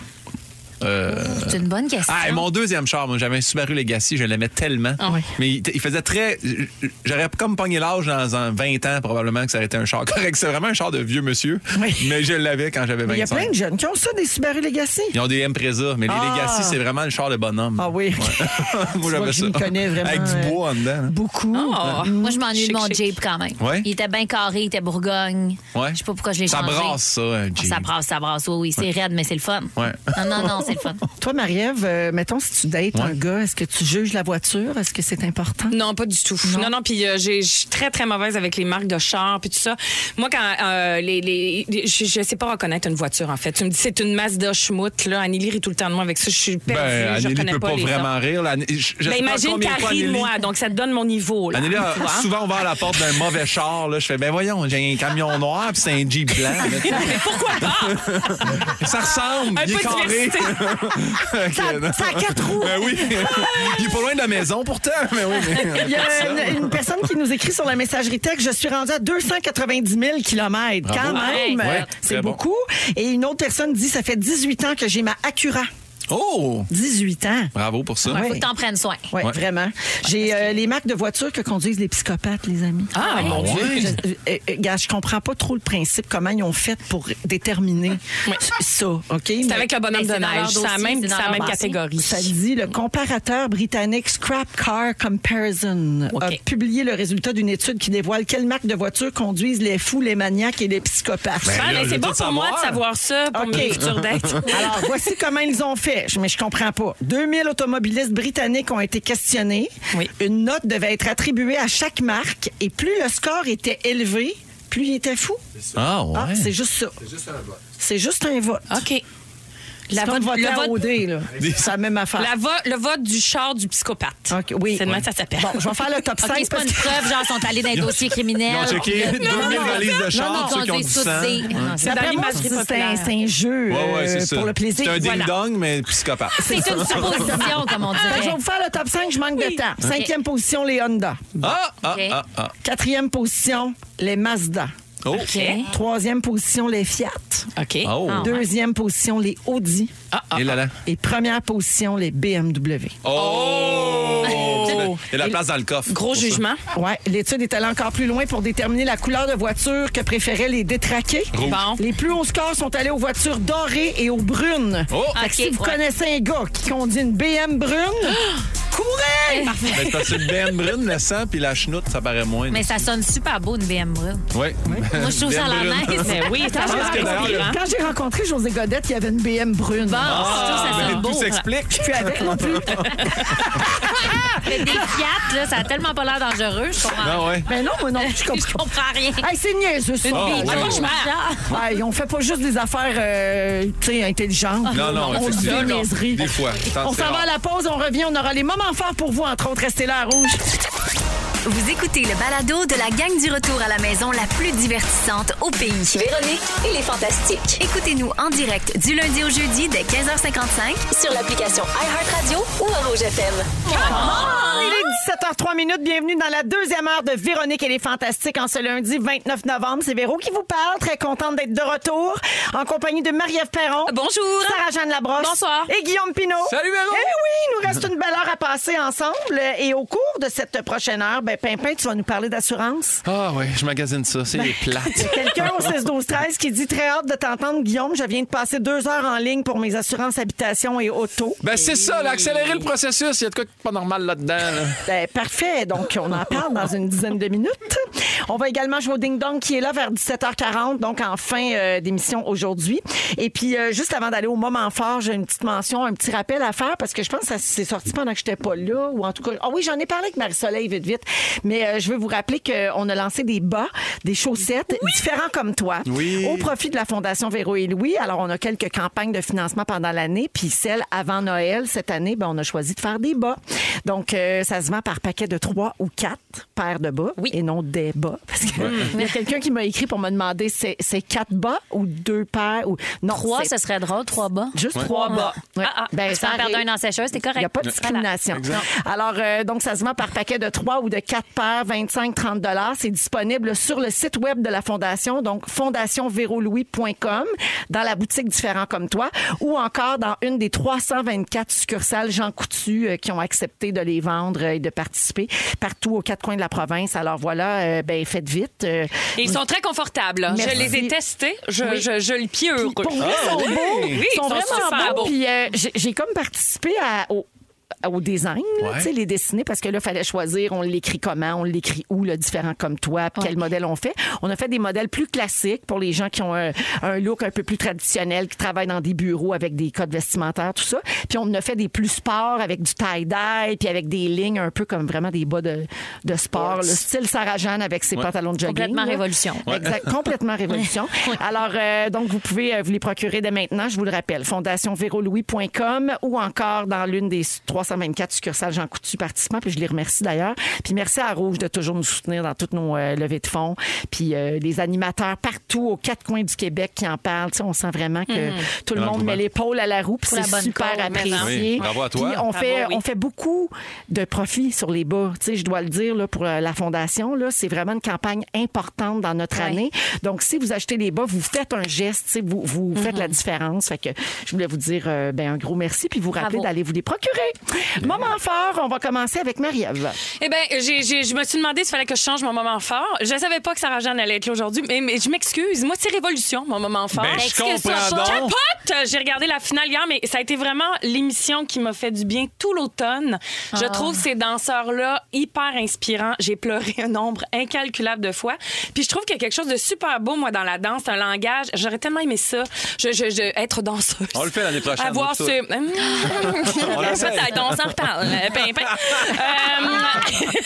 Speaker 5: Euh,
Speaker 2: C'est une bonne question.
Speaker 5: Ah, et mon deuxième char, moi, j'avais un Subaru Legacy, je l'aimais tellement.
Speaker 4: Ah
Speaker 5: Mais il, il faisait très. J'aurais comme pogné l'âge dans un 20 ans, probablement, que ça aurait été un char correct. C'est vraiment un char de vieux monsieur.
Speaker 4: Oui.
Speaker 5: Mais je l'avais quand j'avais 25.
Speaker 4: Il y a plein de jeunes qui ont ça, des Subaru Legacy.
Speaker 5: Ils ont des Impreza, mais
Speaker 4: Ah.
Speaker 5: les Legacy, c'est vraiment le char de bonhomme.
Speaker 4: Ah oui, ok.
Speaker 5: Moi,
Speaker 4: vois que
Speaker 5: j'avais
Speaker 4: je
Speaker 5: ça.
Speaker 4: m'y connais vraiment,
Speaker 5: Avec
Speaker 4: euh,
Speaker 5: du bois en dedans. hein.
Speaker 4: beaucoup.
Speaker 6: Oh.
Speaker 2: Moi, je m'ennuie de
Speaker 6: Chic,
Speaker 2: mon
Speaker 6: chic.
Speaker 2: Jeep quand même.
Speaker 5: Ouais.
Speaker 2: Il était bien carré, il était Bourgogne.
Speaker 5: Ouais.
Speaker 2: Je sais pas pourquoi je l'ai
Speaker 5: Ça
Speaker 2: changé.
Speaker 5: brasse, ça, un
Speaker 2: Ah,
Speaker 5: Jeep.
Speaker 2: Ça brasse, ça brasse. Oui, oui, c'est raide, mais c'est le fun.
Speaker 5: Ouais.
Speaker 2: Non, non, non, c'est le fun.
Speaker 4: Toi, Marie-Ève, euh, mettons, si tu dates
Speaker 5: Ouais.
Speaker 4: un gars, est-ce que tu juges la voiture? Est-ce que c'est important?
Speaker 6: Non, pas du tout. Non, non, puis euh, j'ai- je suis très, très mauvaise avec les marques de char, puis tout ça. Moi, quand euh, les, les- les- je, je sais pas reconnaître une voiture, en fait. Tu me dis, c'est une Mazda Schmout, là. Anneli rit tout le temps de moi avec ça. Je suis perdue,
Speaker 5: Ben,
Speaker 6: je
Speaker 5: Anneli
Speaker 6: reconnais
Speaker 5: peut
Speaker 6: pas,
Speaker 5: pas,
Speaker 6: les gens.
Speaker 5: vraiment rire. là. Anne- je- je
Speaker 6: Ben,
Speaker 5: sais pas
Speaker 6: imagine
Speaker 5: combien de
Speaker 6: qu'elle
Speaker 5: fois
Speaker 6: rit de
Speaker 5: Anneli-
Speaker 6: moi, donc ça te donne mon niveau, là.
Speaker 5: Anneli a
Speaker 6: Tu vois?
Speaker 5: souvent ouvert la porte d'un mauvais char. Là. Je fais, ben voyons, j'ai un camion noir puis c'est un Jeep blanc.
Speaker 6: Mais pourquoi pas?
Speaker 5: ça ressemble,
Speaker 6: Un
Speaker 5: il est
Speaker 6: peu de
Speaker 5: carré.
Speaker 6: diversité.
Speaker 5: ça, a quatre roues. Ben oui. il est pas loin de la maison pourtant. Mais oui, mais-
Speaker 4: Il y a une, une personne qui nous écrit sur la messagerie texte Je suis rendue à 290 000 kilomètres. Quand
Speaker 5: Bravo.
Speaker 4: même,
Speaker 5: Ouais.
Speaker 4: euh, c'est
Speaker 5: Très bon.
Speaker 4: beaucoup. Et une autre personne dit Ça fait 18 ans que j'ai ma Acura.
Speaker 5: Oh!
Speaker 4: 18 ans.
Speaker 5: Bravo pour ça.
Speaker 2: Il Faut que t'en prennes soin.
Speaker 4: Oui,
Speaker 5: Ouais.
Speaker 4: vraiment. J'ai euh, les marques de voitures que conduisent les psychopathes, les amis.
Speaker 5: Ah, mon
Speaker 4: Je,
Speaker 5: Dieu!
Speaker 4: euh, euh, gars, je comprends pas trop le principe, comment ils ont fait pour déterminer ça, OK?
Speaker 6: C'est
Speaker 4: Mais
Speaker 6: avec le bonhomme
Speaker 2: Mais
Speaker 6: de
Speaker 2: c'est dans leur
Speaker 6: neige. C'est la
Speaker 2: dossier,
Speaker 6: même,
Speaker 2: c'est dans
Speaker 6: c'est la
Speaker 2: leur
Speaker 6: même
Speaker 2: dossier.
Speaker 6: catégorie.
Speaker 5: Ben,
Speaker 4: Ça dit, le comparateur britannique Scrap Car Comparison
Speaker 6: OK.
Speaker 4: a publié le résultat d'une étude qui dévoile quelles marques de voitures conduisent les fous, les maniaques et les psychopathes.
Speaker 6: Ah,
Speaker 5: là,
Speaker 6: mais
Speaker 5: je
Speaker 6: c'est
Speaker 5: veux
Speaker 6: bon
Speaker 5: tout
Speaker 6: pour moi de
Speaker 5: savoir.
Speaker 6: savoir ça pour
Speaker 4: OK.
Speaker 6: mes futures dates.
Speaker 4: Alors, voici comment ils ont fait. vrai, je- mais je comprends pas. 2000 automobilistes britanniques ont été questionnés.
Speaker 6: Oui.
Speaker 4: Une note devait être attribuée à chaque marque et plus le score était élevé, plus il était fou.
Speaker 5: Ah, ouais.
Speaker 4: Ah, c'est juste ça. C'est juste un vote.
Speaker 6: OK.
Speaker 4: C'est
Speaker 6: La
Speaker 4: comme
Speaker 6: vote-
Speaker 4: voter
Speaker 6: le
Speaker 4: à
Speaker 6: vote-
Speaker 4: OD, là. C'est la même affaire.
Speaker 6: La vo- le vote du char du psychopathe.
Speaker 4: OK, oui.
Speaker 6: C'est de même que ça s'appelle.
Speaker 4: Bon, je vais faire le top 5.
Speaker 2: OK, c'est pas
Speaker 4: parce
Speaker 2: une
Speaker 4: que-
Speaker 2: preuve, genre, sont allés dans un dossier
Speaker 5: Ils ont
Speaker 2: criminel.
Speaker 5: checké 2000 valises de
Speaker 2: Non, non,
Speaker 5: char, ceux qui ont du
Speaker 2: conduisent tous
Speaker 5: sang.
Speaker 2: des- non, c'est-
Speaker 4: D'après
Speaker 6: dans
Speaker 4: moi,
Speaker 6: l'imagerie
Speaker 4: c'est un,
Speaker 6: populaire.
Speaker 4: c'est un jeu
Speaker 5: Ouais, ouais,
Speaker 4: euh,
Speaker 5: c'est ça.
Speaker 4: pour le plaisir.
Speaker 5: C'est un
Speaker 4: Voilà.
Speaker 5: ding-dong, mais psychopathe.
Speaker 2: C'est une supposition, comme on
Speaker 4: Fait que Ben, Je
Speaker 2: dirait.
Speaker 4: vais vous faire le top 5, je manque de temps. Cinquième position, les Honda.
Speaker 5: Ah, ah,
Speaker 2: Ok.
Speaker 5: ah, ah.
Speaker 4: Quatrième position, les Mazda.
Speaker 5: Oh,
Speaker 2: OK.
Speaker 4: Troisième position, les Fiat.
Speaker 6: OK.
Speaker 5: oh.
Speaker 2: Ah.
Speaker 4: Deuxième position, les Audi.
Speaker 5: Et là, là.
Speaker 4: Et première position, les BMW.
Speaker 5: Oh! Il y a de la place dans le coffre.
Speaker 6: Gros
Speaker 5: pour ça.
Speaker 6: jugement.
Speaker 4: Ouais, l'étude est allée encore plus loin pour déterminer la couleur de voiture que préféraient les détraqués.
Speaker 5: Rouge.
Speaker 6: Bon.
Speaker 4: Les plus hauts scores sont allés aux voitures dorées et aux brunes.
Speaker 5: Oh!
Speaker 4: Fait
Speaker 2: Ok,
Speaker 4: que si vous
Speaker 2: ouais.
Speaker 4: connaissez un gars qui conduit une BM brune,
Speaker 2: Eh,
Speaker 4: courez!
Speaker 5: Ben, c'est parce que le BM brune, le sang, puis la chenoute, ça paraît moins.
Speaker 2: Mais ça sonne super beau, une BM brune.
Speaker 5: Ouais.
Speaker 2: Moi, je trouve ça à la Ben
Speaker 5: BM brune.
Speaker 2: neige.
Speaker 6: Mais oui, ça
Speaker 5: pense que d'ailleurs, le-
Speaker 4: Quand j'ai rencontré José Godette, il y avait une BM
Speaker 2: Bon, je
Speaker 4: brune.
Speaker 2: trouve ça
Speaker 5: Ah, Mais
Speaker 2: sonne beau.
Speaker 5: tout s'explique.
Speaker 4: Je suis avec non plus.
Speaker 2: Mais des Fiat, là, ça a tellement pas l'air dangereux, je comprends.
Speaker 5: Ah ouais.
Speaker 4: Mais Ben non, moi non, je
Speaker 2: Je
Speaker 4: comprends.
Speaker 2: comprends rien.
Speaker 4: Hey, c'est niaiseux, ça. Ah.
Speaker 5: Oh, ouais.
Speaker 4: Hey, on fait pas juste des affaires euh, tu sais, intelligentes.
Speaker 5: Non, non,
Speaker 4: on dit des
Speaker 5: effectivement.
Speaker 4: niaiseries.
Speaker 5: Des fois. Tant
Speaker 4: On
Speaker 5: c'est
Speaker 4: s'en va
Speaker 5: rare.
Speaker 4: à la pause, on revient, on aura les moments forts pour vous, entre autres, restez là à rouge.
Speaker 1: Vous écoutez le balado de la gang du retour à la maison la plus divertissante au pays.
Speaker 9: Véronique et les Fantastiques.
Speaker 1: Écoutez-nous en direct du lundi au jeudi dès 15h55
Speaker 9: Sur l'application iHeartRadio ou à Rouge FM.
Speaker 4: Il est 17h03 minutes. Bienvenue dans la deuxième heure de Véronique et les Fantastiques en ce lundi 29 novembre. C'est Véro qui vous parle. Très contente d'être de retour en compagnie de Marie-Ève Perron.
Speaker 6: Bonjour.
Speaker 4: Sarah-Jeanne Labrosse.
Speaker 6: Bonsoir.
Speaker 4: Et Guillaume Pinault.
Speaker 5: Salut, Véro.
Speaker 4: Eh oui, il nous reste une belle heure à passer ensemble. Et au cours de cette prochaine heure, ben, Pimpin, tu vas nous parler d'assurance.
Speaker 5: Ah ouais, je magasine ça. C'est les plates.
Speaker 4: Quelqu'un au 16 12 13 qui dit très hâte de t'entendre, Guillaume. Je viens de passer deux heures en ligne pour mes assurances habitation et auto.
Speaker 5: Ben c'est ça, là, accélérer le processus. Il y a de quoi de pas normal là-dedans. là.
Speaker 4: Ben, parfait. Donc, on en parle dans une dizaine de minutes. On va également jouer au Ding Dong qui est là vers 17h40, donc en fin euh, d'émission aujourd'hui. Et puis, euh, juste avant d'aller au moment fort, j'ai une petite mention, un petit rappel à faire parce que je pense que ça s'est sorti pendant que j'étais pas là ou en tout cas. Ah oui, j'en ai parlé avec Marie-Soleil vite, vite. Mais euh, je veux vous rappeler qu'on a lancé des bas, des chaussettes différents comme toi
Speaker 5: Oui.
Speaker 4: au profit de la Fondation Véro et Louis. Alors, on a quelques campagnes de financement pendant l'année, puis celle avant Noël, cette année, ben, on a choisi de faire des bas. Donc, euh, ça se vend par paquet de trois ou quatre paires de bas et non des bas. Parce que il y a quelqu'un qui m'a écrit pour me demander c'est c'est quatre bas ou deux paires ou. Non,
Speaker 2: Trois,
Speaker 4: c'est
Speaker 2: ce serait drôle, trois bas.
Speaker 4: Juste trois bas. Ouais. Ben,
Speaker 2: Ah, ah, tu peux en
Speaker 4: ça
Speaker 2: perdre
Speaker 4: arrive.
Speaker 2: un en sécheuse, c'est correct.
Speaker 4: Il n'y a pas de discrimination. Alors, euh, donc, ça se vend par paquet de 3 ou de 4 paires, 25, 30 dollars. C'est disponible sur le site web de la Fondation, donc fondationverolouis.com, dans la boutique Différents comme toi, ou encore dans une des 324 succursales Jean Coutu euh, qui ont accepté de les vendre euh, et de participer partout aux quatre coins de la province. Alors voilà, euh, ben faites vite. euh,
Speaker 6: Et ils sont très confortables. là.
Speaker 4: Merci.
Speaker 6: Je les ai testés. Je,
Speaker 4: Oui.
Speaker 6: je, je le pied heureux.
Speaker 4: Pour vrai, ils sont
Speaker 5: oui.
Speaker 4: beaux.
Speaker 5: Oui,
Speaker 4: ils sont,
Speaker 6: Ah, ils sont
Speaker 4: vraiment
Speaker 6: super
Speaker 4: beaux.
Speaker 6: beaux.
Speaker 4: Puis euh, j'ai- j'ai comme participé à- au au design, là,
Speaker 5: Ouais.
Speaker 4: tu sais, les dessiner, parce que là, fallait choisir, on l'écrit comment, on l'écrit où, le différent comme toi, puis quel modèle on fait. On a fait des modèles plus classiques pour les gens qui ont un, un look un peu plus traditionnel, qui travaillent dans des bureaux avec des codes vestimentaires, tout ça. Puis on en a fait des plus sport avec du tie-dye, puis avec des lignes un peu comme vraiment des bas de, de sport, le style Sarah Jeanne avec ses pantalons de jogging.
Speaker 2: Complètement
Speaker 4: là.
Speaker 2: révolution.
Speaker 4: Exact, complètement révolution. Alors, euh, donc, vous pouvez euh, vous les procurer dès maintenant, je vous le rappelle, fondationverolouis.com ou encore dans l'une des 324 succursales Jean Coutu participants, puis je les remercie d'ailleurs. Puis merci à Rouge de toujours nous soutenir dans toutes nos euh, levées de fonds, puis euh, les animateurs partout aux quatre coins du Québec qui en parlent. Tu sais, on sent vraiment que tout le
Speaker 5: Un
Speaker 4: monde
Speaker 5: engouement.
Speaker 4: met l'épaule à la roue,
Speaker 2: Mhm.
Speaker 4: puis
Speaker 2: Pour la
Speaker 4: c'est
Speaker 2: bonne
Speaker 4: super
Speaker 2: cause,
Speaker 4: apprécié.
Speaker 2: maintenant.
Speaker 5: Oui, bravo à toi.
Speaker 4: Puis on
Speaker 6: Bravo,
Speaker 4: fait,
Speaker 6: oui.
Speaker 4: on fait beaucoup de profits sur les bas. Tu sais, je dois le dire là, pour euh, la fondation, là, c'est vraiment une campagne importante dans notre
Speaker 2: Ouais.
Speaker 4: année. Donc, si vous achetez les bas, vous faites un geste, tu sais, vous,
Speaker 2: Mm-hmm.
Speaker 4: vous faites la différence. Fait que je voulais vous dire euh, ben, un gros merci, puis vous rappeler
Speaker 2: Bravo.
Speaker 4: d'aller vous les procurer. Moment fort, on va commencer avec Marie-Ève.
Speaker 6: Eh bien, j'ai, j'ai- je me suis demandé s'il fallait que je change mon moment fort. Je savais pas que Sarah-Jeanne allait être là aujourd'hui, mais, mais je m'excuse. Moi, c'est Révolution, mon moment fort.
Speaker 5: Ben, je
Speaker 6: Excuse-moi
Speaker 5: comprends
Speaker 6: pas.
Speaker 5: donc.
Speaker 6: Capote! J'ai regardé la finale hier, mais ça a été vraiment l'émission qui m'a fait du bien tout l'automne. Je trouve ces danseurs-là hyper inspirants. J'ai pleuré un nombre incalculable de fois. Puis je trouve qu'il y a quelque chose de super beau, moi, dans la danse, un langage. J'aurais tellement aimé ça, je, je- je- être danseuse.
Speaker 5: On le fait l'année prochaine,
Speaker 6: Avoir
Speaker 5: on
Speaker 6: ce... Hum,
Speaker 5: le fait. On l'essaie.
Speaker 6: Peut-être, on s'en reparle. Euh, ben, ben. Euh,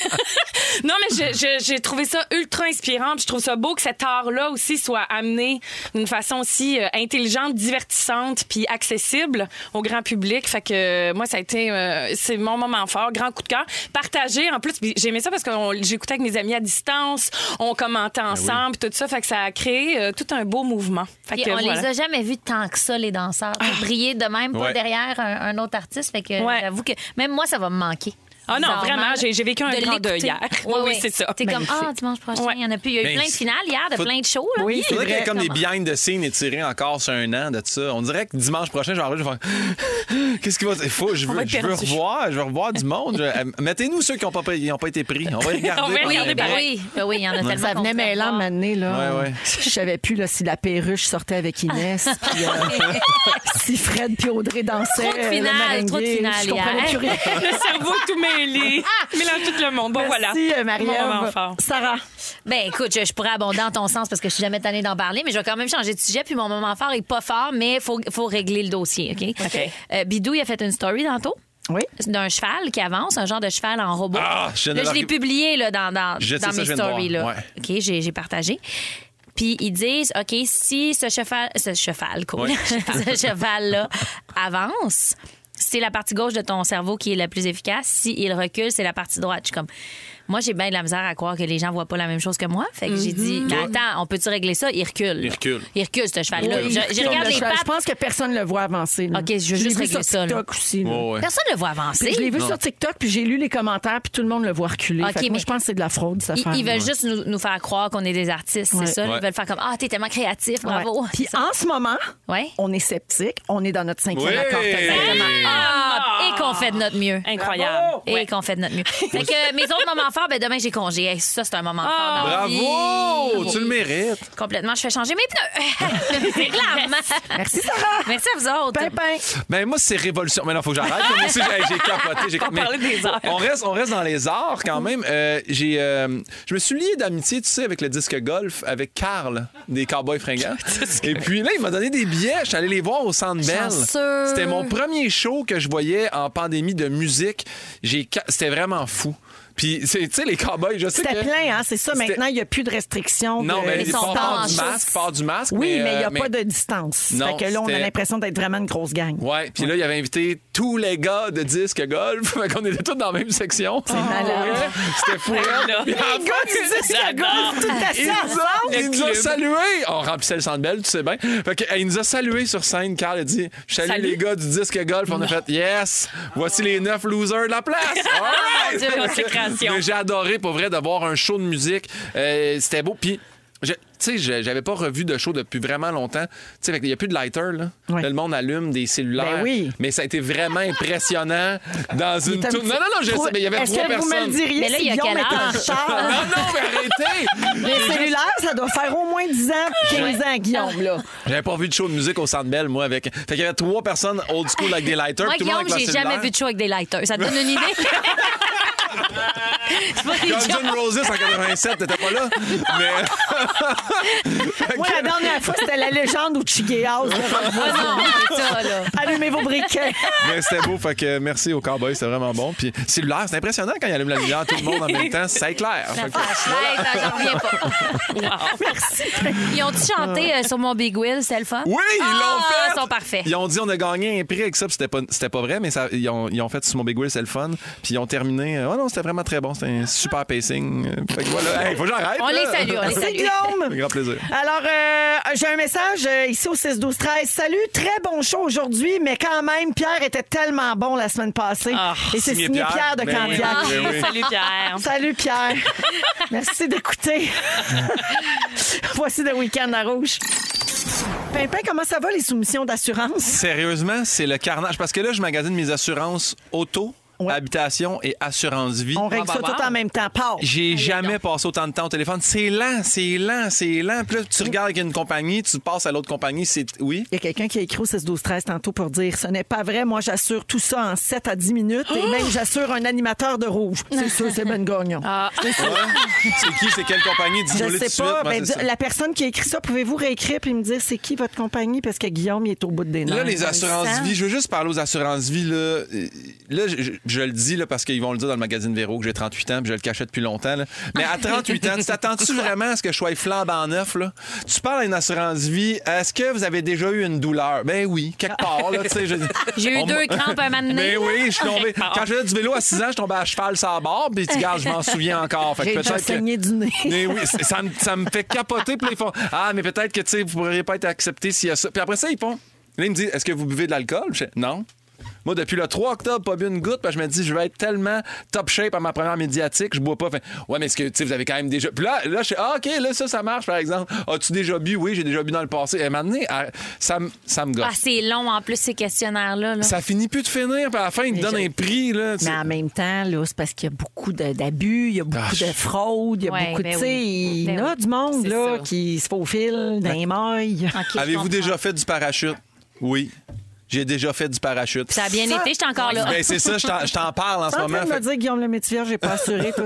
Speaker 6: non, mais je- je- j'ai trouvé ça ultra inspirant. puis Je trouve ça beau que cet art-là aussi soit amené d'une façon aussi euh, intelligente, divertissante, puis accessible au grand public. Fait que euh, moi, ça a été euh, c'est mon moment fort, grand coup de cœur. Partagé, en plus, puis j'ai aimé ça parce que on- j'écoutais avec mes amis à distance, on commentait ensemble, puis tout ça. Fait que ça a créé euh, tout un beau mouvement. Fait
Speaker 2: Puis
Speaker 6: que,
Speaker 2: on
Speaker 6: voilà. Ah.
Speaker 2: les a jamais vus tant que ça, les danseurs. Briller de même, pas
Speaker 5: Ouais.
Speaker 2: derrière un, un autre artiste. Fait que
Speaker 6: Ouais.
Speaker 2: j'avoue que même moi, ça va me manquer.
Speaker 6: Ah non,
Speaker 2: Bizarrement,
Speaker 6: vraiment,
Speaker 2: là,
Speaker 6: j'ai- j'ai vécu un
Speaker 2: de
Speaker 6: grand deuil
Speaker 2: l'écouter.
Speaker 6: hier.
Speaker 2: Ouais,
Speaker 6: Oui, oui,
Speaker 2: ouais.
Speaker 6: c'est ça.
Speaker 2: T'es comme, ah, dimanche prochain, il
Speaker 6: Ouais.
Speaker 2: y en a plus. Il y a eu
Speaker 5: Ben,
Speaker 2: plein de finales hier, de
Speaker 5: faut-
Speaker 2: plein de shows. là.
Speaker 4: Oui,
Speaker 5: C'est vrai qu'il y a comme des
Speaker 2: Comment?
Speaker 5: behind the scenes étirés encore sur un an de ça. On dirait que dimanche prochain, je vais arriver, je vais faire Qu'est-ce qui va se- Faut, je
Speaker 6: On va
Speaker 5: veux,
Speaker 6: être
Speaker 5: je veux
Speaker 6: perdu.
Speaker 5: revoir, je veux revoir du monde. Je- euh, Mettez-nous ceux qui n'ont pas, pris- ils ont pas été pris. On va y regarder.
Speaker 6: On va y
Speaker 5: pendant
Speaker 6: regarder
Speaker 5: un
Speaker 2: Ben
Speaker 5: bout.
Speaker 2: oui, ben oui, il y en a tellement.
Speaker 4: Ça
Speaker 2: qu'on
Speaker 4: venait
Speaker 2: voulait
Speaker 4: mêlant
Speaker 2: voir.
Speaker 4: m'amener, là.
Speaker 5: Ouais, ouais.
Speaker 4: Je savais plus là, si la perruche sortait avec Inès, puis, euh, si Fred puis Audrey dansaient.
Speaker 2: Trop de
Speaker 4: euh, le
Speaker 2: finales,
Speaker 4: merengue.
Speaker 2: trop de finales
Speaker 4: Je comprenais
Speaker 2: hier.
Speaker 4: plus rien.
Speaker 6: Le cerveau tout mêlé. Mélange tout le monde. Bon, voilà.
Speaker 4: Merci, euh,
Speaker 6: Mon moment
Speaker 4: Marie-Ève.
Speaker 6: fort.
Speaker 4: Sarah.
Speaker 2: Ben écoute, je, je pourrais abonder en ton sens parce que je suis jamais tannée d'en parler, mais je vais quand même changer de sujet. Puis mon moment fort est pas fort, mais faut faut régler le dossier, ok
Speaker 6: OK.
Speaker 2: Euh, Bidou, il a fait une story tantôt.
Speaker 4: Oui.
Speaker 2: d'un cheval qui avance, un genre de cheval en robot.
Speaker 5: Ah, je viens de
Speaker 2: là, je
Speaker 5: leur-
Speaker 2: l'ai publié là, dans, dans,
Speaker 5: Je sais
Speaker 2: dans
Speaker 5: ça,
Speaker 2: mes
Speaker 5: je viens de
Speaker 2: stories. Là.
Speaker 5: voir, ouais.
Speaker 2: OK, j'ai j'ai partagé. Puis ils disent, OK, si ce cheval, ce cheval, cool.
Speaker 5: Ouais.
Speaker 2: ce cheval-là avance, c'est la partie gauche de ton cerveau qui est la plus efficace. S'il recule, c'est la partie droite. Je suis comme, moi, j'ai bien de la misère à croire que les gens voient pas la même chose que moi. Fait que j'ai dit, mais attends, on peut-tu régler ça? Il recule.
Speaker 5: Mm-hmm. Il recule.
Speaker 2: Il recule, ce cheval-là.
Speaker 5: Oui,
Speaker 2: je,
Speaker 5: il
Speaker 2: je
Speaker 5: recule,
Speaker 2: regarde
Speaker 4: Le
Speaker 2: les
Speaker 4: cheval, Je
Speaker 2: pattes.
Speaker 4: pense que personne ne le voit avancer. là.
Speaker 2: OK, je vais
Speaker 4: l'ai
Speaker 2: juste
Speaker 4: vu
Speaker 2: régler
Speaker 4: sur
Speaker 2: ça, là.
Speaker 4: TikTok aussi. là.
Speaker 5: Ouais, ouais.
Speaker 2: Personne ne le voit avancer.
Speaker 4: Puis je l'ai vu sur TikTok, puis j'ai lu les commentaires, puis tout le monde le voit reculer.
Speaker 2: Ok,
Speaker 4: Fait que moi,
Speaker 2: mais-
Speaker 4: je pense que c'est de la fraude, ça
Speaker 2: Ils,
Speaker 4: affaire.
Speaker 2: ils veulent juste nous, nous faire croire qu'on est des artistes,
Speaker 4: Ouais.
Speaker 2: c'est ça.
Speaker 5: Ouais.
Speaker 2: Ils veulent faire comme Ah, t'es tellement créatif,
Speaker 4: Ouais.
Speaker 2: bravo.
Speaker 4: Puis
Speaker 2: C'est ça.
Speaker 4: en ce moment,
Speaker 2: Ouais.
Speaker 4: on est sceptique, on est dans notre cinquième
Speaker 5: Oui.
Speaker 4: accord. Exactement.
Speaker 2: Ah, et qu'on fait de notre mieux.
Speaker 6: Incroyable.
Speaker 2: Et qu'on fait de notre mieux. fait que mes autres moments forts, ben demain j'ai congé. Hey, ça, c'est un moment
Speaker 4: Ah!
Speaker 2: fort. dans la
Speaker 5: Bravo!
Speaker 2: vie.
Speaker 5: Tu le mérites.
Speaker 2: Complètement, je fais changer mes pneus. c'est clairement.
Speaker 4: Merci, Sarah.
Speaker 2: Merci à vous autres.
Speaker 4: Pimpin.
Speaker 5: Ben moi c'est révolution. Mais non, faut que j'arrête. Moi aussi j'ai j'ai capoté, j'ai
Speaker 6: On parlait des arts.
Speaker 5: On reste on reste dans les arts quand même. Euh, j'ai euh, je me suis lié d'amitié, tu sais avec le disque golf avec Carl des Cowboys fringants. Et puis là, il m'a donné des billets, je suis allé les voir au Centre Bell.
Speaker 2: Chanceux.
Speaker 5: C'était mon premier show que je voyais en pandémie de musique. J'ai ca- c'était vraiment fou. Puis c'est- tu sais les Cowboys, je sais que
Speaker 4: C'était plein, hein, c'est ça.
Speaker 5: C'était-
Speaker 4: Maintenant, il n'y a plus de restrictions.
Speaker 5: Non,
Speaker 4: de-
Speaker 5: mais
Speaker 2: Ils
Speaker 5: il
Speaker 2: sont
Speaker 5: part,
Speaker 2: pas
Speaker 5: part
Speaker 2: en
Speaker 5: du
Speaker 2: chaussettes.
Speaker 5: masque, part du masque.
Speaker 4: Oui, mais il n'y
Speaker 5: euh,
Speaker 4: a pas de distance.
Speaker 5: Non,
Speaker 4: fait que là, on a
Speaker 5: c'était-
Speaker 4: l'impression d'être vraiment une grosse gang.
Speaker 5: Ouais, puis là, il avait invité tous les gars de disque golf. Fait qu'on était tous dans la même section. C'est
Speaker 4: malade.
Speaker 5: C'était fou. hein? Puis en
Speaker 4: Les gars
Speaker 5: fait,
Speaker 4: du disque golf, tout à
Speaker 5: il
Speaker 4: fait
Speaker 5: nous a,
Speaker 4: ensemble.
Speaker 5: il nous a salués. Oh, On remplissait le centre belle, tu sais bien. Fait que, euh, il nous a salués sur scène. Carl a dit Je salue
Speaker 6: Salut.
Speaker 5: les gars du disque golf. On a fait Yes, voici les neuf losers de la place.
Speaker 4: Oh
Speaker 5: All right.
Speaker 6: Dieu, consécration.
Speaker 5: Mais j'ai adoré, pour vrai, d'avoir un show de musique. Euh, C'était beau. Puis. je- Tu sais, je- j'avais pas revu de show depuis vraiment longtemps. Tu sais, il n'y a plus de lighter, là.
Speaker 4: Ouais.
Speaker 5: Là, le monde allume des cellulaires.
Speaker 4: Ben oui.
Speaker 5: Mais ça a été vraiment impressionnant dans une
Speaker 4: T'as un
Speaker 5: tour-
Speaker 4: petit-
Speaker 5: Non, non, non, je
Speaker 4: Trop-
Speaker 5: sais, mais il y avait
Speaker 4: Est-ce
Speaker 5: trois
Speaker 4: que vous
Speaker 5: personnes. Ah,
Speaker 4: me le diriez
Speaker 2: Mais là,
Speaker 4: si
Speaker 2: il y a
Speaker 4: Guillaume
Speaker 2: quel
Speaker 4: était en
Speaker 2: âge?
Speaker 4: char?
Speaker 5: non, non, mais arrêtez!
Speaker 4: Les cellulaires, ça doit faire au moins 10 ans, 15 ans, Guillaume, là.
Speaker 5: J'avais pas vu de show de musique au Centre Bell, moi, avec. Fait qu'il y avait trois personnes old school avec des lighters.
Speaker 2: Moi,
Speaker 5: tout le monde
Speaker 2: Guillaume,
Speaker 5: avec leur
Speaker 2: j'ai jamais
Speaker 5: cellulaire.
Speaker 2: vu de show avec des lighters. Ça te donne une idée? C'est pas des jokes.
Speaker 5: Guns N' Roses en 87, t'étais pas là. Mais
Speaker 4: Moi, la dernière fois, c'était la légende au Chigé House.
Speaker 2: Ah non, c'est ça, là.
Speaker 4: Allumez vos briquets.
Speaker 5: mais c'était beau, fait que merci aux Cowboys, c'était vraiment bon. Puis cellulaire, c'est impressionnant quand il allume la lumière, tout le monde en même temps, ça éclaire. Fait que-
Speaker 2: Flashlight, j'en reviens pas. Ils ont-tu chanté euh, sur mon Big Wheel? C'était le fun?
Speaker 5: Oui, ils l'ont
Speaker 2: Ah,
Speaker 5: fait!
Speaker 2: Ils sont parfaits.
Speaker 5: Ils ont dit on a gagné un prix avec ça, puis c'était pas, c'était pas vrai, mais ça, ils, ont, ils ont fait sur mon Big Wheel, c'est le fun. Puis ils ont terminé. euh, Oh non, c'était vraiment très bon, c'était un super pacing. Euh, Fait que voilà, Hey, faut que j'arrête.
Speaker 2: On
Speaker 5: là.
Speaker 2: les salue, on les
Speaker 4: C'est
Speaker 2: salue.
Speaker 5: Avec
Speaker 4: Guillaume.
Speaker 5: grand plaisir.
Speaker 4: Alors, euh, j'ai un message euh, ici au 6 12 13 Salut, très bon show aujourd'hui, mais quand même, Pierre était tellement bon la semaine passée.
Speaker 6: Ah,
Speaker 4: Et c'est signé Pierre, de
Speaker 5: Ben oui,
Speaker 4: Candiac.
Speaker 5: ben oui.
Speaker 6: Salut Pierre.
Speaker 4: Salut, Pierre. Merci d'écouter. Voici The Weekend à Rouge. Pimpin, comment ça va les soumissions d'assurance?
Speaker 5: Sérieusement, c'est le carnage. Parce que là, je magasine mes assurances auto, habitation et assurance vie.
Speaker 4: On règle ça tout
Speaker 5: bah.
Speaker 4: en même temps. Pause.
Speaker 5: J'ai jamais passé autant de temps au téléphone. C'est lent, c'est lent, c'est lent. Puis là, tu regardes avec une compagnie, tu passes à l'autre compagnie, c'est. Oui?
Speaker 4: Il y a quelqu'un qui a écrit au 16 12 13 tantôt pour dire ce n'est pas vrai, moi j'assure tout ça en 7 à 10 minutes
Speaker 5: Oh!
Speaker 4: et même j'assure un animateur de rouge. C'est sûr, c'est Ben Gagnon.
Speaker 5: Ouais. c'est qui? C'est quelle compagnie?
Speaker 4: Je
Speaker 5: Dis-moi Ah. tout de
Speaker 4: sais
Speaker 5: suite.
Speaker 4: pas,
Speaker 5: Ouais,
Speaker 4: ben,
Speaker 5: c'est ça.
Speaker 4: la personne qui a écrit ça, pouvez-vous réécrire puis me dire c'est qui votre compagnie parce que Guillaume il est au bout des nerfs.
Speaker 5: Là, les assurances
Speaker 2: sent.
Speaker 5: vie, je veux juste parler aux assurances vie. Là, Euh, là je, je- je le dis là, parce qu'ils vont le dire dans le magazine Véro que j'ai 38 ans puis je le cachais depuis longtemps. là. Mais à 38 ans, tu t'attends-tu vraiment à ce que je sois flambant neuf? Là? Tu parles à une assurance vie, est-ce que vous avez déjà eu une douleur? Ben oui, quelque part. là, tu sais, je-
Speaker 2: J'ai eu
Speaker 5: On
Speaker 2: deux
Speaker 5: m'a-
Speaker 2: crampes un moment donné,
Speaker 5: Ben
Speaker 2: là.
Speaker 5: oui, je suis tombé.
Speaker 2: Quelque part.
Speaker 5: Quand je faisais du vélo à 6 ans, je tombais à cheval sans barre, puis tu gars, je m'en souviens encore. Fait que
Speaker 4: J'ai déjà
Speaker 5: peut-être que-
Speaker 4: saigné du nez.
Speaker 5: mais oui, c- ça me, ça me fait capoter. Puis là, ils font Ah, mais peut-être que tu sais, vous pourriez pas être accepté s'il y a ça. Puis après ça, ils font Là, ils me disent Est-ce que vous buvez de l'alcool Je fais, Non. Moi, depuis le 3 octobre, pas bu une goutte, parce que je me dis, je vais être tellement top shape à ma première médiatique, je bois pas. Fait, ouais, mais est-ce que, tu sais, vous avez quand même déjà. Puis là, là, je fais, ah, OK, là, ça, ça marche, par exemple. As-tu déjà bu? Oui, j'ai déjà bu dans le passé. Et maintenant, ah, ça, me- ça me gosse.
Speaker 2: Ah, c'est long en plus, ces questionnaires-là. là.
Speaker 5: ça finit plus de finir, puis à la fin, ils te donnent un prix, là.
Speaker 8: Mais
Speaker 5: C'est-
Speaker 8: en même temps, là, c'est parce qu'il y a beaucoup de- d'abus, il y a beaucoup
Speaker 5: Ah, je-
Speaker 8: de fraude, il y a
Speaker 2: Ouais,
Speaker 8: beaucoup de.
Speaker 2: ben
Speaker 8: tu sais,
Speaker 2: oui.
Speaker 8: il y
Speaker 2: Ben
Speaker 8: en a
Speaker 2: oui.
Speaker 8: du monde
Speaker 6: C'est
Speaker 8: là,
Speaker 6: ça.
Speaker 8: qui se faufile dans
Speaker 5: Ben,
Speaker 8: les mailles.
Speaker 2: Ok, je
Speaker 5: Avez-vous
Speaker 2: comprends.
Speaker 5: déjà fait du parachute? Oui. J'ai déjà fait du parachute.
Speaker 2: Ça a bien été, j'étais encore là.
Speaker 5: Ben, c'est ça, je t'en- je t'en parle en ce
Speaker 4: T'es en
Speaker 5: moment.
Speaker 4: train de me
Speaker 5: fait-
Speaker 4: dire Guillaume le métier, j'ai pas assuré toi.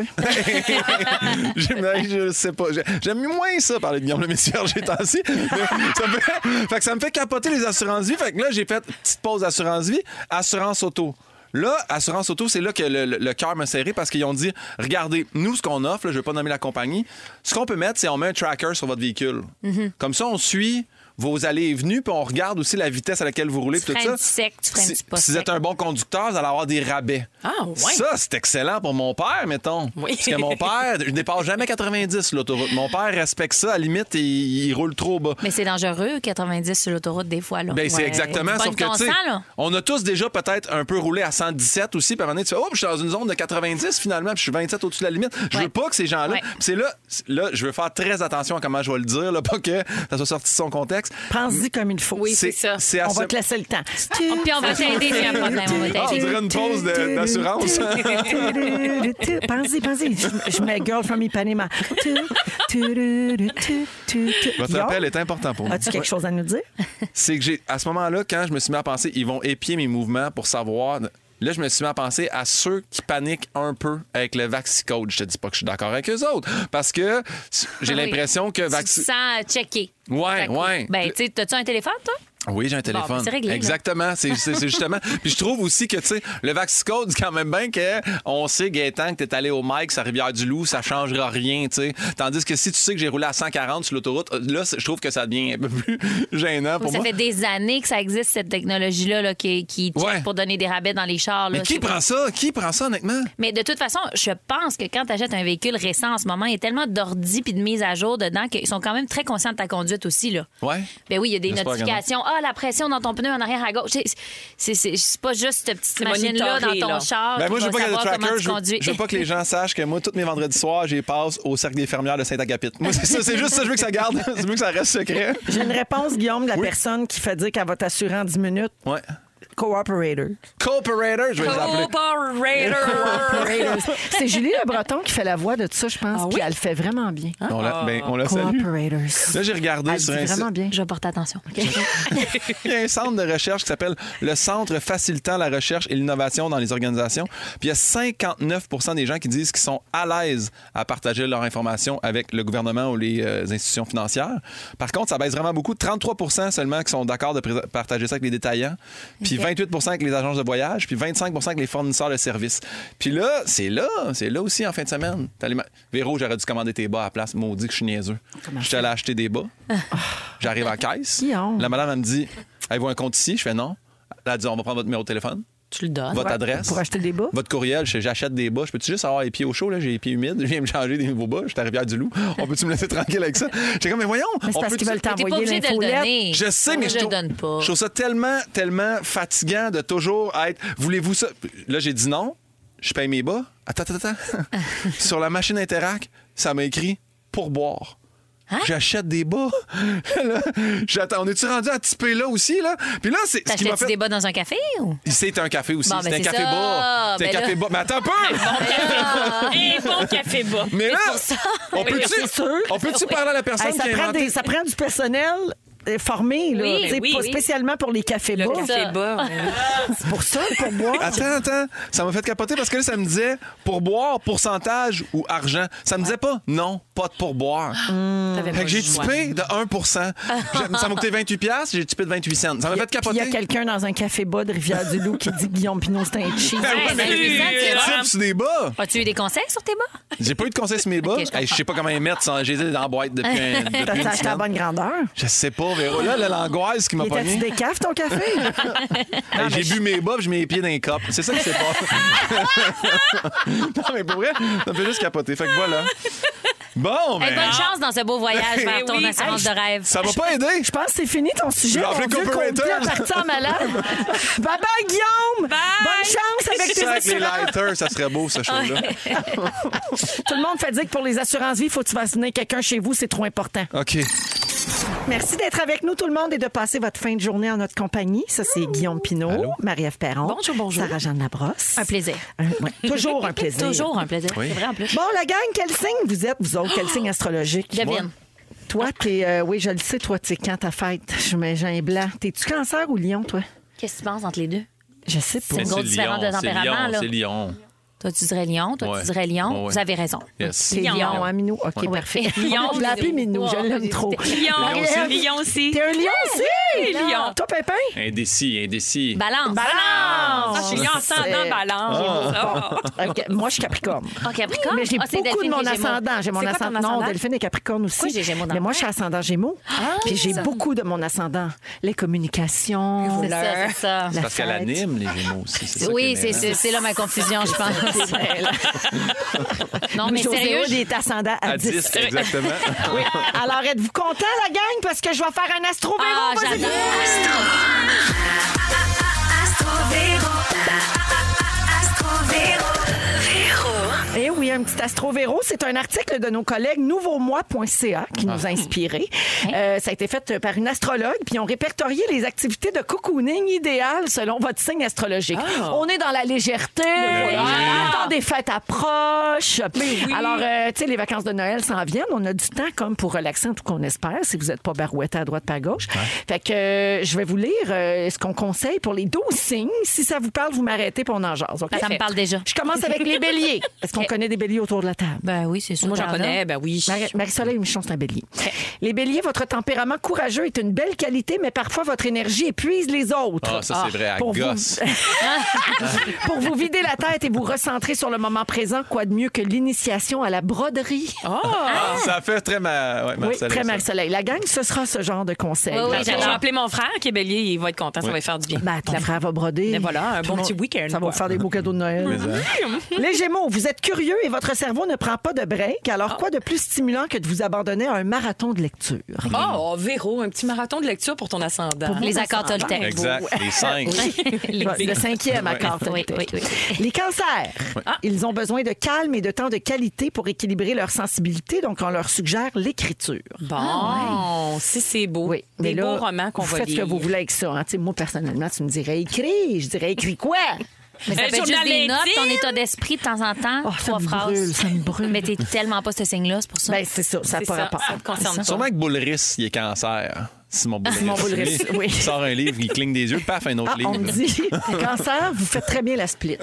Speaker 5: J'aime- je sais pas. J'ai- J'aime moins ça parler de Guillaume le Messière, j'ai tassé. Mais ça me fait, fait que ça me fait capoter les assurances vie. Fait que là, j'ai fait petite pause assurance vie, assurance auto. Là, assurance auto, c'est là que le, le- le cœur m'a serré parce qu'ils ont dit regardez, nous, ce qu'on offre, là, je vais pas nommer la compagnie, ce qu'on peut mettre, c'est on met un tracker sur votre véhicule.
Speaker 2: Mhm.
Speaker 5: Comme ça, on suit vos allées et venues, puis on regarde aussi la vitesse à laquelle vous roulez.
Speaker 2: Tu
Speaker 5: puis tout
Speaker 2: freines
Speaker 5: ça.
Speaker 2: du sec, tu freines
Speaker 5: si,
Speaker 2: du pas
Speaker 5: si vous
Speaker 2: sec.
Speaker 5: êtes un bon conducteur, vous allez avoir des rabais.
Speaker 6: Ah, ouais.
Speaker 5: Ça, c'est excellent pour mon père, mettons.
Speaker 6: Oui.
Speaker 5: Parce que mon père, je dépasse jamais 90 sur l'autoroute. Mon père respecte ça, à la limite, il, il roule trop bas.
Speaker 2: Mais c'est dangereux, 90 sur l'autoroute, des fois. Là.
Speaker 5: Ben, c'est
Speaker 2: Ouais.
Speaker 5: exactement,
Speaker 2: Bonne
Speaker 5: sauf que, tu sais,
Speaker 2: consent, là.
Speaker 5: on a tous déjà peut-être un peu roulé à 117 aussi, puis à un moment donné, tu fais, oh, je suis dans une zone de 90 finalement, puis je suis 27 au-dessus de la limite. Je
Speaker 2: Ouais.
Speaker 5: veux pas que ces gens-là.
Speaker 2: Ouais.
Speaker 5: Puis c'est là, c'est- là, je veux faire très attention à comment je vais le dire, là, pas que ça soit sorti de son contexte.
Speaker 4: Pense-y comme il faut.
Speaker 6: Oui, c'est ça.
Speaker 5: c'est à
Speaker 4: On
Speaker 5: ce-
Speaker 4: va te laisser le temps.
Speaker 2: Ah, Puis on va t'aider, il y a pas de problème, on va
Speaker 5: Ah, on
Speaker 2: t'aider.
Speaker 5: dirait une pause de- d'assurance. hein.
Speaker 4: Pensez, pensez. Je- Je mets Girl from Ipanema. Tu, tu, tu, tu, tu, tu.
Speaker 5: Votre
Speaker 4: Guillaume,
Speaker 5: appel est important pour moi.
Speaker 4: As-tu quelque chose à nous dire?
Speaker 5: c'est que j'ai à ce moment-là quand je me suis mis à penser ils vont épier mes mouvements pour savoir là je me suis mis à penser à ceux qui paniquent un peu avec le VaxiCode je te dis pas que je suis d'accord avec eux autres parce que j'ai
Speaker 2: Ah Oui.
Speaker 5: l'impression que
Speaker 2: Tu
Speaker 5: Vaxi...
Speaker 2: te sens euh, checké.
Speaker 5: Ouais, ouais. Ah,
Speaker 2: Ben, tu sais, t'as-tu un téléphone, toi?
Speaker 5: Oui, j'ai un téléphone.
Speaker 2: ben, c'est réglé, là.
Speaker 5: Exactement. C'est, c'est- c'est justement. Puis je trouve aussi que, tu sais, le Vaxicode, c'est quand même bien que on sait, Gaétan, que t'es allé au Mike, à Rivière-du-Loup, ça changera rien, tu sais. Tandis que si tu sais que j'ai roulé à 140 sur l'autoroute, euh, là, c'est- je trouve que ça devient un peu plus gênant pour
Speaker 2: ça
Speaker 5: moi.
Speaker 2: fait des années que ça existe, cette technologie-là, là, qui, qui check
Speaker 5: Ouais.
Speaker 2: pour donner des rabais dans les chars. là.
Speaker 5: Mais qui
Speaker 2: C'est-
Speaker 5: prend ça? Qui prend ça, honnêtement?
Speaker 2: Mais de toute façon, je pense que quand tu achètes un véhicule récent en ce moment, il y a tellement d'ordi puis de mise à jour dedans qu'ils sont quand même très conscients de ta conduite aussi. Là.
Speaker 5: Ouais.
Speaker 2: Ben oui, il y a des
Speaker 5: J'espère que non.
Speaker 2: notifications. Ah, la pression dans ton pneu en arrière à gauche. C'est- C'est c'est- c'est pas juste cette petite
Speaker 6: C'est
Speaker 2: machine-là dans
Speaker 6: monitoré,
Speaker 2: ton
Speaker 6: là.
Speaker 2: char.
Speaker 5: Ben
Speaker 2: qui
Speaker 5: moi, je
Speaker 2: va
Speaker 5: veux pas qu'il y ait de
Speaker 2: savoir comment
Speaker 5: tracker.
Speaker 2: Ah, tu
Speaker 5: Je veux,
Speaker 2: conduis.
Speaker 5: je veux pas que les gens sachent que moi, tous mes vendredis soirs, j'y passe au Cercle des fermières de Saint-Agapit. Moi, c'est ça. C'est juste ça. Je veux que ça garde. Je veux que ça reste secret.
Speaker 4: J'ai une réponse, Guillaume, de la personne qui fait dire qu'elle va t'assurer en 10 minutes.
Speaker 5: Ouais.
Speaker 4: Cooperator.
Speaker 5: Cooperator, je vais
Speaker 6: Oh,
Speaker 5: les appeler.
Speaker 8: C'est Julie Le Breton qui fait la voix de tout ça, je
Speaker 2: Ah
Speaker 8: pense, puis elle le fait vraiment bien.
Speaker 5: On la, ben, on la salue.
Speaker 8: Cooperators.
Speaker 5: Là, j'ai regardé
Speaker 8: Elle
Speaker 5: sur
Speaker 8: dit
Speaker 5: un site.
Speaker 8: vraiment bien.
Speaker 2: Je vais porter attention.
Speaker 5: Il y a un centre de recherche qui s'appelle le Centre facilitant la recherche et l'innovation dans les organisations. Puis il y a 59 des gens qui disent qu'ils sont à l'aise à partager leurs informations avec le gouvernement ou les euh, institutions financières. Par contre, ça baisse vraiment beaucoup. 33 seulement qui sont d'accord de pré- partager ça avec les détaillants. Puis 28 avec les agences de voyage. Puis 25 avec les fournisseurs de services. Puis là, c'est là, c'est là aussi en fin de semaine. T'as les ma- Véro, j'aurais dû commander tes bas à la place. Maudit que je suis niaiseux. Je suis allé acheter des bas. J'arrive à la caisse.
Speaker 8: Guillaume.
Speaker 5: La madame, elle me dit Avez-vous un compte ici Je fais non. Elle a dit On va prendre votre numéro de téléphone,
Speaker 6: Tu le donnes.
Speaker 5: votre adresse.
Speaker 4: pour acheter des bas.
Speaker 5: Votre courriel. Je fais, J'achète des bas. Je peux-tu juste avoir les pieds au chaud là? J'ai les pieds humides. Je viens me changer des nouveaux bas. Je suis à Rivière-du-Loup. On peut-tu me laisser tranquille avec ça J'ai comme Mais voyons
Speaker 4: Mais c'est
Speaker 5: on
Speaker 4: parce
Speaker 5: peut-tu-
Speaker 4: qu'ils veulent
Speaker 2: T'es pas obligé
Speaker 4: t'envoyer
Speaker 2: de le
Speaker 4: l'infolette.
Speaker 2: donner.
Speaker 5: je sais,
Speaker 2: Moi,
Speaker 5: mais
Speaker 2: je le
Speaker 5: trouve,
Speaker 2: donne pas.
Speaker 5: je trouve ça tellement, tellement fatigant de toujours être. Voulez-vous ça? Là, j'ai dit non. Je paye mes bas. Attends, attends, attends. Sur la machine Interac, ça m'a écrit pourboire.
Speaker 2: Hein?
Speaker 5: J'achète des bas. Là, J'attends. On est-tu rendu à typer là aussi, là? Puis là, c'est ce qui m'a
Speaker 2: T'achètes-tu
Speaker 5: fait.
Speaker 2: des bas dans un café ou?
Speaker 5: C'est un café aussi.
Speaker 2: Bon,
Speaker 5: c'est
Speaker 2: ben,
Speaker 5: un
Speaker 2: c'est
Speaker 5: café
Speaker 2: ça.
Speaker 5: bas. C'est un
Speaker 2: Ben là-
Speaker 5: café bas. Mais attends un peu!
Speaker 6: Et Eh, bon café bas.
Speaker 5: Mais là, on peut-tu
Speaker 4: c'est sûr.
Speaker 5: on peut-tu parler à la personne
Speaker 4: Hey, ça,
Speaker 5: qui a
Speaker 4: prend
Speaker 5: inventé
Speaker 4: des- ça prend du personnel euh, formé, là,
Speaker 2: Oui,
Speaker 4: tu sais,
Speaker 6: oui,
Speaker 4: pas
Speaker 6: oui.
Speaker 4: spécialement pour les cafés
Speaker 6: Le
Speaker 4: bas.
Speaker 6: café bas.
Speaker 4: Pour ça, pour boire.
Speaker 5: Attends, attends. Ça m'a fait capoter parce que là, ça me disait pourboire, pourcentage ou argent. Ça me disait pas non, pas de pourboire.
Speaker 4: Ah.
Speaker 6: T'avais
Speaker 5: Fait
Speaker 6: pas
Speaker 5: que j'ai
Speaker 6: le choix.
Speaker 5: typé de 1 J'ai- Ça m'a coûté 28 piastres, j'ai typé de 28 cents. Ça m'a fait
Speaker 4: Il y a
Speaker 5: capoter.
Speaker 4: quelqu'un dans un café bas de Rivière-du-Loup qui dit Guillaume Pinot, c'est un cheese.
Speaker 5: Ah ouais,
Speaker 2: Ouais,
Speaker 5: mais
Speaker 2: c'est
Speaker 5: tu
Speaker 2: amusant, tu vois.
Speaker 5: types sur des bas.
Speaker 2: As-tu eu des conseils sur tes bas?
Speaker 5: J'ai pas eu de conseil sur mes bas.
Speaker 2: Ok, je
Speaker 5: Hey, je sais pas comment les mettre. sans- J'ai les dans la boîte depuis, un, depuis
Speaker 4: T'as
Speaker 5: une
Speaker 4: acheté à la
Speaker 5: semaine.
Speaker 4: bonne grandeur.
Speaker 5: Je sais pas, Véro. Là, la l'angoisse qui m'a
Speaker 4: Il
Speaker 5: pogné.
Speaker 4: était-tu des caves, ton café?
Speaker 5: Hey, j'ai bu mes bobs, je mets les pieds dans les copes. C'est ça qui s'est passé. non, mais pour vrai, ça me fait juste capoter. Fait que voilà. Bon, ben.
Speaker 2: Hey,
Speaker 5: mais.
Speaker 2: bonne chance dans ce beau voyage
Speaker 5: Eh
Speaker 2: vers ton
Speaker 6: oui.
Speaker 2: assurance de rêve.
Speaker 5: Ça va pas aider?
Speaker 4: Je pense que c'est fini ton
Speaker 5: Je
Speaker 4: sujet.
Speaker 5: vais
Speaker 4: Mon
Speaker 5: appeler
Speaker 4: Dieu,
Speaker 5: Cooperator.
Speaker 4: Coldplay a parti en malade. bye bye, Guillaume. Bonne chance avec tes
Speaker 5: Ça, avec les
Speaker 4: assurances.
Speaker 5: lighters, ça serait beau, ce show-là.
Speaker 4: Tout le monde fait dire que pour les assurances-vie, il faut que tu fasses venir quelqu'un chez vous. C'est trop important.
Speaker 5: OK.
Speaker 4: Merci d'être avec nous tout le monde et de passer votre fin de journée en notre compagnie. Ça, c'est Guillaume Pinault, Marie-Ève Perron.
Speaker 6: Bonjour, bonjour.
Speaker 4: Sarah-Jeanne Labrosse.
Speaker 2: Un plaisir.
Speaker 4: Un- ouais, toujours un plaisir.
Speaker 2: Ah. Toujours un plaisir.
Speaker 5: Oui.
Speaker 2: C'est vrai en plus.
Speaker 4: Bon, la gang, quel signe vous êtes, vous autres? Quel signe astrologique?
Speaker 2: Devienne.
Speaker 4: Toi, t'es... euh, oui, je le sais, toi, t'es quand ta fête? Je mets Jean Blanc. T'es-tu cancer ou lion, toi?
Speaker 2: Qu'est-ce que tu penses entre les deux?
Speaker 4: Je sais pas.
Speaker 2: une grosse différence de tempérament, là.
Speaker 5: C'est Lyon.
Speaker 2: Toi, tu dirais Lyon. Toi,
Speaker 5: Ouais.
Speaker 2: tu dirais Lyon.
Speaker 5: Ouais, ouais.
Speaker 2: Vous avez raison.
Speaker 5: Yes.
Speaker 4: T'es
Speaker 2: Lion.
Speaker 4: lion, hein, Minou? OK, parfait.
Speaker 2: Lion,
Speaker 4: je l'ai appelé Minou, je l'aime trop.
Speaker 6: Lyon aussi. Lyon aussi.
Speaker 4: T'es un lion aussi?
Speaker 6: Lion.
Speaker 4: Toi, Pépin?
Speaker 5: Indécis, indécis.
Speaker 2: Balance.
Speaker 6: Ah, je suis en
Speaker 4: C'est-
Speaker 6: ascendant balance. Ah.
Speaker 4: OK, Moi, je suis Capricorne.
Speaker 2: Ah, Capricorne?
Speaker 4: Mais j'ai
Speaker 2: Ah, c'est
Speaker 4: beaucoup de
Speaker 2: Delphine
Speaker 4: mon
Speaker 2: et Gémeaux.
Speaker 4: ascendant. J'ai mon
Speaker 6: C'est quoi ton
Speaker 4: ascendant. Non,
Speaker 6: ascendant?
Speaker 4: Delphine et Capricorne aussi.
Speaker 2: Pourquoi j'ai Gémeaux dans Ah,
Speaker 4: Mais
Speaker 2: le
Speaker 4: moi,
Speaker 2: coin?
Speaker 4: je suis ascendant Gémeaux. Puis j'ai beaucoup de mon ascendant. Les communications. Ah,
Speaker 2: C'est ça, c'est ça.
Speaker 5: Ah, Parce qu'elle anime les Gémeaux aussi. c'est ça qui
Speaker 2: Oui, c'est-
Speaker 5: énervant.
Speaker 2: c'est c'est là ma confusion, je pense. non, mais
Speaker 4: José
Speaker 2: sérieux,
Speaker 4: Hood est ascendant à,
Speaker 5: hein? À 10, exactement.
Speaker 4: Oui. Alors, êtes-vous content, la gang? Parce que je vais faire un astro
Speaker 2: Ah,
Speaker 4: Véro, vas-y.
Speaker 2: j'adore.
Speaker 4: Eh oui, un petit astro Véro. C'est un article de nos collègues nouveaumois.ca qui nous
Speaker 2: Ah.
Speaker 4: a inspirés.
Speaker 2: Hein?
Speaker 4: Euh, ça a été fait par une astrologue, puis on répertorié les activités de cocooning idéales selon votre signe astrologique.
Speaker 2: Ah.
Speaker 4: On est dans la légèreté, le temps des fêtes approche. Alors, euh, tu sais, les vacances de Noël s'en viennent. On a du temps comme pour relaxer, en tout qu'on espère, si vous n'êtes pas barouetté à droite, pas à gauche. Fait que euh, je vais vous lire euh, ce qu'on conseille pour les 12 signes. Si ça vous parle, vous m'arrêtez, puis on en jase. OK?
Speaker 2: ça me parle déjà.
Speaker 4: Je commence avec les béliers. Est-ce qu'on connaît des béliers autour de la table?
Speaker 2: Ben oui, c'est sûr.
Speaker 6: Moi, j'en
Speaker 2: t'en as.
Speaker 6: connais, ben oui.
Speaker 4: Marie- Marie-Soleil Michon, c'est un bélier. Les béliers, votre tempérament courageux est une belle qualité, mais parfois votre énergie épuise les autres.
Speaker 5: Ah, ça, c'est vrai, à
Speaker 4: pour vous-
Speaker 5: gosse.
Speaker 4: Pour vous vider la tête et vous recentrer sur le moment présent, quoi de mieux que l'initiation à la broderie?
Speaker 2: Oh!
Speaker 5: Ah, ça a fait très ma... ouais,
Speaker 4: oui,
Speaker 5: Marcel,
Speaker 4: très
Speaker 5: ça.
Speaker 4: Marie-Soleil. La gang, ce sera ce genre de conseil.
Speaker 2: Oui, oui,
Speaker 6: Je vais appeler mon frère qui est bélier, il va être content, ça va lui faire du bien.
Speaker 4: Ben, ton frère va broder.
Speaker 6: Mais voilà, un
Speaker 4: Tout
Speaker 6: bon
Speaker 4: le
Speaker 6: petit
Speaker 4: monde-
Speaker 6: week-end,
Speaker 4: Ça va
Speaker 6: quoi.
Speaker 4: vous faire des beaux cadeaux de Noël. Les Gémeaux, vous êtes curieux et votre cerveau ne prend pas de break.
Speaker 6: Ah.
Speaker 4: Alors, quoi de plus stimulant que de vous abandonner à un marathon de lecture?
Speaker 6: Oh, Véro, un petit marathon de lecture pour ton ascendant.
Speaker 2: Les accords Toltec.
Speaker 5: Exact, les 5.
Speaker 4: Le cinquième accord.
Speaker 2: Oui,
Speaker 4: Toltec.
Speaker 2: oui, oui.
Speaker 4: Les cancers,
Speaker 6: Ah.
Speaker 4: ils ont besoin de calme et de temps de qualité pour équilibrer leur sensibilité, donc on leur suggère l'écriture.
Speaker 6: Bon, si c'est beau.
Speaker 4: Oui,
Speaker 6: Des
Speaker 4: là,
Speaker 6: beaux romans qu'on
Speaker 4: vous
Speaker 6: va
Speaker 4: faites ce que
Speaker 6: lire.
Speaker 4: vous voulez avec ça. hein. Tu sais, Moi, personnellement, tu me dirais écris. Je dirais écris quoi?
Speaker 2: Mais ça
Speaker 6: Un
Speaker 5: Euh,
Speaker 2: peut être juste
Speaker 6: journal
Speaker 2: des notes, ton
Speaker 6: intime.
Speaker 2: état d'esprit de temps en
Speaker 6: Ah,
Speaker 2: temps,
Speaker 4: Oh, ça
Speaker 2: trois
Speaker 4: me
Speaker 2: phrases.
Speaker 4: brûle, ça me brûle.
Speaker 2: Mais t'es tellement pas ce signe-là, c'est pour ça.
Speaker 4: Ben, c'est ça, ça n'a
Speaker 6: C'est
Speaker 4: pas
Speaker 6: ça,
Speaker 4: rapport.
Speaker 6: ça te concerne pas.
Speaker 5: Sûrement que Boulris, il est cancer. Simon Boulris.
Speaker 4: Simon Boulris,
Speaker 5: Lui,
Speaker 4: oui.
Speaker 5: Il sort un livre, il cligne des yeux, paf, un autre
Speaker 4: Ah,
Speaker 5: livre.
Speaker 4: on me dit, cancer, vous faites très bien la split.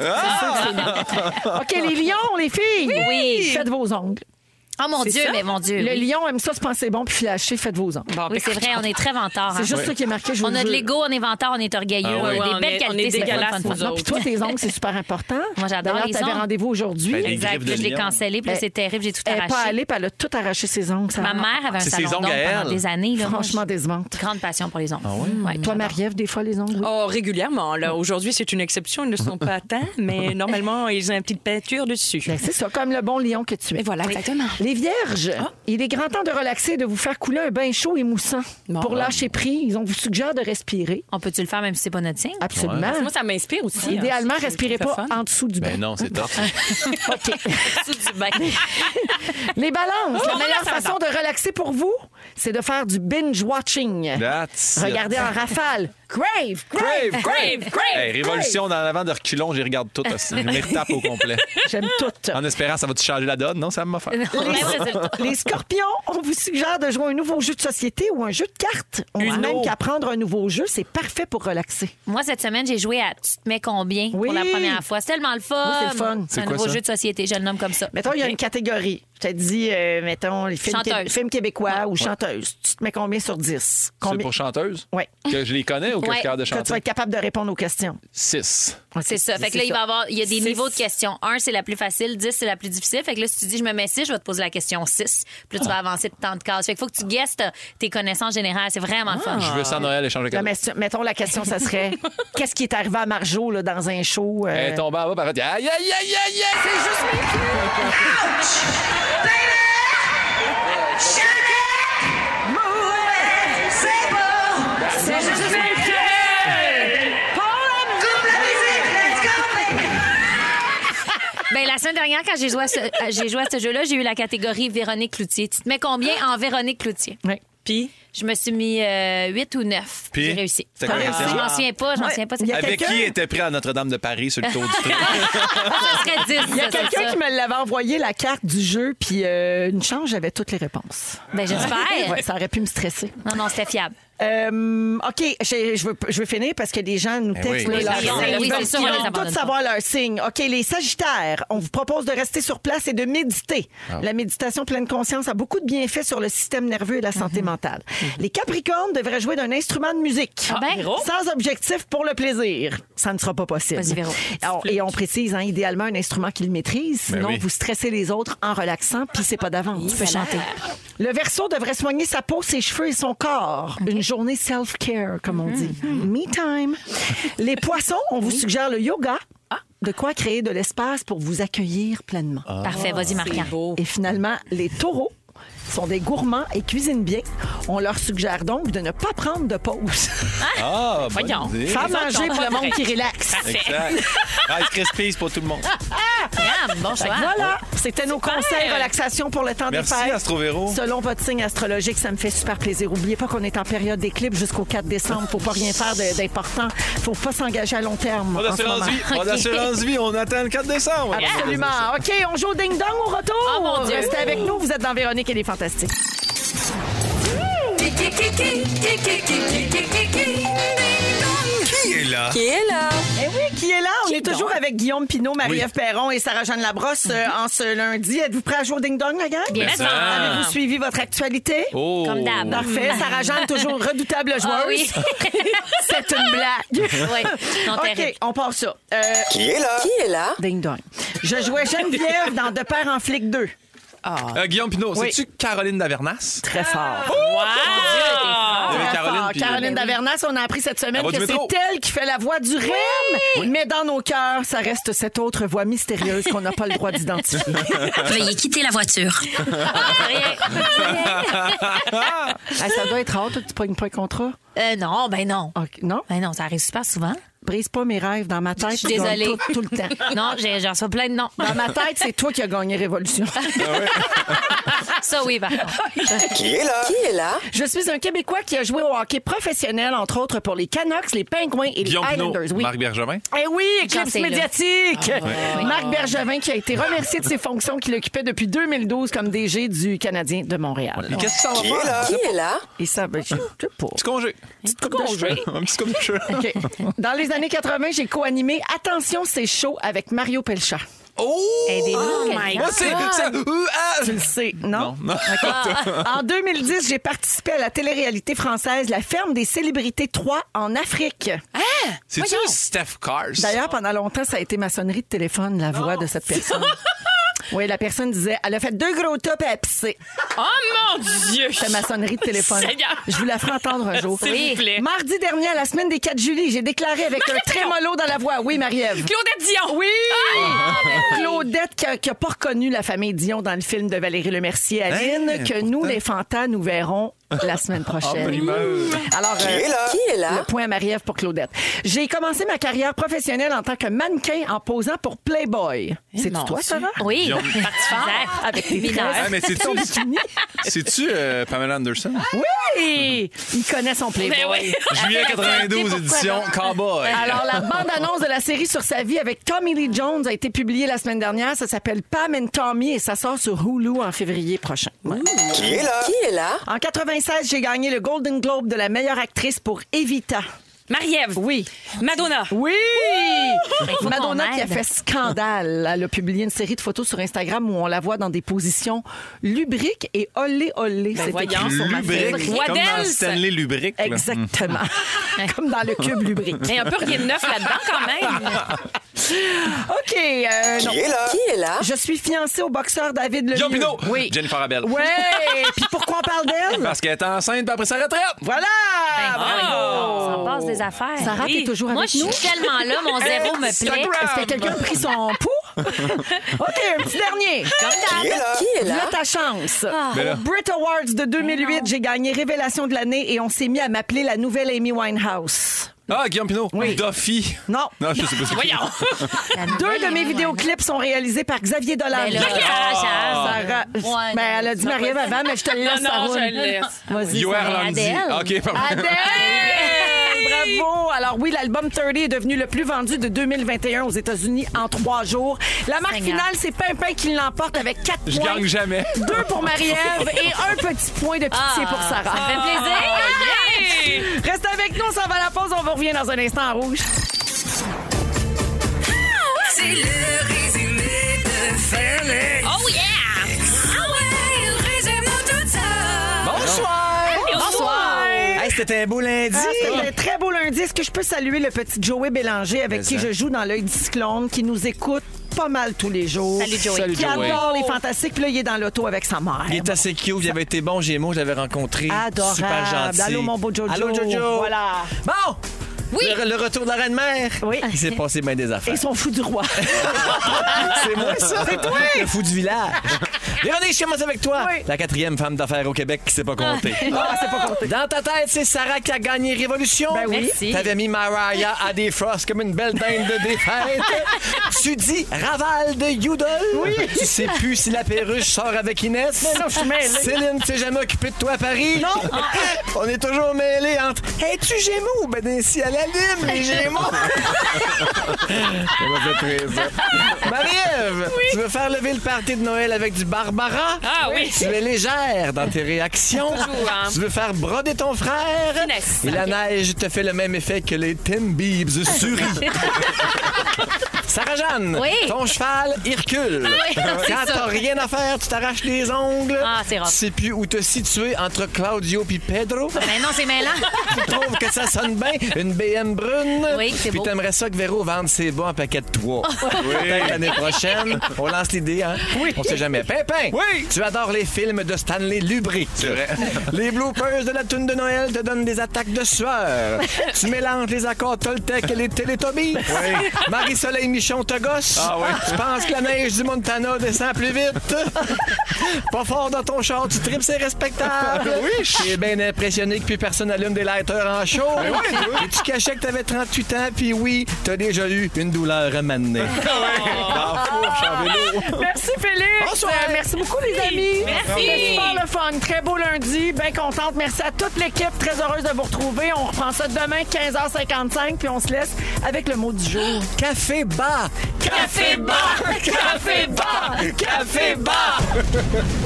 Speaker 4: OK, les lions, les filles.
Speaker 2: Oui.
Speaker 4: Faites vos ongles.
Speaker 2: oh mon
Speaker 6: c'est
Speaker 2: Dieu,
Speaker 6: ça?
Speaker 2: mais mon Dieu.
Speaker 4: Le
Speaker 2: oui.
Speaker 4: lion aime ça se penser bon puis flasher, faites vos ongles.
Speaker 6: Bon,
Speaker 2: Oui, c'est vrai, on est très vantard.
Speaker 4: C'est
Speaker 2: hein.
Speaker 4: juste ça qui est marqué. Je vous
Speaker 2: On a de
Speaker 4: jure.
Speaker 2: l'ego, on est vantard, on est orgueilleux.
Speaker 5: Ah
Speaker 2: on a
Speaker 5: ouais.
Speaker 2: des
Speaker 6: On
Speaker 2: belles
Speaker 6: est- on
Speaker 2: qualités,
Speaker 6: est
Speaker 2: c'est le fun,
Speaker 6: dégueulasse,
Speaker 2: fun, fun,
Speaker 6: nous
Speaker 2: fun.
Speaker 4: Non, puis toi, tes ongles, c'est super important.
Speaker 2: Moi, j'adore
Speaker 4: D'ailleurs,
Speaker 2: les
Speaker 4: t'avais
Speaker 2: ongles.
Speaker 4: rendez-vous aujourd'hui.
Speaker 5: Ben, des
Speaker 2: Exact.
Speaker 5: griffes de
Speaker 2: Puis là, je l'ai
Speaker 5: lion. Eh,
Speaker 2: cancellé, puis là, c'est terrible, j'ai tout
Speaker 4: Elle n'est pas
Speaker 2: arraché.
Speaker 4: allée, puis elle a tout arraché ses ongles. ça
Speaker 2: Ma
Speaker 4: marche.
Speaker 2: mère avait un
Speaker 5: C'est ses
Speaker 2: salon
Speaker 5: ongles
Speaker 2: d'ongles
Speaker 5: à elle. Ah
Speaker 2: pendant des années. là.
Speaker 4: Franchement
Speaker 2: Moi, j'ai
Speaker 4: décevante.
Speaker 2: une grande passion pour les ongles. Ouais,
Speaker 4: Toi,
Speaker 2: j'adore.
Speaker 4: Marie-Ève, des fois, les ongles. oui.
Speaker 6: Oh, régulièrement. Là, aujourd'hui, c'est une exception. Ils ne sont pas atteints, mais normalement, ils ont une petite peinture dessus.
Speaker 4: Ben, c'est ça, Ben, comme le bon lion que tu es.
Speaker 6: Et voilà, exactement.
Speaker 4: Les vierges,
Speaker 2: Ah.
Speaker 4: il est grand temps de relaxer et de vous faire couler un bain chaud et moussant.
Speaker 6: Bon.
Speaker 4: pour lâcher prise, on vous suggère de respirer.
Speaker 2: On peut-tu le faire même si c'est pas notre signe?
Speaker 5: Ah,
Speaker 4: Absolument.
Speaker 6: Moi, ça m'inspire aussi. hein.
Speaker 4: Idéalement, respirez pas en dessous du bain.
Speaker 5: Ben non, c'est top.
Speaker 4: Les balances, la
Speaker 6: Oh,
Speaker 4: meilleure
Speaker 6: là, ça
Speaker 4: façon de relaxer pour vous, c'est de faire du binge-watching.
Speaker 5: That's it.
Speaker 4: Regardez en rafale. Crave,
Speaker 5: Crave,
Speaker 4: crave.
Speaker 5: crave, crave! Hey, révolution dans l'avant de reculons, j'y regarde tout. aussi. Je me retape au complet.
Speaker 4: J'aime tout.
Speaker 5: En espérant, ça va-tu changer la donne? Non, ça m'a fait.
Speaker 4: Les scorpions, on vous suggère de jouer un nouveau jeu de société ou un jeu de cartes. On dit même qu'apprendre un nouveau jeu, c'est parfait pour relaxer.
Speaker 2: Moi, cette semaine, j'ai joué à Tu te mets combien
Speaker 4: Oui.
Speaker 2: pour la première fois. C'est tellement le fun.
Speaker 4: Oui, c'est le fun.
Speaker 2: C'est
Speaker 5: C'est
Speaker 2: un
Speaker 5: quoi
Speaker 2: nouveau
Speaker 5: ça?
Speaker 2: jeu de société, je le nomme comme ça.
Speaker 4: Mettons, il y a une catégorie. Je te dis, euh, mettons, les films,
Speaker 2: Chanteuse.
Speaker 4: qué- films québécois ou chanteuses. Tu te mets combien sur 10?
Speaker 5: C'est
Speaker 4: Combien...
Speaker 5: pour chanteuse?
Speaker 4: Ouais.
Speaker 5: Que je les connais ou que je
Speaker 2: Ouais.
Speaker 5: suis capable de
Speaker 4: Que tu vas
Speaker 5: chanter?
Speaker 4: être capable de répondre aux questions.
Speaker 5: 6.
Speaker 2: C'est ça. Fait que là, il va y avoir, il y a des niveaux de questions. Un, c'est la plus facile. 10, c'est la plus difficile. Fait que là, si tu dis, je me mets 6, je vais te poser la question 6. Puis là, tu vas avancer de tant de cases. Fait que faut que tu guesses ta- tes connaissances générales. C'est vraiment le fun.
Speaker 4: Ah.
Speaker 5: Je veux ça à Noël échanger
Speaker 4: Là,
Speaker 5: avec
Speaker 4: mais- mettons, la question, ça serait qu'est-ce qui est arrivé à Marjo là, dans un show? euh,
Speaker 5: Elle est tombée en bas, puis elle a fait Aïe, aïe, aïe, aïe, aïe!
Speaker 4: C'est juste mes pieds. C'est juste mes pieds. Pour
Speaker 2: Ben, la semaine dernière, quand j'ai joué à ce, à- j'ai joué à ce jeu-là, j'ai eu la catégorie Véronique Cloutier. Tu te mets combien en Véronique Cloutier?
Speaker 4: la- Ouais.
Speaker 6: Puis,
Speaker 2: Je me suis mis 8 ou 9.
Speaker 5: Puis?
Speaker 2: J'ai réussi.
Speaker 5: C'était quoi la
Speaker 2: Ah,
Speaker 5: question?
Speaker 2: Je m'en souviens pas, je m'en
Speaker 4: Ouais.
Speaker 2: souviens pas.
Speaker 4: Il y a
Speaker 5: Avec
Speaker 4: quelqu'un-
Speaker 5: qui était prêt à Notre-Dame de Paris sur le tour du truc?
Speaker 2: Ça Ah, serait 10.
Speaker 4: Il y a quelqu'un qui me l'avait envoyé la carte du jeu, puis euh, une chance, j'avais toutes les réponses.
Speaker 2: Ben, j'espère.
Speaker 4: Ouais, ça aurait pu me stresser.
Speaker 2: Non, non, c'était fiable.
Speaker 4: Euh, OK, je, je veux, je veux finir parce que les gens nous
Speaker 5: Eh
Speaker 4: textent
Speaker 5: oui.
Speaker 4: là,
Speaker 2: Oui,
Speaker 4: leur
Speaker 2: oui,
Speaker 4: signe.
Speaker 2: oui,
Speaker 4: Donc,
Speaker 2: c'est sûr,
Speaker 4: ils
Speaker 2: on les
Speaker 4: veulent
Speaker 2: abandonne
Speaker 4: tous
Speaker 2: pas.
Speaker 4: savoir leur signe. OK, les Sagittaires, on vous propose de rester sur place et de méditer.
Speaker 5: Ah.
Speaker 4: La méditation pleine conscience a beaucoup de bienfaits sur le système nerveux et la santé mentale. Les Capricornes devraient jouer d'un instrument de musique.
Speaker 2: Ah ben. Véro?
Speaker 4: sans objectif pour le plaisir. Ça ne sera pas possible.
Speaker 2: Vas-y, Véro.
Speaker 4: Alors, et on précise, hein, idéalement, un instrument qu'ils maîtrisent.
Speaker 5: Ben
Speaker 4: Sinon,
Speaker 5: oui.
Speaker 4: vous stressez les autres en relaxant, puis c'est pas d'avance. Tu peux chanter. Le verso devrait soigner sa peau, ses cheveux et son corps. Une journée self-care, comme on dit. Me time. Les poissons, on vous suggère le yoga. De quoi créer de l'espace pour vous accueillir pleinement.
Speaker 2: Parfait, vas-y, Marc-Anne.
Speaker 4: Et finalement, les taureaux sont des gourmands et cuisinent bien. On leur suggère donc de ne pas prendre de pause.
Speaker 5: Ah, bonne
Speaker 6: Voyons.
Speaker 5: idée.
Speaker 4: Faire manger
Speaker 6: sont
Speaker 4: pour
Speaker 6: pas
Speaker 4: le monde qui relaxe.
Speaker 5: Exact. Rice Krispies pour tout le monde.
Speaker 2: Ah, bon choix.
Speaker 4: Voilà, c'était nos conseils relaxation pour le temps
Speaker 5: Merci,
Speaker 4: des fêtes.
Speaker 5: Astro Véro.
Speaker 4: Selon votre signe astrologique, ça me fait super plaisir. Oubliez pas qu'on est en période d'éclipse jusqu'au 4 décembre. Faut pas rien faire de- d'important. Faut pas s'engager à long terme.
Speaker 5: Pas
Speaker 4: en ce moment.
Speaker 5: d'assurance vie. Pas d'assurance vie. On attend le 4 décembre.
Speaker 4: Absolument. OK, on joue au ding-dong au retour.
Speaker 2: Oh, mon Dieu.
Speaker 4: Restez avec nous. Vous êtes dans Véronique et les Fantastiques.
Speaker 3: Qui est là?
Speaker 4: Eh oui, qui est là? On est toujours avec Guillaume Pinot, Marie-Ève Perron et Sarah-Jeanne Labrosse euh, en ce lundi. Êtes-vous prêts à jouer au ding-dong, la gang?
Speaker 2: Bien
Speaker 5: sûr.
Speaker 4: Avez-vous suivi votre actualité?
Speaker 5: Oh.
Speaker 2: Comme d'hab.
Speaker 4: Parfait. Sarah-Jeanne, toujours redoutable joueuse.
Speaker 2: Ah oui.
Speaker 4: C'est une blague.
Speaker 2: oui. Non, terrible.
Speaker 4: OK, on part ça. Euh,
Speaker 3: Qui est là?
Speaker 4: ding dong. Je jouais Geneviève dans De Père en flic 2.
Speaker 5: Euh, Guillaume Pinot,
Speaker 4: Oui.
Speaker 5: c'est-tu Caroline Davernas?
Speaker 4: Très fort.
Speaker 5: Il y avait
Speaker 4: Très fort.
Speaker 5: Ah. Caroline. puis-
Speaker 4: Ah, Caroline Davernas, on a appris cette semaine
Speaker 5: La voix
Speaker 4: que
Speaker 5: du
Speaker 4: c'est
Speaker 5: métro.
Speaker 4: elle qui fait la voix du REM. Mais dans nos cœurs, ça reste cette autre voix mystérieuse qu'on n'a pas le droit d'identifier.
Speaker 1: Veuillez quitter la voiture.
Speaker 4: Ah, ça doit être rare, toi, que tu pognes pas un contrat.
Speaker 2: Euh, non, ben non.
Speaker 4: Ok, Non?
Speaker 2: Ben non, ça arrive super souvent.
Speaker 4: Brise pas mes rêves dans ma tête.
Speaker 2: Je suis
Speaker 4: tu gagnes
Speaker 2: désolée.
Speaker 4: Tout, tout le temps.
Speaker 2: Non, j'ai- j'en reçois plein de noms.
Speaker 4: Dans ma tête, c'est toi qui as gagné Révolution.
Speaker 2: Ça, oui, ben, par
Speaker 4: Oh
Speaker 2: contre.
Speaker 3: Qui est là?
Speaker 4: Je suis un Québécois qui a joué au hockey professionnel, entre autres pour les Canucks, les Penguins et les
Speaker 5: Guillaume Pinot,
Speaker 4: Islanders. Oui.
Speaker 5: Marc Bergevin.
Speaker 4: Eh oui, éclipse
Speaker 2: Chancez-le.
Speaker 4: médiatique! Marc Bergevin qui a été remercié de ses fonctions qu'il occupait depuis 2012 comme DG du Canadien de Montréal.
Speaker 5: Puis Qu'est-ce que ça va
Speaker 3: Qui
Speaker 5: faire?
Speaker 3: est là?
Speaker 4: Et ça, ben, je sais pas.
Speaker 5: Petit congé.
Speaker 4: Petite coupe de cheveux.
Speaker 5: Un petit coup de cheveux.
Speaker 4: OK. Dans les années 80, j'ai co-animé Attention, c'est chaud avec Mario Pelchat.
Speaker 5: Oh!
Speaker 2: Aidez-nous.
Speaker 5: Moi, c'est. ça- Ouh, ah!
Speaker 4: Tu le sais, non?
Speaker 5: Non, non.
Speaker 4: Ah. OK. En 2010, j'ai participé à la télé-réalité française La ferme des célébrités 3 en Afrique.
Speaker 5: C'est-tu Steph Cars?
Speaker 4: D'ailleurs, pendant longtemps, ça a été ma sonnerie de téléphone, la voix de cette personne. Oui, la personne disait Elle a fait deux gros tops et elle a pissé.
Speaker 6: Oh mon Dieu!
Speaker 4: C'était ma sonnerie de téléphone.
Speaker 6: Seigneur.
Speaker 4: Je vous la ferai entendre un jour.
Speaker 6: S'il vous plaît.
Speaker 4: Mardi dernier, à la semaine des 4 juillet, j'ai déclaré avec un trémolo dans la voix. Oui, Marie-Ève.
Speaker 6: Claudette Dion!
Speaker 4: Oui! Claudette qui a, qui a pas reconnu la famille Dion dans le film de Valérie Lemercier Aline,
Speaker 5: Hein,
Speaker 4: que nous, les fantas, nous verrons la semaine
Speaker 5: Ah,
Speaker 4: prochaine. Alors, euh,
Speaker 9: Qui est là?
Speaker 4: le point à Marie-Ève pour Claudette. J'ai commencé ma carrière professionnelle en tant que mannequin en posant pour Playboy. C'est
Speaker 6: mon
Speaker 4: toi, Sarah?
Speaker 2: Oui,
Speaker 5: Guillaume.
Speaker 2: parti fort.
Speaker 4: Avec tes
Speaker 2: Mineur.
Speaker 4: tresses.
Speaker 5: Ah, mais c'est-tu, c'est-tu euh, Pamela Anderson?
Speaker 4: Ah, Oui! Il connaît son
Speaker 6: Ben
Speaker 4: Playboy.
Speaker 5: Juillet 92, édition Cowboy.
Speaker 4: Alors, la bande-annonce de la série sur sa vie avec Tommy Lee Jones a été publiée la semaine dernière. Ça s'appelle Pam and Tommy et ça sort sur Hulu en février prochain. Ouais.
Speaker 3: Qui est là?
Speaker 9: Qui est là?
Speaker 4: En 96, j'ai gagné le Golden Globe de la meilleure actrice pour Evita.
Speaker 6: Marie-Ève!
Speaker 4: Oui.
Speaker 6: Madonna!
Speaker 4: Oui!
Speaker 2: faut
Speaker 4: Madonna
Speaker 2: qu'on
Speaker 4: qui a
Speaker 2: aide.
Speaker 4: fait scandale. Elle a publié une série de photos sur Instagram où on la voit dans des positions lubriques et olé olé. C'est
Speaker 6: voyons.
Speaker 4: écrit sur ma feuille.
Speaker 5: Lubrique,
Speaker 6: Waddles.
Speaker 5: comme dans Stanley Lubrique. là.
Speaker 4: Exactement. Comme dans le cube lubrique.
Speaker 6: Mais un peu rien de neuf là-dedans quand même.
Speaker 4: OK. euh, non.
Speaker 3: Qui est là?
Speaker 9: Qui est là?
Speaker 4: Je suis fiancée au boxeur David Lemieux.
Speaker 5: Mm. Guillaume Pinot!
Speaker 4: Oui.
Speaker 5: Jennifer Abel.
Speaker 4: Ouais! Puis pourquoi on parle d'elle?
Speaker 5: Parce qu'elle est enceinte, puis après sa retraite.
Speaker 4: Voilà!
Speaker 2: Ben, Ça en passe des affaires.
Speaker 4: Sarah, t'es toujours
Speaker 2: Moi,
Speaker 4: avec
Speaker 2: je
Speaker 4: nous?
Speaker 2: suis tellement là, mon zéro me plaît.
Speaker 4: Est-ce que quelqu'un a pris son pouls? OK, un petit dernier.
Speaker 3: Qui est là?
Speaker 9: Qui est
Speaker 4: Là,
Speaker 9: là?
Speaker 4: ta chance.
Speaker 5: Mais Ben là-
Speaker 4: Au Brit Awards de 2008, j'ai gagné Révélation de l'année et on s'est mis à m'appeler la nouvelle Amy Winehouse.
Speaker 5: Ah, Guillaume Pinot.
Speaker 4: Oui.
Speaker 5: Duffy.
Speaker 4: Non.
Speaker 5: Non, je sais pas. c'est qui.
Speaker 6: Voyons!
Speaker 4: Deux de mes vidéoclips sont réalisés par Xavier Dolan.
Speaker 2: Ben là, Sarah,
Speaker 4: Sarah,
Speaker 2: Ouais,
Speaker 4: ben, elle a dit marie avant, mais je te le laisse,
Speaker 6: non,
Speaker 4: Sarah.
Speaker 6: je le laisse.
Speaker 4: Vas-y,
Speaker 5: You
Speaker 4: Sarah.
Speaker 5: are Landy.
Speaker 2: Adèle.
Speaker 5: OK, pardon.
Speaker 4: Adèle! Bravo! Alors oui, l'album 30 est devenu le plus vendu de 2021 aux États-Unis en trois jours. La marque
Speaker 2: Seigneur.
Speaker 4: finale, c'est Pimpin qui l'emporte avec 4
Speaker 5: Je
Speaker 4: points.
Speaker 5: gagne jamais.
Speaker 4: Deux pour Marie-Ève et un petit point de pitié pour
Speaker 2: Ah, Ça me
Speaker 4: Sarah. Ah,
Speaker 2: fait plaisir.
Speaker 4: Restez avec nous, on s'en va à la pause, on vous revient dans un instant en rouge.
Speaker 1: C'est le résumé de Félix.
Speaker 2: Oh yeah!
Speaker 1: Ah ouais, il résume tout ça.
Speaker 5: Bonsoir.
Speaker 2: Bonsoir.
Speaker 5: Hey, c'était un beau lundi.
Speaker 4: Ah, C'était un très beau lundi. Est-ce que je peux saluer le petit Joey Bélanger avec qui je joue dans l'œil du cyclone, qui nous écoute pas mal tous les jours.
Speaker 2: Salut, Joey.
Speaker 5: Salut,
Speaker 4: Qui
Speaker 5: Joey.
Speaker 4: adore les fantastiques. Puis là, il est dans l'auto avec sa mère.
Speaker 10: Il est assez cute, il avait été bon, GMO, je l'avais rencontré.
Speaker 4: Adorable.
Speaker 10: Super gentil.
Speaker 4: Allô, mon beau Jojo.
Speaker 10: Allô, Jojo.
Speaker 4: Voilà.
Speaker 10: Bon!
Speaker 2: Oui.
Speaker 10: Le, le retour de la reine-mère.
Speaker 4: Oui.
Speaker 2: Ah,
Speaker 10: Il s'est passé bien des affaires.
Speaker 4: Ils sont fous du roi.
Speaker 10: C'est moi, ça. C'est toi. Le fou du village. Véronique, je commence avec toi.
Speaker 4: Oui. Ah.
Speaker 10: La quatrième femme d'affaires au Québec qui s'est pas comptée.
Speaker 4: c'est pas compté.
Speaker 10: Dans ta tête, c'est Sarah qui a gagné Révolution.
Speaker 4: Ben oui.
Speaker 2: Merci.
Speaker 10: T'avais mis Mariah à des frosts comme une belle dinde de défaite. tu dis Raval de Udall. Oui. Tu sais plus si la perruche sort avec Inès.
Speaker 4: Mais non, je suis mêlée.
Speaker 10: Céline, tu t'es jamais occupée de toi à Paris. Non. On est toujours mêlés entre Es-tu Gémeaux? Ben, si à la lime, les Gémeaux. Marie-Ève, tu veux faire lever le party de Noël avec du Barbara?
Speaker 6: Ah oui!
Speaker 10: Tu es légère dans tes réactions.
Speaker 6: Toujours, hein.
Speaker 10: Tu veux faire broder ton frère.
Speaker 6: Finesse.
Speaker 10: Et la neige te fait le même effet que les Tim Biebs souris. Sarah-Jeanne,
Speaker 2: Oui.
Speaker 10: ton cheval, il recule. Quand t'as rien à faire, tu t'arraches les ongles.
Speaker 2: Ah, c'est rough.
Speaker 10: Tu sais plus où te situer entre Claudio puis Pedro.
Speaker 2: Mais Ben non, c'est mêlant.
Speaker 10: tu trouves que ça sonne bien, une BM brune.
Speaker 2: Oui, c'est
Speaker 10: Puis
Speaker 2: beau.
Speaker 10: t'aimerais ça que Véro vende ses bas en paquet de trois. Peut-être l'année prochaine. On lance l'idée, hein? Oui. On sait jamais. Pimpin!
Speaker 5: Oui.
Speaker 10: Tu adores les films de Stanley Lubrick.
Speaker 5: C'est vrai.
Speaker 10: Les bloopers de la toune de Noël te donnent des attaques de sueur. tu mélanges les accords Toltec et les Télétobies. Marie-Soleil Michon te gosse.
Speaker 5: Ah oui.
Speaker 10: Tu penses que la neige du Montana descend plus vite. Pas fort dans ton char, tu tripes, c'est respectable. Oui. Tu es bien impressionné que plus personne allume des lighters en chaud. Et tu cachais que t'avais 38 ans, puis oui, t'as déjà eu une douleur à maner.
Speaker 4: Merci, Félix.
Speaker 10: Bonsoir.
Speaker 4: Euh, Merci beaucoup, les amis. Merci. C'était super le fun. Très beau lundi. Bien contente. Merci à toute l'équipe. Très heureuse de vous retrouver. On reprend ça demain, 15h55. Puis on se laisse avec le mot du jour.
Speaker 10: Café bas.
Speaker 4: Café bar! Café bar! Café bar!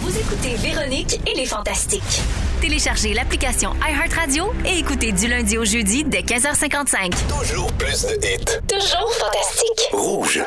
Speaker 9: Vous écoutez Véronique et les Fantastiques.
Speaker 1: Téléchargez l'application iHeartRadio et écoutez du lundi au jeudi dès 15h55.
Speaker 3: Toujours plus de hits.
Speaker 9: Toujours fantastique.
Speaker 3: Rouge.